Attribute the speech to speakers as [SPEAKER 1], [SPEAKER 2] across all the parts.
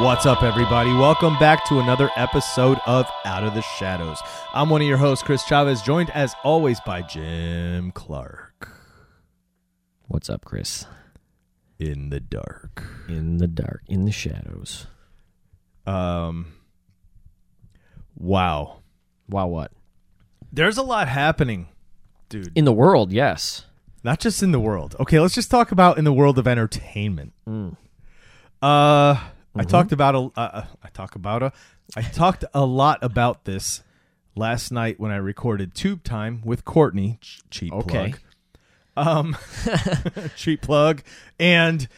[SPEAKER 1] What's up, everybody? Welcome back to another episode of Out of the Shadows. I'm one of your hosts, Chris Chavez, joined as always by Jim Clark
[SPEAKER 2] What's up, Chris?
[SPEAKER 1] in the dark.
[SPEAKER 2] In the dark, in the shadows.
[SPEAKER 1] Um, wow.
[SPEAKER 2] Wow, what?
[SPEAKER 1] There's a lot happening, dude.
[SPEAKER 2] In the world, yes.
[SPEAKER 1] Not just in the world. Okay, let's just talk about in the world of entertainment.
[SPEAKER 2] Mm.
[SPEAKER 1] Uh, I
[SPEAKER 2] Mm-hmm.
[SPEAKER 1] talked about a. Uh, uh, I talk about a. I talked a lot about this last night when I recorded Tube Time with Courtney. Ch- cheap
[SPEAKER 2] Okay.
[SPEAKER 1] plug. Um, cheap plug, and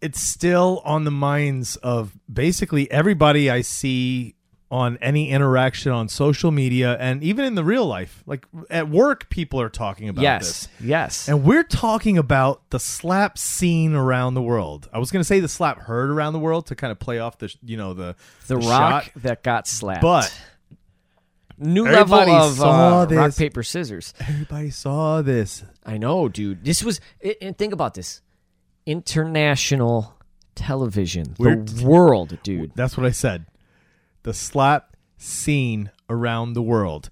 [SPEAKER 1] it's still on the minds of basically everybody I see on any interaction on social media and even in the real life. Like at work, people are talking about
[SPEAKER 2] yes.
[SPEAKER 1] this.
[SPEAKER 2] Yes.
[SPEAKER 1] And we're talking about the slap scene around the world. I was going to say the slap heard around the world to kind of play off the, sh- you know, the
[SPEAKER 2] the rock
[SPEAKER 1] shot.
[SPEAKER 2] that got slapped.
[SPEAKER 1] But
[SPEAKER 2] new level
[SPEAKER 1] everybody
[SPEAKER 2] of
[SPEAKER 1] saw
[SPEAKER 2] uh, rock
[SPEAKER 1] this.
[SPEAKER 2] paper scissors.
[SPEAKER 1] everybody saw this.
[SPEAKER 2] I know, dude. This was i- and think about this. International television.
[SPEAKER 1] We're-
[SPEAKER 2] the world, dude.
[SPEAKER 1] That's what I said. The slap scene around the world.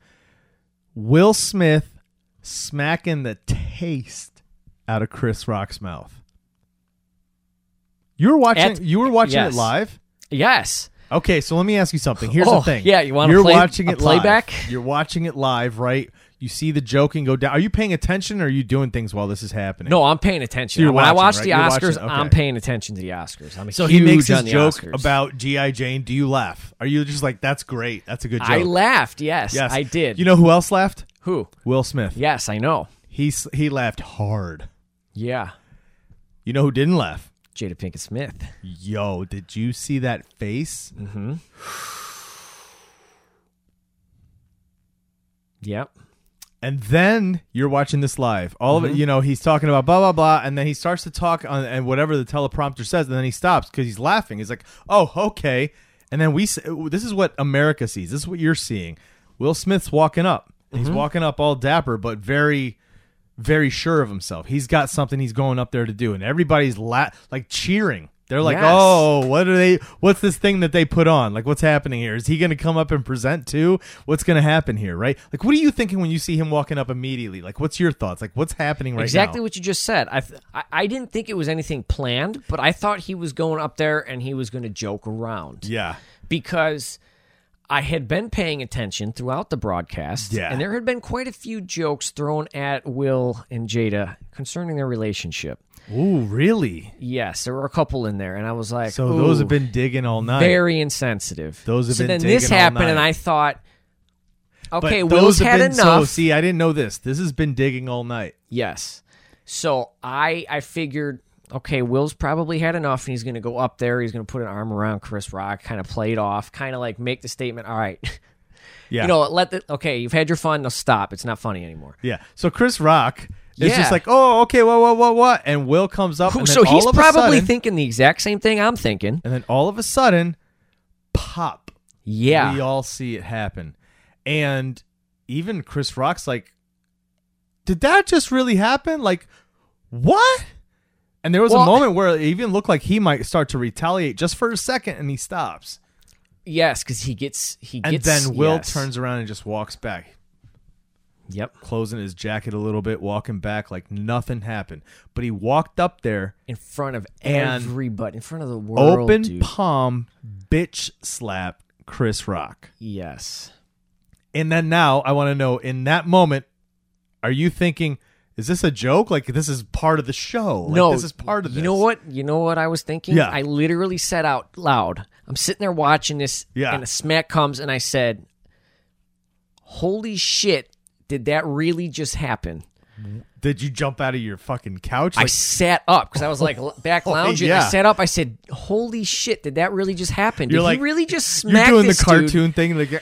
[SPEAKER 1] Will Smith smacking the taste out of Chris Rock's mouth. You were watching.
[SPEAKER 2] At-
[SPEAKER 1] you were watching
[SPEAKER 2] yes.
[SPEAKER 1] it live.
[SPEAKER 2] Yes.
[SPEAKER 1] Okay, so let me ask you something. Here's
[SPEAKER 2] Oh,
[SPEAKER 1] the thing.
[SPEAKER 2] yeah, you wanna
[SPEAKER 1] You're
[SPEAKER 2] play
[SPEAKER 1] watching
[SPEAKER 2] a
[SPEAKER 1] it
[SPEAKER 2] playback?
[SPEAKER 1] Live. You're watching it live, right? You see the joking go down. Are you paying attention? or Are you doing things while this is happening?
[SPEAKER 2] No, I'm paying attention.
[SPEAKER 1] So you're
[SPEAKER 2] when I watch
[SPEAKER 1] watching,
[SPEAKER 2] the
[SPEAKER 1] right? You're
[SPEAKER 2] Oscars,
[SPEAKER 1] watching,
[SPEAKER 2] I'm
[SPEAKER 1] okay.
[SPEAKER 2] paying attention to the Oscars. I'm a
[SPEAKER 1] So
[SPEAKER 2] huge
[SPEAKER 1] he makes his
[SPEAKER 2] on the
[SPEAKER 1] joke
[SPEAKER 2] Oscars.
[SPEAKER 1] about GI Jane. Do you laugh? Are you just like that's great? That's a good joke.
[SPEAKER 2] I laughed. Yes,
[SPEAKER 1] Yes,
[SPEAKER 2] I did.
[SPEAKER 1] You know who else laughed?
[SPEAKER 2] who?
[SPEAKER 1] Will Smith.
[SPEAKER 2] Yes, I know.
[SPEAKER 1] He s- he laughed hard.
[SPEAKER 2] Yeah.
[SPEAKER 1] You know who didn't laugh?
[SPEAKER 2] Jada Pinkett Smith.
[SPEAKER 1] Yo, did you see that face?
[SPEAKER 2] Yep.
[SPEAKER 1] And then you're watching this live. All of it, you know, he's talking about blah blah blah, and then he starts to talk on and whatever the teleprompter says, and then he stops because he's laughing. He's like, "Oh, okay." And then we, s- this is what America sees. This is what you're seeing. Will Smith's walking up. He's walking up all dapper, but very, very sure of himself. He's got something he's going up there to do, and everybody's la- like cheering. They're like,
[SPEAKER 2] Yes.
[SPEAKER 1] "Oh, what are they? What's this thing that they put on? Like, what's happening here? Is he going to come up and present too? What's going to happen here? Right? Like, what are you thinking when you see him walking up immediately? Like, what's your thoughts? Like, what's happening right
[SPEAKER 2] exactly
[SPEAKER 1] now?
[SPEAKER 2] what you just said. I, th- I I didn't think it was anything planned, but I thought he was going up there and he was going to joke around
[SPEAKER 1] yeah,
[SPEAKER 2] because I had been paying attention throughout the broadcast,
[SPEAKER 1] Yeah.
[SPEAKER 2] and there had been quite a few jokes thrown at Will and Jada concerning their relationship.
[SPEAKER 1] Ooh, really?
[SPEAKER 2] Yes, there were a couple in there, and I was like,
[SPEAKER 1] So those
[SPEAKER 2] "Ooh."
[SPEAKER 1] have been digging all night.
[SPEAKER 2] very insensitive.
[SPEAKER 1] Those have
[SPEAKER 2] so
[SPEAKER 1] been
[SPEAKER 2] then this
[SPEAKER 1] digging all
[SPEAKER 2] happened, and
[SPEAKER 1] night.
[SPEAKER 2] I thought,
[SPEAKER 1] but
[SPEAKER 2] okay,
[SPEAKER 1] those
[SPEAKER 2] Will's
[SPEAKER 1] have
[SPEAKER 2] had
[SPEAKER 1] been, So,
[SPEAKER 2] enough.
[SPEAKER 1] see, I didn't know this. This has been digging all night.
[SPEAKER 2] yes, so I I figured, okay, Will's probably had enough, and he's going to go up there. He's going to put an arm around Chris Rock, kind of play it off, kind of like make the statement, all right,
[SPEAKER 1] Yeah,
[SPEAKER 2] you know, let the okay, you've had your fun. Now stop. It's not funny anymore.
[SPEAKER 1] yeah. So Chris Rock is
[SPEAKER 2] Yeah.
[SPEAKER 1] just like, "Oh, okay, what, what, what, what?" And Will comes up, and
[SPEAKER 2] so
[SPEAKER 1] then all
[SPEAKER 2] he's
[SPEAKER 1] of a
[SPEAKER 2] probably
[SPEAKER 1] sudden-
[SPEAKER 2] thinking the exact same thing I'm thinking.
[SPEAKER 1] and then all of a sudden, pop.
[SPEAKER 2] Yeah,
[SPEAKER 1] We all see it happen. And even Chris Rock's like, did that just really happen? Like, what? And there was a
[SPEAKER 2] Well-
[SPEAKER 1] moment where it even looked like he might start to retaliate just for a second and he stops.
[SPEAKER 2] yes, because he gets he
[SPEAKER 1] And
[SPEAKER 2] gets.
[SPEAKER 1] then Will
[SPEAKER 2] yes.
[SPEAKER 1] turns around and just walks back,
[SPEAKER 2] Yep.
[SPEAKER 1] closing his jacket a little bit, walking back like nothing happened. But he walked up there,
[SPEAKER 2] In front of
[SPEAKER 1] And
[SPEAKER 2] everybody, in front of the world,
[SPEAKER 1] open
[SPEAKER 2] dude.
[SPEAKER 1] palm, bitch slap Chris Rock.
[SPEAKER 2] Yes.
[SPEAKER 1] And then now I want to know in that moment, are you thinking, is this a joke? Like this is part of the show. Like,
[SPEAKER 2] no,
[SPEAKER 1] this is part of
[SPEAKER 2] You
[SPEAKER 1] this.
[SPEAKER 2] know what? You know what I was thinking?
[SPEAKER 1] Yeah.
[SPEAKER 2] I literally said out loud. I'm sitting there watching this
[SPEAKER 1] Yeah.
[SPEAKER 2] and a smack comes and I said, holy shit, did that really just happen?
[SPEAKER 1] Did you jump out of your fucking couch?
[SPEAKER 2] I
[SPEAKER 1] Like,
[SPEAKER 2] sat up because I was like l- back lounging.
[SPEAKER 1] Oh, yeah.
[SPEAKER 2] I sat up. I said, "Holy shit! Did that really just happen?
[SPEAKER 1] You're
[SPEAKER 2] did
[SPEAKER 1] like-
[SPEAKER 2] he really just
[SPEAKER 1] you're
[SPEAKER 2] smack
[SPEAKER 1] doing the
[SPEAKER 2] this
[SPEAKER 1] cartoon
[SPEAKER 2] dude?"
[SPEAKER 1] thing like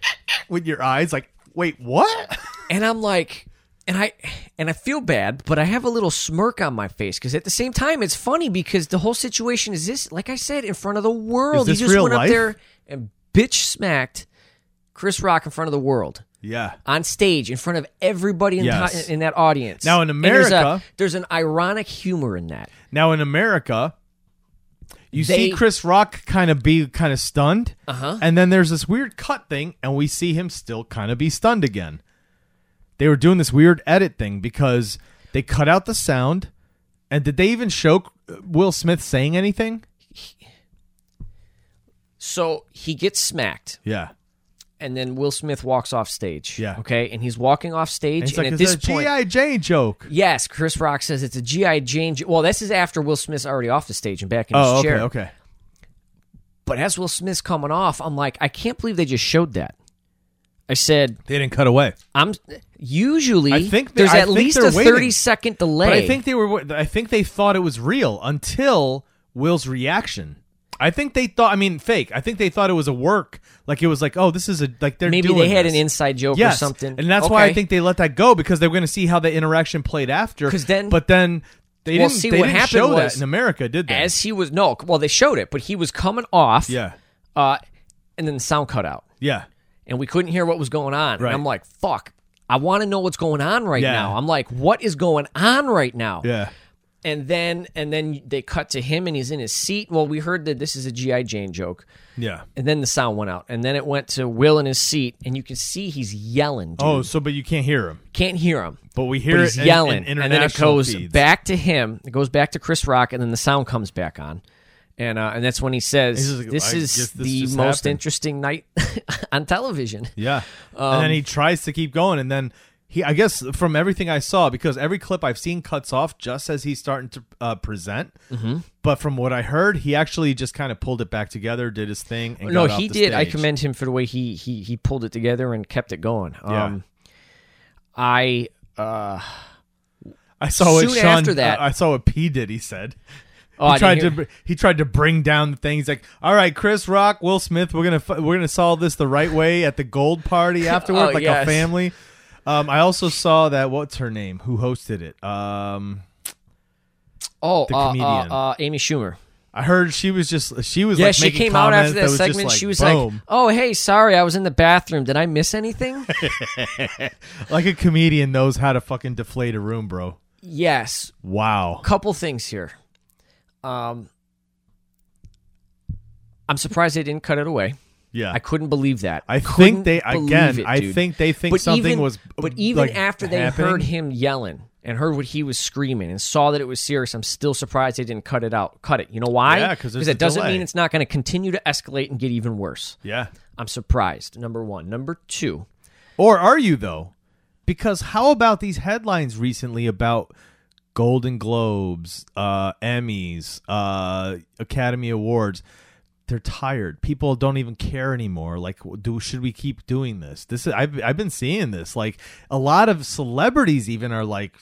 [SPEAKER 1] with your eyes. Like, wait, what?
[SPEAKER 2] And I'm like, and I and I feel bad, but I have a little smirk on my face because at the same time, it's funny because the whole situation is this. Like I said, in front of the world,
[SPEAKER 1] this
[SPEAKER 2] he just
[SPEAKER 1] real
[SPEAKER 2] went
[SPEAKER 1] life?
[SPEAKER 2] up there and bitch smacked Chris Rock in front of the world.
[SPEAKER 1] Yeah.
[SPEAKER 2] on stage in front of everybody in,
[SPEAKER 1] Yes.
[SPEAKER 2] the, in that audience.
[SPEAKER 1] Now, in
[SPEAKER 2] And there's a-
[SPEAKER 1] America-
[SPEAKER 2] there's, an ironic humor in that.
[SPEAKER 1] Now in America, you
[SPEAKER 2] They-
[SPEAKER 1] see Chris Rock kind of be kind of stunned,
[SPEAKER 2] Uh-huh.
[SPEAKER 1] and then there's this weird cut thing, and we see him still kind of be stunned again. They were doing this weird edit thing because they cut out the sound, and did they even show uh, Will Smith saying anything?
[SPEAKER 2] So he gets smacked,
[SPEAKER 1] Yeah,
[SPEAKER 2] and then Will Smith walks off stage.
[SPEAKER 1] Yeah.
[SPEAKER 2] Okay, and he's walking off
[SPEAKER 1] and
[SPEAKER 2] stage, and,
[SPEAKER 1] it's like
[SPEAKER 2] at
[SPEAKER 1] it's
[SPEAKER 2] this
[SPEAKER 1] a
[SPEAKER 2] point,
[SPEAKER 1] GI Jane joke.
[SPEAKER 2] yes, Chris Rock says it's a GI Jane. j- Well, this is after Will Smith's already off the stage and back in his
[SPEAKER 1] Oh, okay,
[SPEAKER 2] chair.
[SPEAKER 1] okay.
[SPEAKER 2] But as Will Smith's coming off, I'm like, I can't believe they just showed that. I said,
[SPEAKER 1] They didn't cut away,
[SPEAKER 2] I'm usually
[SPEAKER 1] I think they-
[SPEAKER 2] there's
[SPEAKER 1] I
[SPEAKER 2] at
[SPEAKER 1] think
[SPEAKER 2] least
[SPEAKER 1] they're
[SPEAKER 2] a
[SPEAKER 1] waiting.
[SPEAKER 2] 30 second delay.
[SPEAKER 1] but I think they were. I think they thought it was real until Will's reaction. I think they thought. I mean, fake. I think they thought it was a work. Like it was like, oh, this is a like they're
[SPEAKER 2] maybe
[SPEAKER 1] doing
[SPEAKER 2] they had
[SPEAKER 1] this.
[SPEAKER 2] an inside joke
[SPEAKER 1] yes.
[SPEAKER 2] or something,
[SPEAKER 1] And that's why I
[SPEAKER 2] Okay.
[SPEAKER 1] think they let that go because they were going to see how the interaction played after.
[SPEAKER 2] 'Cause then-
[SPEAKER 1] but then they
[SPEAKER 2] Well,
[SPEAKER 1] didn't.
[SPEAKER 2] see,
[SPEAKER 1] they
[SPEAKER 2] what
[SPEAKER 1] didn't
[SPEAKER 2] happened
[SPEAKER 1] show
[SPEAKER 2] was-
[SPEAKER 1] that in America, did they?
[SPEAKER 2] as he was no well they showed it but he was coming off
[SPEAKER 1] yeah,
[SPEAKER 2] uh and then the sound cut out
[SPEAKER 1] yeah.
[SPEAKER 2] and we couldn't hear what was going on
[SPEAKER 1] Right.
[SPEAKER 2] and i'm like fuck i want to know what's going on right
[SPEAKER 1] Yeah.
[SPEAKER 2] now i'm like what is going on right now
[SPEAKER 1] Yeah.
[SPEAKER 2] and then and then they cut to him and he's in his seat well we heard that this is a gi jane joke
[SPEAKER 1] Yeah.
[SPEAKER 2] and then the sound went out and then it went to will in his seat and you can see he's yelling dude.
[SPEAKER 1] Oh, so but you can't hear him,
[SPEAKER 2] can't hear him
[SPEAKER 1] but we
[SPEAKER 2] but
[SPEAKER 1] hear
[SPEAKER 2] he's
[SPEAKER 1] it in-
[SPEAKER 2] yelling,
[SPEAKER 1] in
[SPEAKER 2] and then it
[SPEAKER 1] international
[SPEAKER 2] goes
[SPEAKER 1] feeds.
[SPEAKER 2] back to him. It goes back to Chris Rock, and then the sound comes back on, and uh, and that's when he says,
[SPEAKER 1] He's like,
[SPEAKER 2] "This
[SPEAKER 1] "I guess
[SPEAKER 2] is
[SPEAKER 1] this
[SPEAKER 2] the
[SPEAKER 1] just
[SPEAKER 2] most
[SPEAKER 1] happened."
[SPEAKER 2] interesting night on television."
[SPEAKER 1] Yeah.
[SPEAKER 2] Um,
[SPEAKER 1] and then he tries to keep going and then he I guess from everything I saw because every clip I've seen cuts off just as he's starting to uh, present.
[SPEAKER 2] Mm-hmm.
[SPEAKER 1] But from what I heard, he actually just kind of pulled it back together, did his thing and
[SPEAKER 2] No,
[SPEAKER 1] got off
[SPEAKER 2] he
[SPEAKER 1] the
[SPEAKER 2] did. I
[SPEAKER 1] stage.
[SPEAKER 2] commend him for the way he he he pulled it together and kept it going.
[SPEAKER 1] Yeah.
[SPEAKER 2] Um, I uh,
[SPEAKER 1] I saw what
[SPEAKER 2] soon
[SPEAKER 1] Sean,
[SPEAKER 2] after that-
[SPEAKER 1] I saw what P did he said.
[SPEAKER 2] oh,
[SPEAKER 1] he
[SPEAKER 2] I
[SPEAKER 1] tried
[SPEAKER 2] didn't hear-
[SPEAKER 1] to he tried to bring down the thing. He's like, "All right, Chris Rock, Will Smith, we're gonna fi- we're gonna solve this the right way at the gold party afterward,
[SPEAKER 2] Oh,
[SPEAKER 1] like
[SPEAKER 2] yes.
[SPEAKER 1] a family." Um, I also saw that what's her name who hosted it. Um,
[SPEAKER 2] oh
[SPEAKER 1] the
[SPEAKER 2] uh, uh,
[SPEAKER 1] comedian.
[SPEAKER 2] uh, Amy Schumer.
[SPEAKER 1] I heard she was just she was
[SPEAKER 2] Yeah,
[SPEAKER 1] like
[SPEAKER 2] she
[SPEAKER 1] making
[SPEAKER 2] came out after
[SPEAKER 1] comments
[SPEAKER 2] that
[SPEAKER 1] was just
[SPEAKER 2] segment.
[SPEAKER 1] like,
[SPEAKER 2] she was like,
[SPEAKER 1] boom,
[SPEAKER 2] "Oh, hey, sorry, I was in the bathroom. Did I miss anything?"
[SPEAKER 1] like, a comedian knows how to fucking deflate a room, bro.
[SPEAKER 2] yes,
[SPEAKER 1] Wow.
[SPEAKER 2] couple things here. Um, I'm surprised they didn't cut it away.
[SPEAKER 1] Yeah.
[SPEAKER 2] I couldn't believe that.
[SPEAKER 1] I think
[SPEAKER 2] Couldn't
[SPEAKER 1] they
[SPEAKER 2] believe
[SPEAKER 1] again.
[SPEAKER 2] it,
[SPEAKER 1] I
[SPEAKER 2] dude.
[SPEAKER 1] think they think
[SPEAKER 2] But
[SPEAKER 1] something
[SPEAKER 2] even,
[SPEAKER 1] was.
[SPEAKER 2] But even
[SPEAKER 1] like,
[SPEAKER 2] after they
[SPEAKER 1] happening.
[SPEAKER 2] heard him yelling and heard what he was screaming and saw that it was serious, I'm still surprised they didn't cut it out. Cut it. You know why?
[SPEAKER 1] Yeah, 'cause there's
[SPEAKER 2] it
[SPEAKER 1] a
[SPEAKER 2] doesn't
[SPEAKER 1] delay.
[SPEAKER 2] mean it's not going to continue to escalate and get even worse.
[SPEAKER 1] yeah.
[SPEAKER 2] I'm surprised. Number one. Number two.
[SPEAKER 1] Or are you though? Because how about these headlines recently about Golden Globes, uh, Emmys, uh, Academy Awards? They're tired. People don't even care anymore. Like, do should we keep doing this? This is I've I've been seeing this. Like, a lot of celebrities even are like,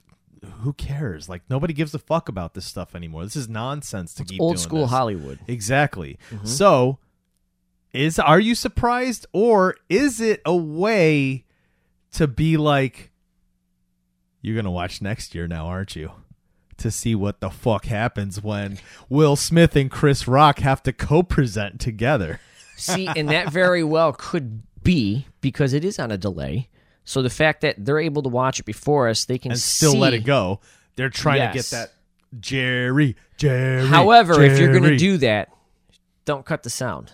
[SPEAKER 1] who cares? Like, nobody gives a fuck about this stuff anymore. This is nonsense to keep
[SPEAKER 2] old
[SPEAKER 1] doing
[SPEAKER 2] school
[SPEAKER 1] this.
[SPEAKER 2] Hollywood.
[SPEAKER 1] Exactly.
[SPEAKER 2] Mm-hmm.
[SPEAKER 1] So, is are you surprised or is it a way to be like you're going to watch next year now, aren't you? To see what the fuck happens when Will Smith and Chris Rock have to co-present together.
[SPEAKER 2] See, and that very well could be because it is on a delay. So the fact that they're able to watch it before us, they can
[SPEAKER 1] and still let it
[SPEAKER 2] see.
[SPEAKER 1] go. They're trying
[SPEAKER 2] Yes.
[SPEAKER 1] to get that Jerry, Jerry.
[SPEAKER 2] However, if you're going to
[SPEAKER 1] Jerry.
[SPEAKER 2] do that, don't cut the sound.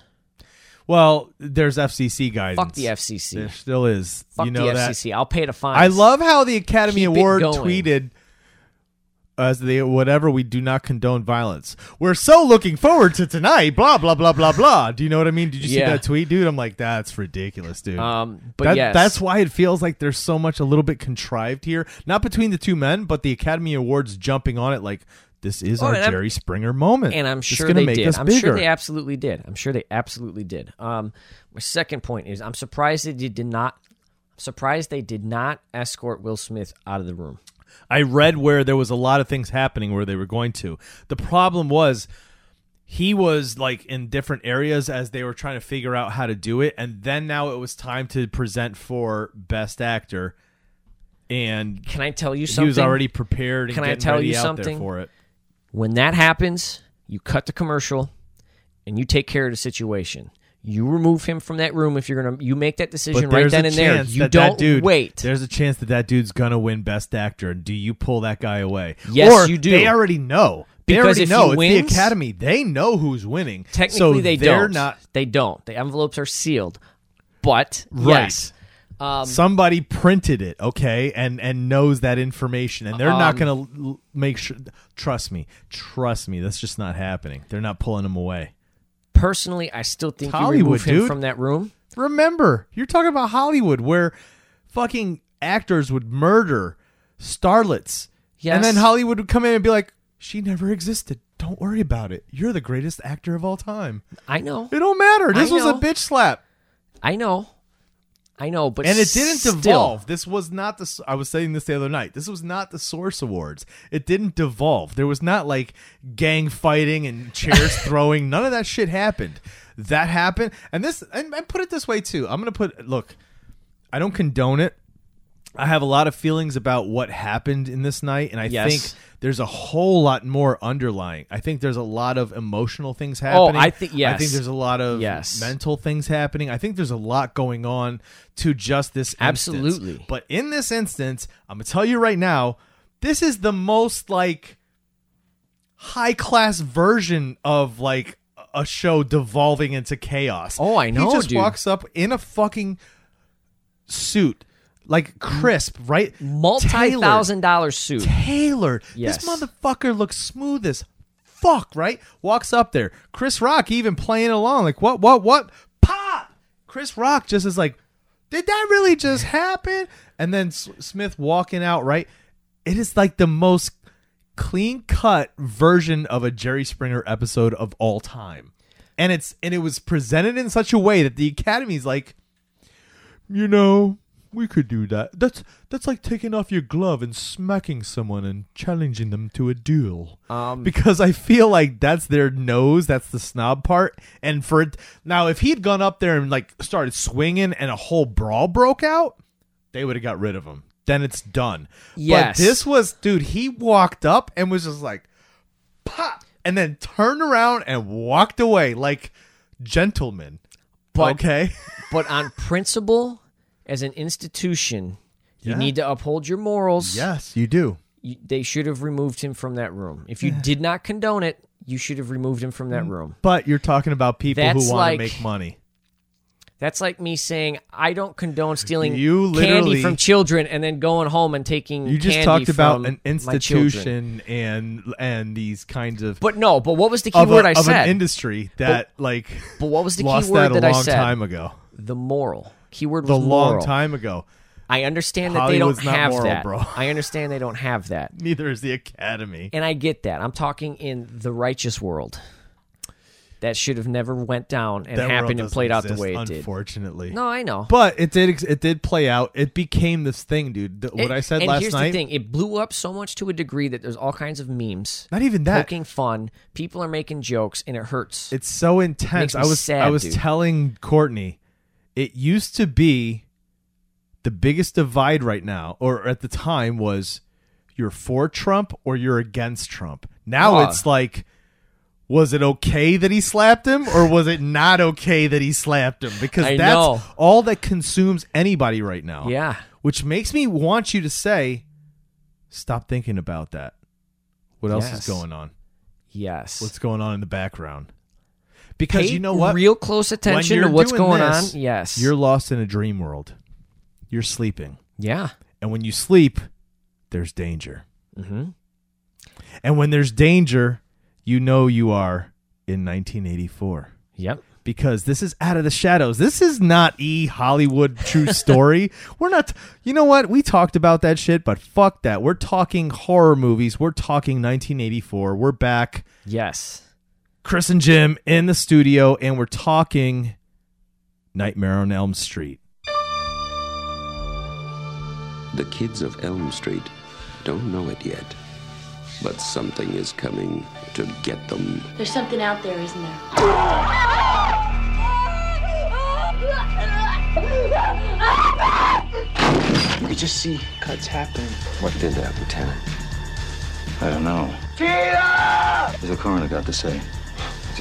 [SPEAKER 1] well, there's FCC guidance.
[SPEAKER 2] Fuck the FCC.
[SPEAKER 1] There still is.
[SPEAKER 2] Fuck
[SPEAKER 1] you know
[SPEAKER 2] the
[SPEAKER 1] that
[SPEAKER 2] FCC. I'll pay the fine.
[SPEAKER 1] I love how the Academy
[SPEAKER 2] Keep it
[SPEAKER 1] Award
[SPEAKER 2] going.
[SPEAKER 1] tweeted as the whatever we do not condone violence. We're so looking forward to tonight. Blah blah blah blah blah. Do you know what I mean? Did you
[SPEAKER 2] Yeah.
[SPEAKER 1] see that tweet, dude? I'm like, that's ridiculous, dude.
[SPEAKER 2] Um, but
[SPEAKER 1] That-
[SPEAKER 2] yes,
[SPEAKER 1] That's why it feels like there's so much a little bit contrived here, not between the two men, but the Academy Awards jumping on it like this is
[SPEAKER 2] Oh,
[SPEAKER 1] our
[SPEAKER 2] and I'm-
[SPEAKER 1] Jerry Springer moment,
[SPEAKER 2] and I'm
[SPEAKER 1] It's
[SPEAKER 2] sure
[SPEAKER 1] gonna
[SPEAKER 2] they
[SPEAKER 1] make
[SPEAKER 2] did.
[SPEAKER 1] us
[SPEAKER 2] I'm
[SPEAKER 1] bigger.
[SPEAKER 2] sure they absolutely did. I'm sure they absolutely did. Um, my second point is I'm surprised that they did not surprised they did not escort Will Smith out of the room.
[SPEAKER 1] I read where there was a lot of things happening where they were going to. The problem was he was like in different areas as they were trying to figure out how to do it and then now it was time to present for best actor and
[SPEAKER 2] Can I tell you
[SPEAKER 1] he
[SPEAKER 2] something?
[SPEAKER 1] was already prepared and
[SPEAKER 2] Can I
[SPEAKER 1] getting
[SPEAKER 2] tell
[SPEAKER 1] ready
[SPEAKER 2] you
[SPEAKER 1] out there
[SPEAKER 2] something?
[SPEAKER 1] for it.
[SPEAKER 2] when that happens, you cut the commercial and you take care of the situation. You remove him from that room if you're gonna. You make that decision
[SPEAKER 1] But
[SPEAKER 2] right
[SPEAKER 1] there's
[SPEAKER 2] then
[SPEAKER 1] a
[SPEAKER 2] and there.
[SPEAKER 1] chance
[SPEAKER 2] You
[SPEAKER 1] that
[SPEAKER 2] don't
[SPEAKER 1] that dude,
[SPEAKER 2] wait.
[SPEAKER 1] There's a chance that that dude's gonna win Best Actor. Do you pull that guy away?
[SPEAKER 2] Yes,
[SPEAKER 1] or
[SPEAKER 2] you do.
[SPEAKER 1] They already know. They
[SPEAKER 2] Because
[SPEAKER 1] already
[SPEAKER 2] if he
[SPEAKER 1] know it's
[SPEAKER 2] wins-
[SPEAKER 1] the Academy. They know who's winning.
[SPEAKER 2] Technically,
[SPEAKER 1] so
[SPEAKER 2] they
[SPEAKER 1] they're
[SPEAKER 2] don't.
[SPEAKER 1] not
[SPEAKER 2] They don't. The envelopes are sealed. But
[SPEAKER 1] Right.
[SPEAKER 2] yes, um,
[SPEAKER 1] somebody printed it okay and and knows that information and they're
[SPEAKER 2] Um,
[SPEAKER 1] not gonna l- l- make sure trust me trust me that's just not happening they're not pulling him away
[SPEAKER 2] personally, I still think you
[SPEAKER 1] Hollywood,
[SPEAKER 2] remove him
[SPEAKER 1] dude.
[SPEAKER 2] from that room.
[SPEAKER 1] remember you're talking about hollywood where fucking actors would murder starlets
[SPEAKER 2] Yes.
[SPEAKER 1] and then hollywood would come in and be like she never existed don't worry about it you're the greatest actor of all time
[SPEAKER 2] I know.
[SPEAKER 1] it don't matter
[SPEAKER 2] I
[SPEAKER 1] this was a
[SPEAKER 2] know.
[SPEAKER 1] bitch slap
[SPEAKER 2] I know. I know. But
[SPEAKER 1] and it didn't
[SPEAKER 2] still,
[SPEAKER 1] devolve. This was not the. I was saying this the other night. This was not the Source Awards. It didn't devolve. There was not like gang fighting and chairs throwing. None of that shit happened. That happened, and this. And, and put it this way too. I'm gonna put. Look, I don't condone it. I have a lot of feelings about what happened in this night, and I
[SPEAKER 2] Yes.
[SPEAKER 1] think there's a whole lot more underlying. I think there's a lot of emotional things
[SPEAKER 2] Oh,
[SPEAKER 1] happening.
[SPEAKER 2] I thi-
[SPEAKER 1] I think
[SPEAKER 2] yes.
[SPEAKER 1] there's a lot of
[SPEAKER 2] Yes.
[SPEAKER 1] mental things happening. I think there's a lot going on to just this instance.
[SPEAKER 2] Absolutely.
[SPEAKER 1] But in this instance, I'm gonna tell you right now, this is the most like high class version of like a show devolving into chaos.
[SPEAKER 2] Oh, I know,
[SPEAKER 1] He just
[SPEAKER 2] dude.
[SPEAKER 1] walks up in a fucking suit, like crisp, right?
[SPEAKER 2] multi
[SPEAKER 1] Tailored.
[SPEAKER 2] thousand dollar suit.
[SPEAKER 1] Taylor.
[SPEAKER 2] Yes.
[SPEAKER 1] This motherfucker looks smooth as fuck, right? Walks up there. Chris Rock even playing along, like, what, what, what? Pop! Chris Rock just is like, did that really just happen? And then S- Smith walking out, right? It is like the most clean cut version of a Jerry Springer episode of all time. And it's and it was presented in such a way that the Academy's like, you know, we could do that. That's that's like taking off your glove and smacking someone and challenging them to a duel.
[SPEAKER 2] Um,
[SPEAKER 1] because I feel like that's their nose, that's the snob part. And for it, now, if he'd gone up there and like started swinging and a whole brawl broke out, they would have got rid of him. Then it's done.
[SPEAKER 2] Yes.
[SPEAKER 1] But this was, dude. He walked up and was just like, pop, and then turned around and walked away like gentleman.
[SPEAKER 2] But-
[SPEAKER 1] okay.
[SPEAKER 2] but on principle, as an institution, you
[SPEAKER 1] Yeah.
[SPEAKER 2] need to uphold your morals.
[SPEAKER 1] yes, you do.
[SPEAKER 2] You, they should have removed him from that room. If you did not condone it, you should have removed him from
[SPEAKER 1] Mm-hmm.
[SPEAKER 2] that room.
[SPEAKER 1] But you're talking about people
[SPEAKER 2] That's
[SPEAKER 1] who want
[SPEAKER 2] like-
[SPEAKER 1] to make money.
[SPEAKER 2] That's like me saying I don't condone stealing
[SPEAKER 1] You
[SPEAKER 2] candy
[SPEAKER 1] literally-
[SPEAKER 2] from children and then going home and taking.
[SPEAKER 1] You just
[SPEAKER 2] candy
[SPEAKER 1] talked
[SPEAKER 2] from
[SPEAKER 1] about an
[SPEAKER 2] my children.
[SPEAKER 1] institution and and these kinds of
[SPEAKER 2] But no, but what was the key
[SPEAKER 1] of, a-
[SPEAKER 2] word I
[SPEAKER 1] of
[SPEAKER 2] said?
[SPEAKER 1] an industry that like
[SPEAKER 2] but what was the key
[SPEAKER 1] lost
[SPEAKER 2] word
[SPEAKER 1] that
[SPEAKER 2] that,
[SPEAKER 1] a
[SPEAKER 2] I
[SPEAKER 1] long
[SPEAKER 2] said?
[SPEAKER 1] time ago.
[SPEAKER 2] The moral. Keyword was
[SPEAKER 1] The long
[SPEAKER 2] moral.
[SPEAKER 1] time ago.
[SPEAKER 2] I understand that
[SPEAKER 1] Hollywood's
[SPEAKER 2] they
[SPEAKER 1] not
[SPEAKER 2] don't have
[SPEAKER 1] moral,
[SPEAKER 2] that.
[SPEAKER 1] bro.
[SPEAKER 2] I understand they don't have that.
[SPEAKER 1] Neither is the academy.
[SPEAKER 2] And I get that. I'm talking in the righteous world. That should have never went down and
[SPEAKER 1] That world
[SPEAKER 2] happened and
[SPEAKER 1] doesn't
[SPEAKER 2] played out the
[SPEAKER 1] exist,
[SPEAKER 2] way it did.
[SPEAKER 1] unfortunately.
[SPEAKER 2] No, I know.
[SPEAKER 1] But it did. ex- It did play out. It became this thing, dude. The- what
[SPEAKER 2] It-
[SPEAKER 1] I said
[SPEAKER 2] and
[SPEAKER 1] last
[SPEAKER 2] here's
[SPEAKER 1] night.
[SPEAKER 2] the thing: it blew up so much to a degree that there's all kinds of memes,
[SPEAKER 1] Not even that.
[SPEAKER 2] poking fun. People are making jokes, and it hurts.
[SPEAKER 1] It's so intense.
[SPEAKER 2] Makes me
[SPEAKER 1] I was
[SPEAKER 2] sad,
[SPEAKER 1] I was
[SPEAKER 2] dude.
[SPEAKER 1] telling Courtney, it used to be the biggest divide right now, or at the time was you're for Trump or you're against Trump. Now
[SPEAKER 2] Ah.
[SPEAKER 1] it's like was it okay that he slapped him or was it not okay that he slapped him? Because
[SPEAKER 2] I
[SPEAKER 1] that's
[SPEAKER 2] know.
[SPEAKER 1] all that consumes anybody right now.
[SPEAKER 2] yeah,
[SPEAKER 1] Which makes me want you to say, stop thinking about that. What else
[SPEAKER 2] Yes.
[SPEAKER 1] is going on?
[SPEAKER 2] yes.
[SPEAKER 1] What's going on in the background? Because
[SPEAKER 2] Pay
[SPEAKER 1] you know what?
[SPEAKER 2] real close attention to
[SPEAKER 1] you're
[SPEAKER 2] what's
[SPEAKER 1] doing
[SPEAKER 2] going
[SPEAKER 1] this,
[SPEAKER 2] on. Yes,
[SPEAKER 1] You're lost in a dream world. You're sleeping.
[SPEAKER 2] yeah.
[SPEAKER 1] And when you sleep, there's danger.
[SPEAKER 2] Mhm.
[SPEAKER 1] And when there's danger, you know you are in 1984
[SPEAKER 2] Yep.
[SPEAKER 1] because this is out of the shadows. This is not e Hollywood true story. We're not, you know what? We talked about that shit, but fuck that. We're talking horror movies. We're talking 1984. We're back.
[SPEAKER 2] Yes.
[SPEAKER 1] Chris and Jim in the studio, and we're talking Nightmare on Elm Street.
[SPEAKER 3] The kids of Elm Street don't know it yet, but something is coming to get them.
[SPEAKER 4] There's something out there, isn't there?
[SPEAKER 5] We just see cuts happen.
[SPEAKER 6] What did that, Lieutenant?
[SPEAKER 7] I don't know.
[SPEAKER 5] Tina!
[SPEAKER 7] What's the coroner got to say?
[SPEAKER 6] It's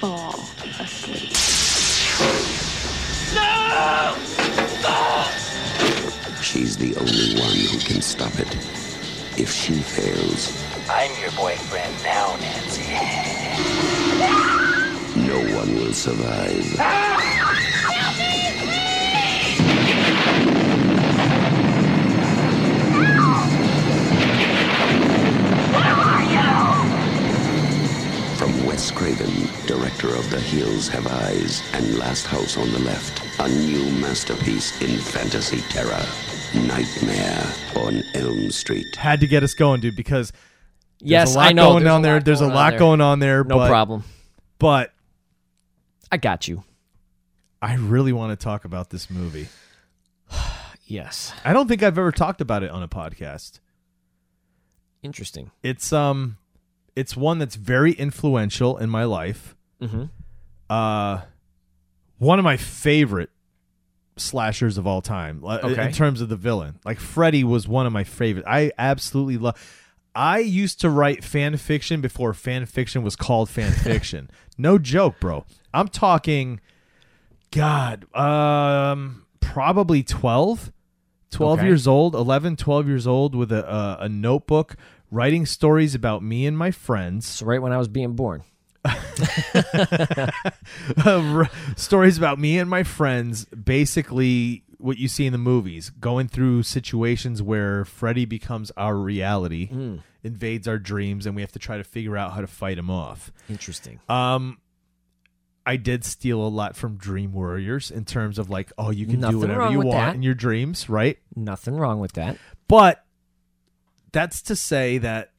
[SPEAKER 4] fall asleep.
[SPEAKER 3] She's the only one who can stop it. If she fails,
[SPEAKER 8] I'm your boyfriend now, Nancy.
[SPEAKER 3] no one will survive. From Wes Craven, director of The Hills Have Eyes and Last House on the Left, a new masterpiece in fantasy terror. Nightmare on Elm Street.
[SPEAKER 1] Had to get us going, dude, because there's
[SPEAKER 2] yes,
[SPEAKER 1] a lot
[SPEAKER 2] I know.
[SPEAKER 1] going on there. There's a lot going on there.
[SPEAKER 2] No
[SPEAKER 1] but,
[SPEAKER 2] problem.
[SPEAKER 1] But
[SPEAKER 2] I got you.
[SPEAKER 1] I really want to talk about this movie.
[SPEAKER 2] Yes.
[SPEAKER 1] I don't think I've ever talked about it on a podcast.
[SPEAKER 2] Interesting.
[SPEAKER 1] It's um, it's one that's very influential in my life.
[SPEAKER 2] Mm-hmm.
[SPEAKER 1] uh one of my favorite slashers of all time li-
[SPEAKER 2] Okay.
[SPEAKER 1] in terms of the villain like freddy was one of my favorite i absolutely love i used to write fan fiction before fan fiction was called fan fiction no joke bro i'm talking god um probably 12 12
[SPEAKER 2] Okay.
[SPEAKER 1] years old 11 12 years old with a, a, a notebook writing stories about me and my friends
[SPEAKER 2] So right when I was being born.
[SPEAKER 1] of r- stories about me and my friends basically what you see in the movies going through situations where freddy becomes our reality
[SPEAKER 2] Mm.
[SPEAKER 1] invades our dreams and we have to try to figure out how to fight him off
[SPEAKER 2] Interesting.
[SPEAKER 1] um i did steal a lot from dream warriors in terms of like oh you can
[SPEAKER 2] Nothing
[SPEAKER 1] do whatever
[SPEAKER 2] wrong
[SPEAKER 1] you
[SPEAKER 2] with
[SPEAKER 1] want
[SPEAKER 2] that.
[SPEAKER 1] in your dreams right
[SPEAKER 2] Nothing wrong with that.
[SPEAKER 1] but that's to say that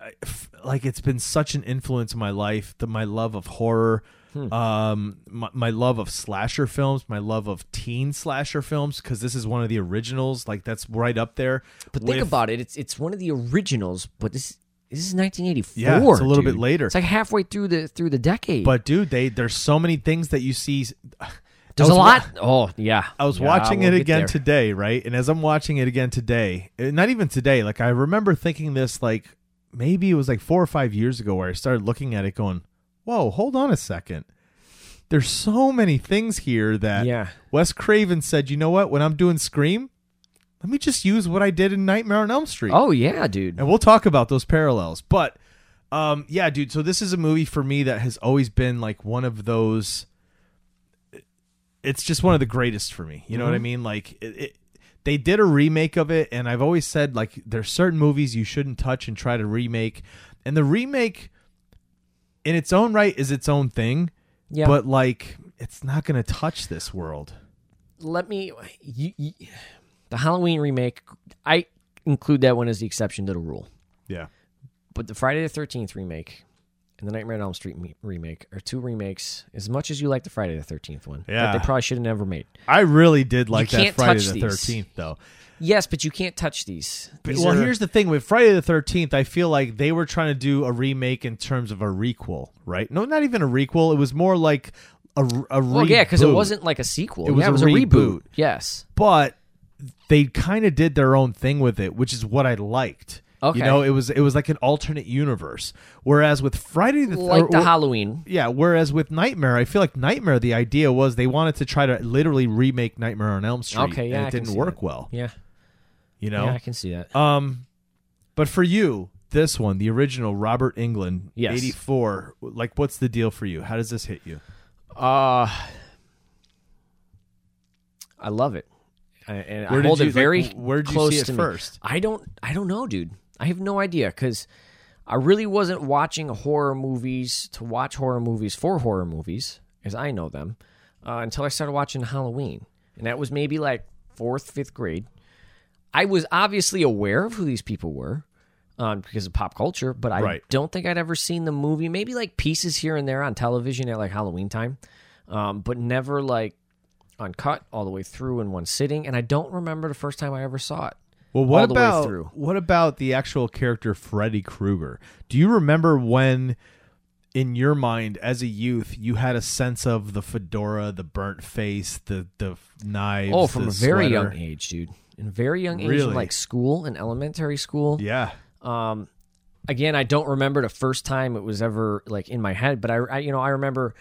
[SPEAKER 1] I f- like it's been such an influence in my life that my love of horror
[SPEAKER 2] Hmm.
[SPEAKER 1] um my, my love of slasher films my love of teen slasher films because this is one of the originals like that's right up there
[SPEAKER 2] But think
[SPEAKER 1] with-
[SPEAKER 2] about it. It's it's one of the originals, but this this is 1984.
[SPEAKER 1] Yeah, it's a little bit
[SPEAKER 2] dude.
[SPEAKER 1] later.
[SPEAKER 2] It's like halfway through the through the decade.
[SPEAKER 1] but dude they there's so many things that you see
[SPEAKER 2] there's
[SPEAKER 1] I
[SPEAKER 2] a
[SPEAKER 1] was wa-
[SPEAKER 2] lot. oh yeah.
[SPEAKER 1] I was
[SPEAKER 2] Yeah,
[SPEAKER 1] watching
[SPEAKER 2] we'll
[SPEAKER 1] it
[SPEAKER 2] get
[SPEAKER 1] again
[SPEAKER 2] there.
[SPEAKER 1] today, right? And as I'm watching it again today, eh, not even today, like I remember thinking this like maybe it was like 4 or 5 years ago where I started looking at it going, "Whoa, hold on a second. There's so many things here that
[SPEAKER 2] Yeah.
[SPEAKER 1] Wes Craven said, "You know what? When I'm doing Scream, let me just use what I did in Nightmare on Elm Street."
[SPEAKER 2] Oh yeah, dude.
[SPEAKER 1] And we'll talk about those parallels. But um yeah, dude, so this is a movie for me that has always been like one of those it's just one of the greatest for me. You know
[SPEAKER 2] Mm-hmm.
[SPEAKER 1] what I mean? Like it, it they did a remake of it and I've always said like there's certain movies you shouldn't touch and try to remake. And the remake in its own right is its own thing,
[SPEAKER 2] Yeah.
[SPEAKER 1] but like it's not going to touch this world.
[SPEAKER 2] let me you, you, the Halloween remake. I include that one as the exception to the rule.
[SPEAKER 1] Yeah.
[SPEAKER 2] But the Friday the Thirteenth remake and the Nightmare on Elm Street me- remake are two remakes. As much as you like the Friday the Thirteenth one,
[SPEAKER 1] Yeah.
[SPEAKER 2] that they probably should have never made.
[SPEAKER 1] I really did like that
[SPEAKER 2] can't
[SPEAKER 1] Friday
[SPEAKER 2] touch
[SPEAKER 1] the
[SPEAKER 2] these.
[SPEAKER 1] 13th though.
[SPEAKER 2] Yes, but you can't touch these.
[SPEAKER 1] But-
[SPEAKER 2] These
[SPEAKER 1] well,
[SPEAKER 2] are-
[SPEAKER 1] here's the thing with Friday the Thirteenth. I feel like they were trying to do a remake in terms of a requel, right? No, not even a requel. It was more like a a reboot.
[SPEAKER 2] well, yeah, because it wasn't like a sequel.
[SPEAKER 1] It was
[SPEAKER 2] yeah,
[SPEAKER 1] a
[SPEAKER 2] it was a reboot.
[SPEAKER 1] reboot.
[SPEAKER 2] Yes,
[SPEAKER 1] but they kind of did their own thing with it, which is what I liked.
[SPEAKER 2] Okay.
[SPEAKER 1] you know, it was it was like an alternate universe. Whereas with Friday the
[SPEAKER 2] like
[SPEAKER 1] or-
[SPEAKER 2] the
[SPEAKER 1] or-
[SPEAKER 2] Halloween.
[SPEAKER 1] yeah. Whereas with Nightmare, I feel like Nightmare. The idea was they wanted to try to literally remake Nightmare on Elm Street.
[SPEAKER 2] Okay, yeah,
[SPEAKER 1] and
[SPEAKER 2] I
[SPEAKER 1] it
[SPEAKER 2] can
[SPEAKER 1] didn't
[SPEAKER 2] see
[SPEAKER 1] work
[SPEAKER 2] that.
[SPEAKER 1] well.
[SPEAKER 2] Yeah,
[SPEAKER 1] You know,
[SPEAKER 2] yeah, I can see that.
[SPEAKER 1] Um, but for you, this one, the original Robert England,
[SPEAKER 2] Yes.
[SPEAKER 1] eighty four. Like, what's the deal for you? How does this hit you?
[SPEAKER 2] Uh I love it. I, and
[SPEAKER 1] Where
[SPEAKER 2] I
[SPEAKER 1] did
[SPEAKER 2] hold
[SPEAKER 1] you-
[SPEAKER 2] it
[SPEAKER 1] like,
[SPEAKER 2] very
[SPEAKER 1] where'd you see
[SPEAKER 2] close
[SPEAKER 1] it
[SPEAKER 2] to me.
[SPEAKER 1] first?
[SPEAKER 2] I don't I don't know, dude. I have no idea because I really wasn't watching horror movies to watch horror movies for horror movies as I know them uh, until I started watching Halloween, and that was maybe like fourth fifth grade. I was obviously aware of who these people were um, because of pop culture, but I
[SPEAKER 1] Right.
[SPEAKER 2] don't think I'd ever seen the movie. Maybe like pieces here and there on television at like Halloween time, um, but never like uncut all the way through in one sitting. And I don't remember the first time I ever saw it.
[SPEAKER 1] Well, what
[SPEAKER 2] all the way
[SPEAKER 1] about
[SPEAKER 2] through.
[SPEAKER 1] what about the actual character Freddy Krueger? Do you remember when, in your mind as a youth, you had a sense of the fedora, the burnt face, the the knives?
[SPEAKER 2] Oh, from
[SPEAKER 1] the
[SPEAKER 2] a very
[SPEAKER 1] sweater?
[SPEAKER 2] young age, dude. In a very young age, in,
[SPEAKER 1] Really?
[SPEAKER 2] like school and elementary school.
[SPEAKER 1] Yeah,
[SPEAKER 2] Um, again, I don't remember the first time it was ever like in my head, but I, I you know, I remember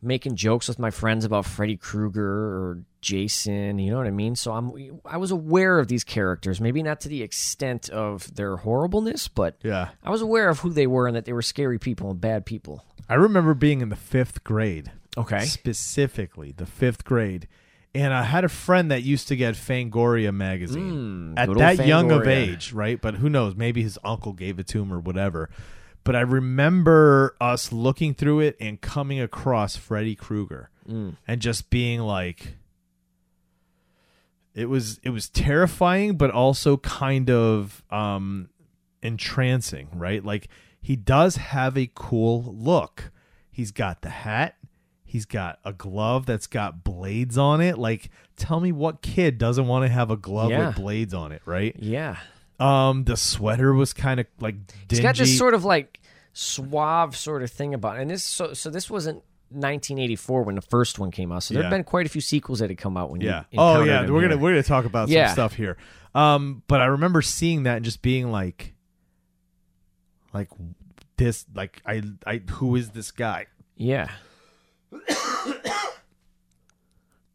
[SPEAKER 2] making jokes with my friends about Freddy Krueger or Jason. You know what I mean? So I'm, I was aware of these characters, maybe not to the extent of their horribleness, but
[SPEAKER 1] yeah.
[SPEAKER 2] I was aware of who they were and that they were scary people and bad people.
[SPEAKER 1] I remember being in the fifth grade.
[SPEAKER 2] Okay.
[SPEAKER 1] Specifically, the fifth grade. And I had a friend that used to get Fangoria magazine
[SPEAKER 2] Hmm, good
[SPEAKER 1] at
[SPEAKER 2] old
[SPEAKER 1] that young of
[SPEAKER 2] Fangoria.
[SPEAKER 1] age, right? But who knows? Maybe his uncle gave it to him or whatever. But I remember us looking through it and coming across Freddy Krueger
[SPEAKER 2] Hmm.
[SPEAKER 1] and just being like, it was it was terrifying, but also kind of um, entrancing, right? Like he does have a cool look. He's got the hat. He's got a glove that's got blades on it. Like, tell me what kid doesn't want to have a glove
[SPEAKER 2] Yeah.
[SPEAKER 1] with blades on it, right?
[SPEAKER 2] Yeah.
[SPEAKER 1] Um, the sweater was kind of like dingy.
[SPEAKER 2] He's got this sort of like suave sort of thing about, and this so so this wasn't 1984 when the first one came out. So there have
[SPEAKER 1] Yeah.
[SPEAKER 2] been quite a few sequels that had come out when
[SPEAKER 1] yeah.
[SPEAKER 2] you
[SPEAKER 1] Oh
[SPEAKER 2] encountered
[SPEAKER 1] yeah,
[SPEAKER 2] him
[SPEAKER 1] we're gonna
[SPEAKER 2] here.
[SPEAKER 1] we're gonna talk about
[SPEAKER 2] Yeah.
[SPEAKER 1] some stuff here. Um, but I remember seeing that and just being like, like this, like I, I, who is this guy?
[SPEAKER 2] yeah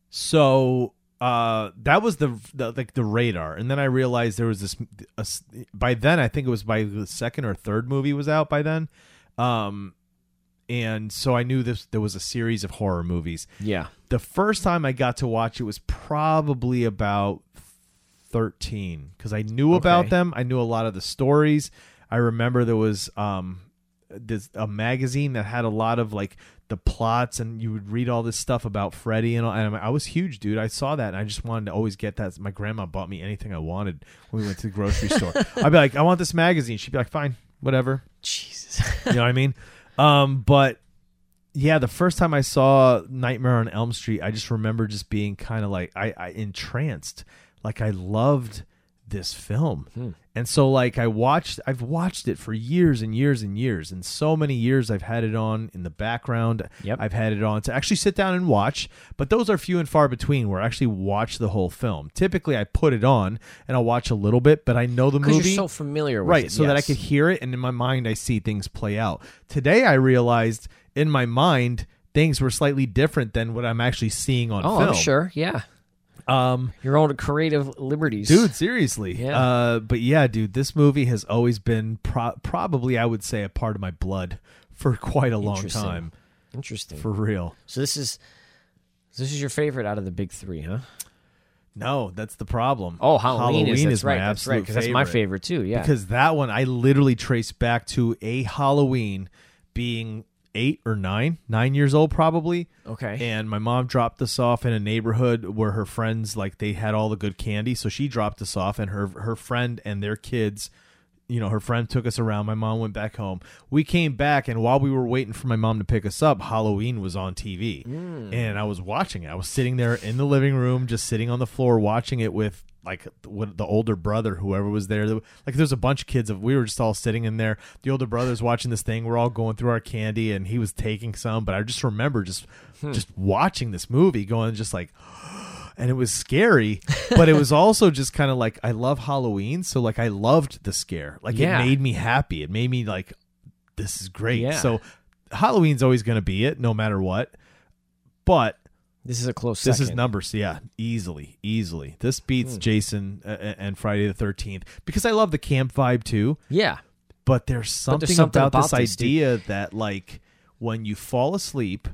[SPEAKER 1] So uh, that was the, the like the radar, and then I realized there was this. a s by then, I think it was by the second or third movie was out by then, um, and so I knew this. There was a series of horror movies.
[SPEAKER 2] yeah
[SPEAKER 1] The first time I got to watch it was probably about thirteen because I knew about
[SPEAKER 2] Okay.
[SPEAKER 1] them. I knew a lot of the stories. I remember there was um, this a magazine that had a lot of like the plots and you would read all this stuff about Freddy and all, and I was huge dude I saw that and I just wanted to always get that my grandma bought me anything I wanted when we went to the grocery store I'd be like I want this magazine she'd be like fine whatever
[SPEAKER 2] Jesus
[SPEAKER 1] you know what I mean um but yeah the first time I saw Nightmare on Elm Street I just remember just being kind of like I, I entranced like I loved this film
[SPEAKER 2] Hmm.
[SPEAKER 1] and so like I watched I've watched it for years and years and years and so many years I've had it on in the background.
[SPEAKER 2] Yep.
[SPEAKER 1] I've had it on to actually sit down and watch, but those are few and far between where I actually watch the whole film. Typically I put it on and I'll watch a little bit, but I know the
[SPEAKER 2] because
[SPEAKER 1] movie
[SPEAKER 2] you're so familiar with
[SPEAKER 1] right
[SPEAKER 2] it,
[SPEAKER 1] so that i
[SPEAKER 2] yes.
[SPEAKER 1] could hear it and in my mind i see things play out today i realized in my mind things were slightly different than what i'm actually seeing on
[SPEAKER 2] oh
[SPEAKER 1] film
[SPEAKER 2] I'm sure yeah
[SPEAKER 1] um
[SPEAKER 2] your own creative liberties
[SPEAKER 1] dude seriously
[SPEAKER 2] Yeah.
[SPEAKER 1] uh but yeah dude this movie has always been pro- probably i would say a part of my blood for quite a long
[SPEAKER 2] Interesting.
[SPEAKER 1] time
[SPEAKER 2] interesting
[SPEAKER 1] for real
[SPEAKER 2] so this is this is your favorite out of the big three huh
[SPEAKER 1] no that's the problem
[SPEAKER 2] oh Halloween, is, that's
[SPEAKER 1] my
[SPEAKER 2] right that's right
[SPEAKER 1] absolute
[SPEAKER 2] because that's my favorite too yeah
[SPEAKER 1] because that one I literally trace back to a Halloween being eight or nine, nine years old probably.
[SPEAKER 2] Okay.
[SPEAKER 1] And my mom dropped us off in a neighborhood where her friends like they had all the good candy, so she dropped us off, and her her friend and their kids. You know, her friend took us around. My mom went back home. We came back, and while we were waiting for my mom to pick us up, Halloween was on TV, and I was watching it. I was sitting there in the living room, just sitting on the floor watching it with like what the older brother, whoever was there. Like there's a bunch of kids. Of we were just all sitting in there. The older brother's watching this thing. We're all going through our candy, and he was taking some. But I just remember just just watching this movie, going just like, and it was scary, but it was also just kind of like I love Halloween, so like I loved the scare. Like
[SPEAKER 2] Yeah.
[SPEAKER 1] it made me happy. It made me like this is great.
[SPEAKER 2] Yeah.
[SPEAKER 1] So Halloween's always going to be it, no matter what. But
[SPEAKER 2] this is a close
[SPEAKER 1] this is
[SPEAKER 2] second. Hmm.
[SPEAKER 1] numbers, yeah, easily, easily. This beats Jason uh, uh, and Friday the Thirteenth because I love the camp vibe too.
[SPEAKER 2] yeah
[SPEAKER 1] But there's something,
[SPEAKER 2] something
[SPEAKER 1] about,
[SPEAKER 2] about
[SPEAKER 1] this
[SPEAKER 2] this, dude.
[SPEAKER 1] idea
[SPEAKER 2] Mm-hmm.
[SPEAKER 1] that like when you fall asleep,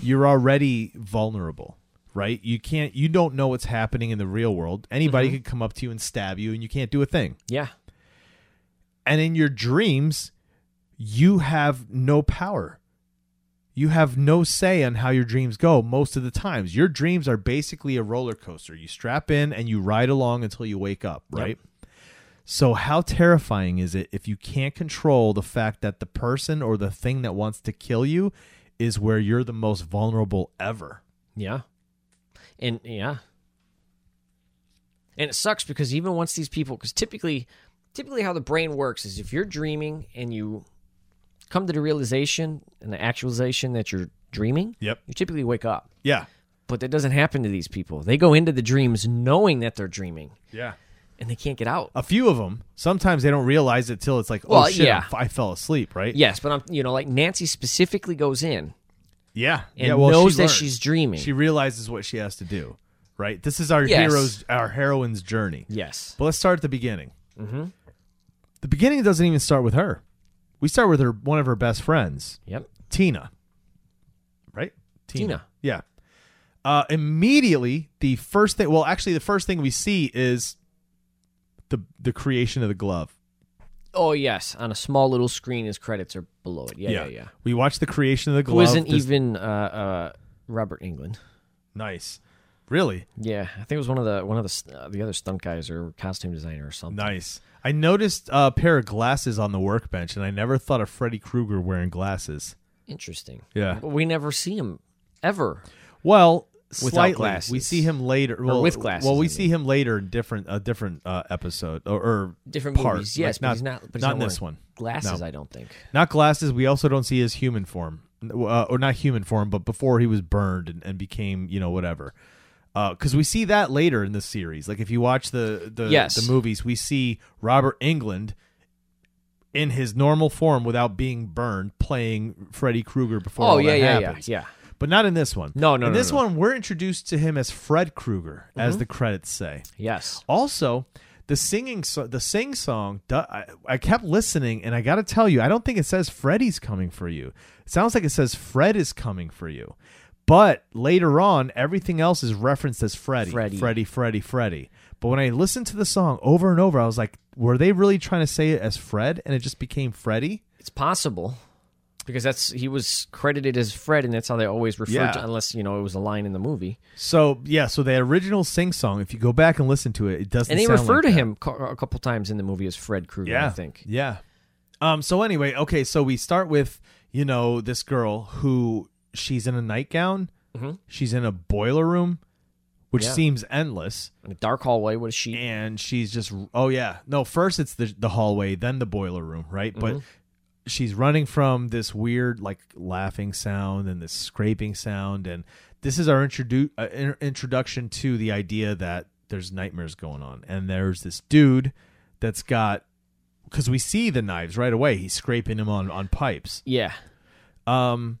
[SPEAKER 1] you're already vulnerable. right? You can't you don't know what's happening in the real world. Anybody could come up to you and stab you and you can't do a thing.
[SPEAKER 2] Yeah.
[SPEAKER 1] And in your dreams, you have no power. You have no say on how your dreams go most of the times. Your dreams are basically a roller coaster. You strap in and you ride along until you wake up,
[SPEAKER 2] Yep.
[SPEAKER 1] right? So, how terrifying is it if you can't control the fact that the person or the thing that wants to kill you is where you're the most vulnerable ever?
[SPEAKER 2] Yeah. And yeah. And it sucks because even once these people cuz typically typically how the brain works is if you're dreaming and you come to the realization and the actualization that you're dreaming,
[SPEAKER 1] Yep.
[SPEAKER 2] you typically wake up.
[SPEAKER 1] Yeah.
[SPEAKER 2] But that doesn't happen to these people. They go into the dreams knowing that they're dreaming
[SPEAKER 1] Yeah.
[SPEAKER 2] and they can't get out.
[SPEAKER 1] A few of them, sometimes they don't realize it till it's like, oh
[SPEAKER 2] Well,
[SPEAKER 1] shit,
[SPEAKER 2] yeah.
[SPEAKER 1] I'm- I fell asleep, right?
[SPEAKER 2] Yes, but I'm you know like Nancy specifically goes in.
[SPEAKER 1] Yeah,
[SPEAKER 2] and
[SPEAKER 1] yeah. Well,
[SPEAKER 2] knows
[SPEAKER 1] she
[SPEAKER 2] that
[SPEAKER 1] learned.
[SPEAKER 2] she's dreaming.
[SPEAKER 1] She realizes what she has to do. Right. This is our
[SPEAKER 2] Yes.
[SPEAKER 1] hero's, our heroine's journey.
[SPEAKER 2] Yes.
[SPEAKER 1] But let's start at the beginning. Mm-hmm. The beginning doesn't even start with her. We start with her one of her best friends,
[SPEAKER 2] Yep.
[SPEAKER 1] Tina. Right.
[SPEAKER 2] Tina.
[SPEAKER 1] Yeah. Uh, immediately, the first thing. Well, actually, the first thing we see is the the creation of the glove.
[SPEAKER 2] Oh yes, on a small little screen his credits are below it. Yeah, yeah, yeah.
[SPEAKER 1] We watch the creation of the glove.
[SPEAKER 2] Who isn't
[SPEAKER 1] This-
[SPEAKER 2] even uh, uh, Robert England?
[SPEAKER 1] nice? Really
[SPEAKER 2] Yeah, I think it was one of the one of the st- uh, the other stunt guys or costume designer or something.
[SPEAKER 1] nice. I noticed a pair of glasses on the workbench, and I never thought of Freddy Krueger wearing glasses.
[SPEAKER 2] Interesting.
[SPEAKER 1] Yeah.
[SPEAKER 2] but we never see him ever.
[SPEAKER 1] Well,
[SPEAKER 2] Without
[SPEAKER 1] slightly. We
[SPEAKER 2] glasses.
[SPEAKER 1] see him later.
[SPEAKER 2] Or
[SPEAKER 1] well,
[SPEAKER 2] with glasses,
[SPEAKER 1] Well, we
[SPEAKER 2] I
[SPEAKER 1] see
[SPEAKER 2] mean.
[SPEAKER 1] him later in different a different uh, episode or, or
[SPEAKER 2] Different
[SPEAKER 1] part.
[SPEAKER 2] movies, yes,
[SPEAKER 1] Like,
[SPEAKER 2] but he's not. But he's
[SPEAKER 1] not
[SPEAKER 2] not
[SPEAKER 1] in this
[SPEAKER 2] wearing
[SPEAKER 1] one.
[SPEAKER 2] Glasses,
[SPEAKER 1] No.
[SPEAKER 2] I don't think.
[SPEAKER 1] Not glasses. We also don't see his human form, uh, or not human form, but before he was burned and, and became, you know, whatever. Because we see that later in the series. Like if you watch the the,
[SPEAKER 2] Yes.
[SPEAKER 1] the movies, we see Robert England in his normal form without being burned, playing Freddy Krueger before.
[SPEAKER 2] Oh
[SPEAKER 1] all
[SPEAKER 2] yeah,
[SPEAKER 1] that
[SPEAKER 2] yeah, yeah,
[SPEAKER 1] happens.
[SPEAKER 2] yeah.
[SPEAKER 1] But not in this one.
[SPEAKER 2] No, no,
[SPEAKER 1] In
[SPEAKER 2] no, Mm-hmm.
[SPEAKER 1] this
[SPEAKER 2] no.
[SPEAKER 1] one, we're introduced to him as Fred Krueger, as the credits say.
[SPEAKER 2] Yes.
[SPEAKER 1] Also, the singing, so- the sing song. du- I, I kept listening, and I got to tell you, I don't think it says Freddy's coming for you. It sounds like it says Fred is coming for you. But later on, everything else is referenced as Freddy,
[SPEAKER 2] Freddy.
[SPEAKER 1] Freddy, Freddy, Freddy. But when I listened to the song over and over, I was like, were they really trying to say it as Fred? And it just became Freddy.
[SPEAKER 2] It's possible because that's he was credited as Fred, and that's how they always referred
[SPEAKER 1] Yeah.
[SPEAKER 2] to, unless you know it was a line in the movie.
[SPEAKER 1] So yeah, so the original sing song. If you go back and listen to it, it doesn't.
[SPEAKER 2] And they
[SPEAKER 1] sound
[SPEAKER 2] refer
[SPEAKER 1] like
[SPEAKER 2] to
[SPEAKER 1] that.
[SPEAKER 2] him co- a couple times in the movie as Fred Krueger. I think.
[SPEAKER 1] Yeah. Um. So anyway, okay. So we start with you know this girl who she's in a nightgown. She's in a boiler room, which
[SPEAKER 2] Mm-hmm. Yeah.
[SPEAKER 1] seems endless,
[SPEAKER 2] In a dark hallway with a sheet.
[SPEAKER 1] and she's just oh yeah. No, first it's the the hallway, then the boiler room, right? But she's running from this weird like laughing sound and this scraping sound, and this is our introdu- uh, in- introduction to the idea that there's nightmares going on, and there's this dude that's got because we see the knives right away. He's scraping them on on pipes.
[SPEAKER 2] yeah.
[SPEAKER 1] Um,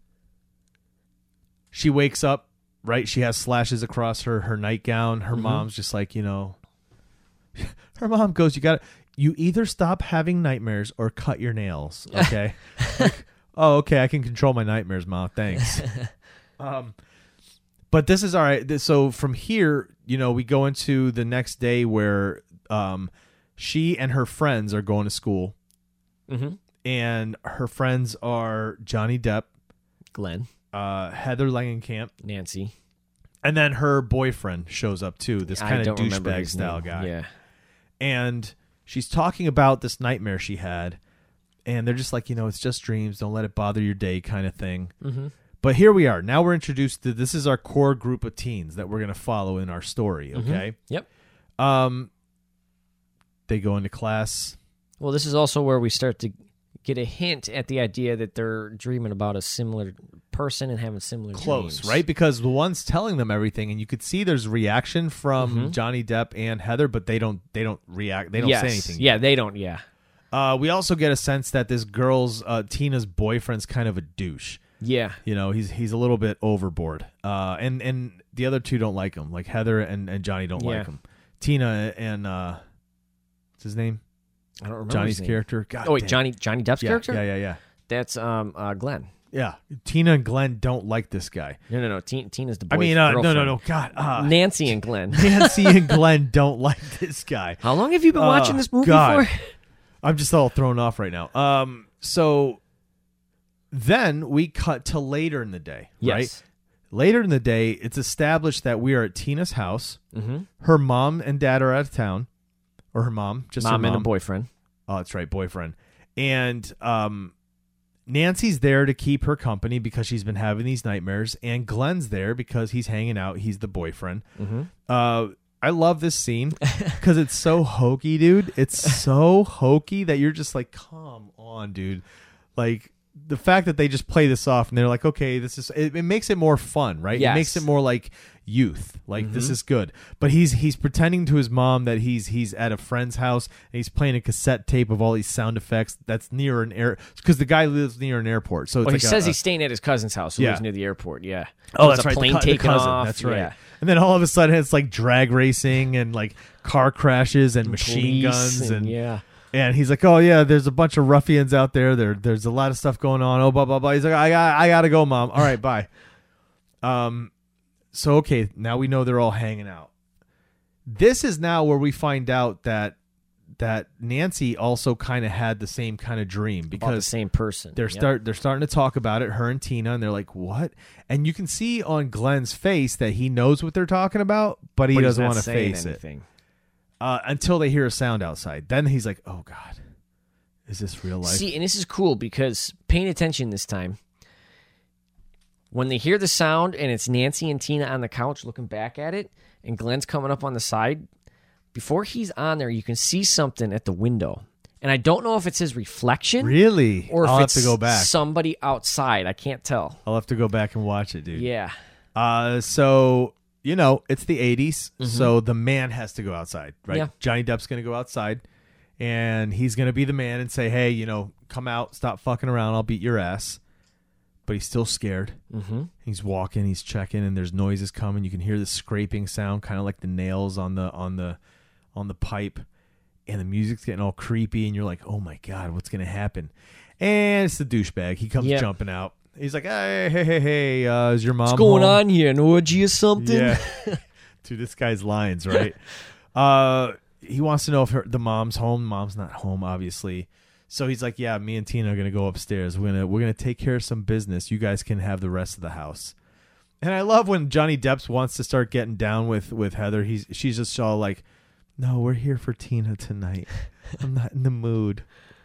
[SPEAKER 1] she wakes up, right? She has slashes across her her nightgown. Her mom's just like you know. Her mom goes, "You got to You either stop having nightmares or cut your nails." Okay. Like, oh, okay. I can control my nightmares, mom. Thanks. um, but this is all right. This- So from here, you know, we go into the next day where um, she and her friends are going to school.
[SPEAKER 2] Mhm.
[SPEAKER 1] And her friends are Johnny Depp,
[SPEAKER 2] Glenn,
[SPEAKER 1] uh, Heather Langenkamp,
[SPEAKER 2] Nancy.
[SPEAKER 1] and then her boyfriend shows up too. This
[SPEAKER 2] I
[SPEAKER 1] kind of
[SPEAKER 2] don't remember
[SPEAKER 1] douchebag
[SPEAKER 2] his
[SPEAKER 1] style
[SPEAKER 2] name.
[SPEAKER 1] guy.
[SPEAKER 2] Yeah.
[SPEAKER 1] And she's talking about this nightmare she had, and they're just like, you know, it's just dreams. Don't let it bother your day, kind of thing. Mm-hmm. But here we are. Now we're introduced to this is our core group of teens that we're going to follow in our story. Okay.
[SPEAKER 2] Mm-hmm. Yep.
[SPEAKER 1] Um, they go into class.
[SPEAKER 2] Well, this is also where we start to get a hint at the idea that they're dreaming about a similar person and having similar
[SPEAKER 1] close,
[SPEAKER 2] dreams.
[SPEAKER 1] right? Because the one's telling them everything, and you could see there's reaction from Johnny Depp and Heather, but they don't they don't react. They don't
[SPEAKER 2] Mm-hmm. yes.
[SPEAKER 1] say anything.
[SPEAKER 2] Yeah, they don't. Yeah,
[SPEAKER 1] Uh, we also get a sense that this girl's uh, Tina's boyfriend's kind of a douche.
[SPEAKER 2] yeah,
[SPEAKER 1] You know, he's he's a little bit overboard. Uh, and and the other two don't like him. Like Heather and, and Johnny don't
[SPEAKER 2] Yeah.
[SPEAKER 1] like him. Tina and uh, what's his name?
[SPEAKER 2] I don't remember
[SPEAKER 1] Johnny's
[SPEAKER 2] his name.
[SPEAKER 1] character. God
[SPEAKER 2] Oh wait,
[SPEAKER 1] damn.
[SPEAKER 2] Johnny Johnny Depp's
[SPEAKER 1] Yeah,
[SPEAKER 2] character.
[SPEAKER 1] Yeah, yeah, yeah.
[SPEAKER 2] That's um uh, Glenn.
[SPEAKER 1] yeah, Tina and Glenn don't like this guy.
[SPEAKER 2] No, no, no. Tina, Tina's the
[SPEAKER 1] I
[SPEAKER 2] boy.
[SPEAKER 1] mean, uh, no, no,
[SPEAKER 2] Oh, girlfriend.
[SPEAKER 1] no. God, uh,
[SPEAKER 2] Nancy and Glenn.
[SPEAKER 1] Nancy and Glenn don't like this guy.
[SPEAKER 2] How long have you been
[SPEAKER 1] Oh,
[SPEAKER 2] watching this movie
[SPEAKER 1] God.
[SPEAKER 2] for?
[SPEAKER 1] I'm just all thrown off right now. Um, so then we cut to later in the day,
[SPEAKER 2] Yes.
[SPEAKER 1] right? Later in the day, it's established that we are at Tina's house.
[SPEAKER 2] Mm-hmm.
[SPEAKER 1] Her mom and dad are out of town, or her mom, just her
[SPEAKER 2] Mom and a
[SPEAKER 1] mom.
[SPEAKER 2] boyfriend.
[SPEAKER 1] Oh, that's right, boyfriend. And um, Nancy's there to keep her company because she's been having these nightmares, and Glenn's there because he's hanging out. He's the boyfriend. Uh, I love this scene because it's so hokey, dude. It's so hokey that you're just like, come on, dude. Like the fact that they just play this off and they're like, okay, this is it, it makes it more fun, right? It makes it
[SPEAKER 2] Yes.
[SPEAKER 1] more like youth. Like this is good. But he's he's pretending to his mom that he's he's at a friend's house and he's playing a cassette tape of all these sound effects that's near an air because the guy lives near an airport. So it's
[SPEAKER 2] Oh, he
[SPEAKER 1] like a-
[SPEAKER 2] says
[SPEAKER 1] a-
[SPEAKER 2] he's staying at his cousin's house, who
[SPEAKER 1] Yeah.
[SPEAKER 2] lives near the airport. Yeah.
[SPEAKER 1] Oh,
[SPEAKER 2] There's
[SPEAKER 1] that's
[SPEAKER 2] a
[SPEAKER 1] right.
[SPEAKER 2] Plane
[SPEAKER 1] the, cou- the
[SPEAKER 2] taking
[SPEAKER 1] cousin.
[SPEAKER 2] off.
[SPEAKER 1] That's right.
[SPEAKER 2] Yeah.
[SPEAKER 1] And then all of a sudden, it's like drag racing and like car crashes and machine
[SPEAKER 2] Police
[SPEAKER 1] guns and
[SPEAKER 2] yeah.
[SPEAKER 1] and he's like, oh yeah, there's a bunch of ruffians out there. There, there's a lot of stuff going on. Oh blah blah blah. He's like, I got, I gotta go, mom. All right, bye. Um, so okay, now we know they're all hanging out. This is now where we find out that that Nancy also kind of had the same kind of dream
[SPEAKER 2] About the
[SPEAKER 1] because
[SPEAKER 2] same person.
[SPEAKER 1] they're
[SPEAKER 2] Yep.
[SPEAKER 1] start they're starting to talk about it, her and Tina, and they're like, "What?" And you can see on Glenn's face that he knows what they're talking about, but he
[SPEAKER 2] But he's
[SPEAKER 1] doesn't
[SPEAKER 2] not
[SPEAKER 1] want to
[SPEAKER 2] saying
[SPEAKER 1] face it
[SPEAKER 2] anything.
[SPEAKER 1] uh, until they hear a sound outside. Then he's like, "Oh God, is this real life?"
[SPEAKER 2] See, and this is cool because paying attention this time. When they hear the sound and it's Nancy and Tina on the couch looking back at it, and Glenn's coming up on the side, before he's on there, you can see something at the window. And I don't know if it's his reflection
[SPEAKER 1] really?
[SPEAKER 2] or if
[SPEAKER 1] I'll have
[SPEAKER 2] it's
[SPEAKER 1] to go back.
[SPEAKER 2] somebody outside. I can't tell.
[SPEAKER 1] I'll have to go back and watch it, dude.
[SPEAKER 2] Yeah.
[SPEAKER 1] Uh, so you know, it's the '80s, so the man has to go outside, right?
[SPEAKER 2] Mm-hmm. Yeah.
[SPEAKER 1] Johnny Depp's gonna go outside, and he's gonna be the man and say, "Hey, you know, come out, stop fucking around, I'll beat your ass." But he's still scared.
[SPEAKER 2] Mm-hmm.
[SPEAKER 1] He's walking, he's checking, and there's noises coming. You can hear the scraping sound, kind of like the nails on the on the on the pipe. And the music's getting all creepy, and you're like, "Oh my god, what's gonna happen?" And it's the douchebag. He comes
[SPEAKER 2] Yeah.
[SPEAKER 1] jumping out. He's like, "Hey, hey, hey, hey, uh, is your mom
[SPEAKER 2] What's going
[SPEAKER 1] home?"
[SPEAKER 2] on here? An orgy or something?
[SPEAKER 1] Yeah. Dude, this guy's lines, right? uh he wants to know if her, the mom's home. Mom's not home, obviously. So he's like, "Yeah, me and Tina are gonna go upstairs. We're gonna we're gonna take care of some business. You guys can have the rest of the house." And I love when Johnny Depp wants to start getting down with with Heather. He's she's just all like, "No, we're here for Tina tonight. I'm not in the mood."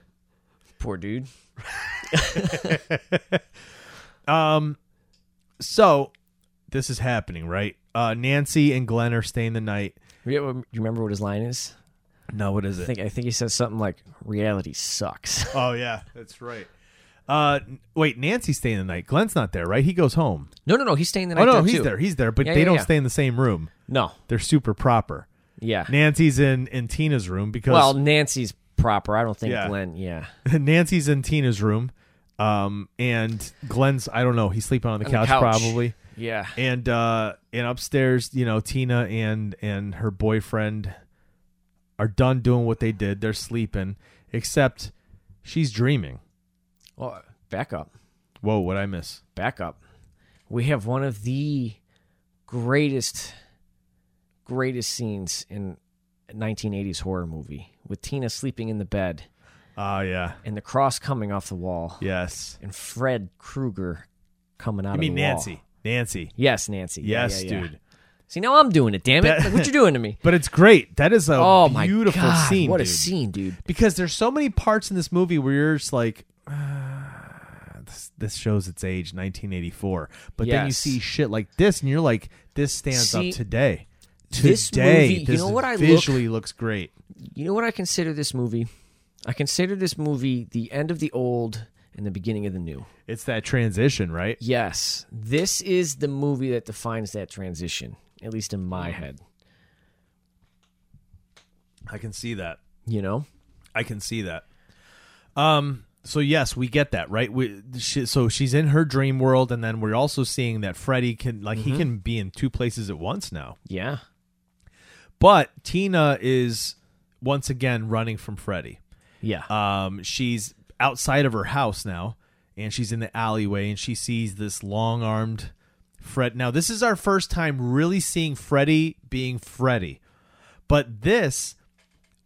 [SPEAKER 2] Poor dude.
[SPEAKER 1] Um, so this is happening, right? Uh, Nancy and Glenn are staying the night.
[SPEAKER 2] You know- you remember what his line is?
[SPEAKER 1] No, what is
[SPEAKER 2] I think I think he says something like, "Reality sucks."
[SPEAKER 1] Oh yeah, that's right. Uh, n- wait, Nancy's staying the night. Glenn's not there, right? He goes home.
[SPEAKER 2] No, no, no. He's staying the night.
[SPEAKER 1] Oh no,
[SPEAKER 2] there,
[SPEAKER 1] he's
[SPEAKER 2] too.
[SPEAKER 1] there. He's there, but
[SPEAKER 2] Yeah,
[SPEAKER 1] they
[SPEAKER 2] yeah,
[SPEAKER 1] don't
[SPEAKER 2] yeah.
[SPEAKER 1] stay in the same room.
[SPEAKER 2] No.
[SPEAKER 1] They're super proper.
[SPEAKER 2] Yeah.
[SPEAKER 1] Nancy's in in Tina's room because
[SPEAKER 2] Well, Nancy's proper. I don't think
[SPEAKER 1] Yeah.
[SPEAKER 2] Glenn. Yeah.
[SPEAKER 1] Nancy's in Tina's room, um, and Glenn's I don't know. He's sleeping on the,
[SPEAKER 2] On the
[SPEAKER 1] couch,
[SPEAKER 2] couch.
[SPEAKER 1] probably.
[SPEAKER 2] Yeah.
[SPEAKER 1] And uh, and upstairs, you know, Tina and and her boyfriend are done doing what they did. They're sleeping, except she's dreaming.
[SPEAKER 2] Well, back up.
[SPEAKER 1] Whoa, what I miss?
[SPEAKER 2] Back up. We have one of the greatest, greatest scenes in a 1980s horror movie with Tina sleeping in the bed
[SPEAKER 1] Oh yeah,
[SPEAKER 2] and the cross coming off the wall
[SPEAKER 1] yes.
[SPEAKER 2] and Fred Krueger coming out
[SPEAKER 1] I
[SPEAKER 2] of
[SPEAKER 1] mean
[SPEAKER 2] the wall.
[SPEAKER 1] Nancy. Nancy.
[SPEAKER 2] Yes, Nancy. Yeah,
[SPEAKER 1] Yes,
[SPEAKER 2] yeah, yeah.
[SPEAKER 1] dude.
[SPEAKER 2] See, now I'm doing it. Damn it!
[SPEAKER 1] That-
[SPEAKER 2] Look what you're doing to me.
[SPEAKER 1] But it's great. That is a
[SPEAKER 2] oh my
[SPEAKER 1] beautiful
[SPEAKER 2] God,
[SPEAKER 1] scene.
[SPEAKER 2] What a
[SPEAKER 1] dude.
[SPEAKER 2] scene, dude.
[SPEAKER 1] Because there's so many parts in this movie where you're just like, ah, this, this shows its age, 1984. But then you
[SPEAKER 2] Yes.
[SPEAKER 1] see shit like this, and you're like, this stands
[SPEAKER 2] See,
[SPEAKER 1] up today. Today,
[SPEAKER 2] this movie- you
[SPEAKER 1] this
[SPEAKER 2] know what I look-
[SPEAKER 1] visually looks great.
[SPEAKER 2] you know what I consider this movie? I consider this movie the end of the old and the beginning of the new.
[SPEAKER 1] It's that transition, right?
[SPEAKER 2] Yes, this is the movie that defines that transition, at least in my head.
[SPEAKER 1] I can see that.
[SPEAKER 2] You know?
[SPEAKER 1] I can see that. Um. So yes, we get that right. We, she, so she's in her dream world, and then we're also seeing that Freddy can like he can be in two places at once now.
[SPEAKER 2] Yeah.
[SPEAKER 1] But Tina is once again running from Freddy.
[SPEAKER 2] Yeah.
[SPEAKER 1] Um. She's outside of her house now, and she's in the alleyway and she sees this long armed Fred. Now, this is our first time really seeing Freddy being Freddy. But this,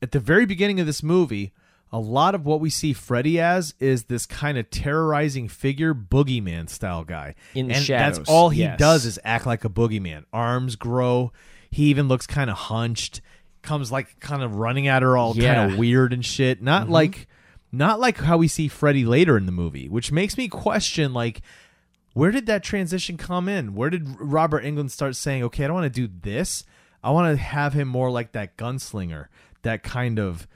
[SPEAKER 1] at the very beginning of this movie, a lot of what we see Freddy as is this kind of terrorizing figure, boogeyman style guy.
[SPEAKER 2] In the
[SPEAKER 1] and
[SPEAKER 2] shadows,
[SPEAKER 1] That's all he
[SPEAKER 2] yes.
[SPEAKER 1] does is act like a boogeyman. Arms grow. He even looks kind of hunched. Comes like kind of running at her all kind
[SPEAKER 2] Yeah. Mm-hmm.
[SPEAKER 1] of weird and shit. Not like, not like how we see Freddy later in the movie, which makes me question like where did that transition come in? Where did Robert England start saying, okay, I don't want to do this. I want to have him more like that gunslinger, that kind of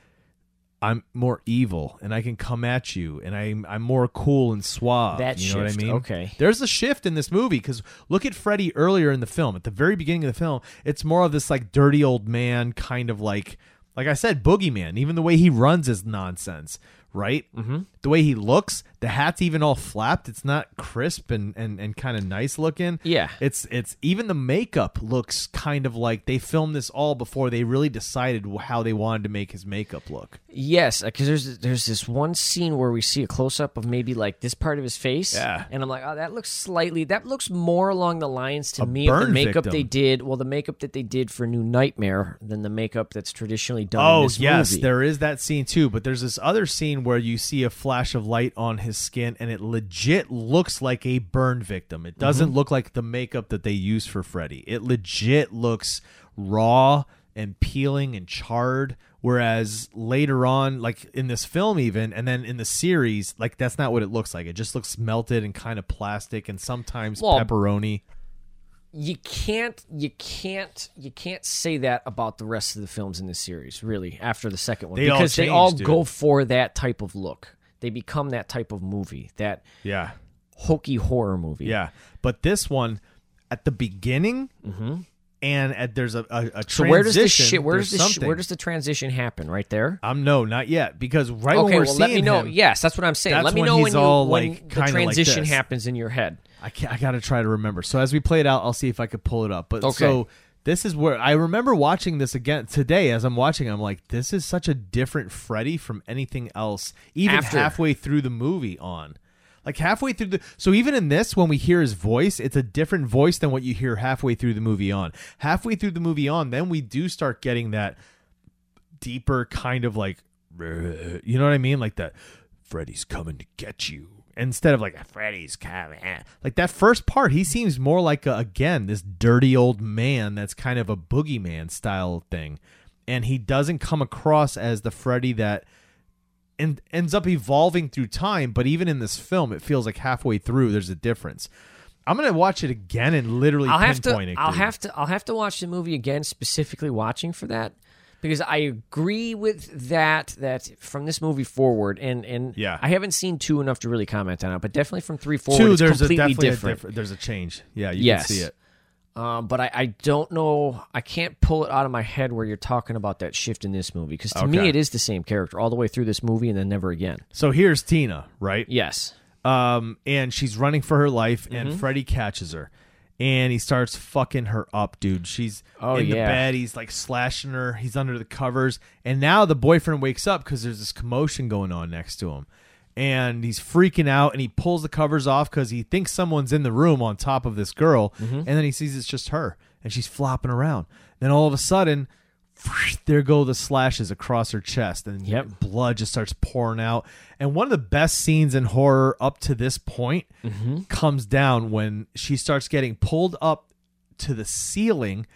[SPEAKER 1] I'm more evil and I can come at you and I'm I'm more cool and suave.
[SPEAKER 2] That
[SPEAKER 1] you know what I
[SPEAKER 2] shift,
[SPEAKER 1] mean?
[SPEAKER 2] okay.
[SPEAKER 1] There's a shift in this movie because look at Freddy earlier in the film. At the very beginning of the film, it's more of this like dirty old man kind of like like I said, boogeyman. Even the way he runs is nonsense, right? Mm-hmm. The way he looks, the hat's even all flapped. It's not crisp and and, and kind of nice looking.
[SPEAKER 2] Yeah.
[SPEAKER 1] It's it's even the makeup looks kind of like they filmed this all before they really decided how they wanted to make his makeup look.
[SPEAKER 2] Yes, because there's there's this one scene where we see a close up of maybe like this part of his face,
[SPEAKER 1] Yeah.
[SPEAKER 2] and I'm like, oh, that looks slightly that looks more along the lines to
[SPEAKER 1] A
[SPEAKER 2] me of the
[SPEAKER 1] burn
[SPEAKER 2] makeup
[SPEAKER 1] victim.
[SPEAKER 2] they did, well, the makeup that they did for New Nightmare than the makeup that's traditionally done. in
[SPEAKER 1] Oh
[SPEAKER 2] this
[SPEAKER 1] yes,
[SPEAKER 2] movie.
[SPEAKER 1] there is that scene too. But there's this other scene where you see a flash of light on his skin, and it legit looks like a burn victim. It doesn't
[SPEAKER 2] Mm-hmm.
[SPEAKER 1] look like the makeup that they use for Freddy. It legit looks raw and peeling and charred. Whereas later on, like in this film, even and then in the series, like that's not what it looks like. It just looks melted and kind of plastic, and sometimes
[SPEAKER 2] Well,
[SPEAKER 1] pepperoni.
[SPEAKER 2] you can't you can't you can't say that about the rest of the films in this series really after the second one
[SPEAKER 1] They all
[SPEAKER 2] because they all
[SPEAKER 1] changed, dude.
[SPEAKER 2] go for that type of look they become that type of movie that
[SPEAKER 1] Yeah,
[SPEAKER 2] hokey horror movie
[SPEAKER 1] yeah. But this one, at the beginning, and at, there's a, a, a
[SPEAKER 2] Mm-hmm. so
[SPEAKER 1] transition.
[SPEAKER 2] where does this shit where
[SPEAKER 1] there's
[SPEAKER 2] does this sh-
[SPEAKER 1] something.
[SPEAKER 2] where does the transition happen right there
[SPEAKER 1] I'm no, not yet, because right when
[SPEAKER 2] okay
[SPEAKER 1] we're
[SPEAKER 2] well
[SPEAKER 1] seeing
[SPEAKER 2] let me know
[SPEAKER 1] him,
[SPEAKER 2] yes that's what i'm saying
[SPEAKER 1] that's
[SPEAKER 2] let me
[SPEAKER 1] when
[SPEAKER 2] know
[SPEAKER 1] he's
[SPEAKER 2] when, you,
[SPEAKER 1] all,
[SPEAKER 2] when
[SPEAKER 1] like, kinda
[SPEAKER 2] the
[SPEAKER 1] like
[SPEAKER 2] transition
[SPEAKER 1] this.
[SPEAKER 2] happens in your head
[SPEAKER 1] I can I gotta try to remember. So as we play it out, I'll see if I could pull it up. But
[SPEAKER 2] Okay.
[SPEAKER 1] so this is where I remember watching this again today. As I'm watching, I'm like, this is such a different Freddy from anything else. Even
[SPEAKER 2] After.
[SPEAKER 1] halfway through the movie, on like halfway through the so even in this, when we hear his voice, it's a different voice than what you hear halfway through the movie. On halfway through the movie, on then we do start getting that deeper kind of like you know what I mean? Like that Freddy's coming to get you. Instead of like Freddy's coming, eh. like that first part, he seems more like a, again this dirty old man that's kind of a boogeyman style thing, and he doesn't come across as the Freddy that and ends up evolving through time. But even in this film, it feels like halfway through there's a difference. I'm gonna watch it again and literally
[SPEAKER 2] I'll have to.
[SPEAKER 1] pinpoint it.
[SPEAKER 2] I'll
[SPEAKER 1] dude.
[SPEAKER 2] have to. I'll have to watch the movie again, specifically watching for that, because I agree with that. That from this movie forward, and and
[SPEAKER 1] Yeah.
[SPEAKER 2] I haven't seen two enough to really comment on it, but definitely from three forward,
[SPEAKER 1] two.
[SPEAKER 2] it's
[SPEAKER 1] There's a
[SPEAKER 2] completely
[SPEAKER 1] definitely
[SPEAKER 2] different.
[SPEAKER 1] a different. There's a change. Yeah, you
[SPEAKER 2] Yes.
[SPEAKER 1] can see it.
[SPEAKER 2] Um, but I, I don't know. I can't pull it out of my head where you're talking about that shift in this movie, because to me
[SPEAKER 1] Okay.
[SPEAKER 2] it is the same character all the way through this movie, and then never again.
[SPEAKER 1] So here's Tina, right?
[SPEAKER 2] Yes.
[SPEAKER 1] um, and she's running for her life, and
[SPEAKER 2] Mm-hmm.
[SPEAKER 1] Freddy catches her, and he starts fucking her up, dude. She's
[SPEAKER 2] Oh,
[SPEAKER 1] in the
[SPEAKER 2] yeah.
[SPEAKER 1] bed, he's like slashing her, he's under the covers, and now the boyfriend wakes up because there's this commotion going on next to him, and he's freaking out, and he pulls the covers off because he thinks someone's in the room on top of this girl,
[SPEAKER 2] Mm-hmm.
[SPEAKER 1] and then he sees it's just her, and she's flopping around. Then all of a sudden. There go the slashes across her chest, and
[SPEAKER 2] Yep.
[SPEAKER 1] blood just starts pouring out. And one of the best scenes in horror up to this point
[SPEAKER 2] Mm-hmm.
[SPEAKER 1] comes down when she starts getting pulled up to the ceiling,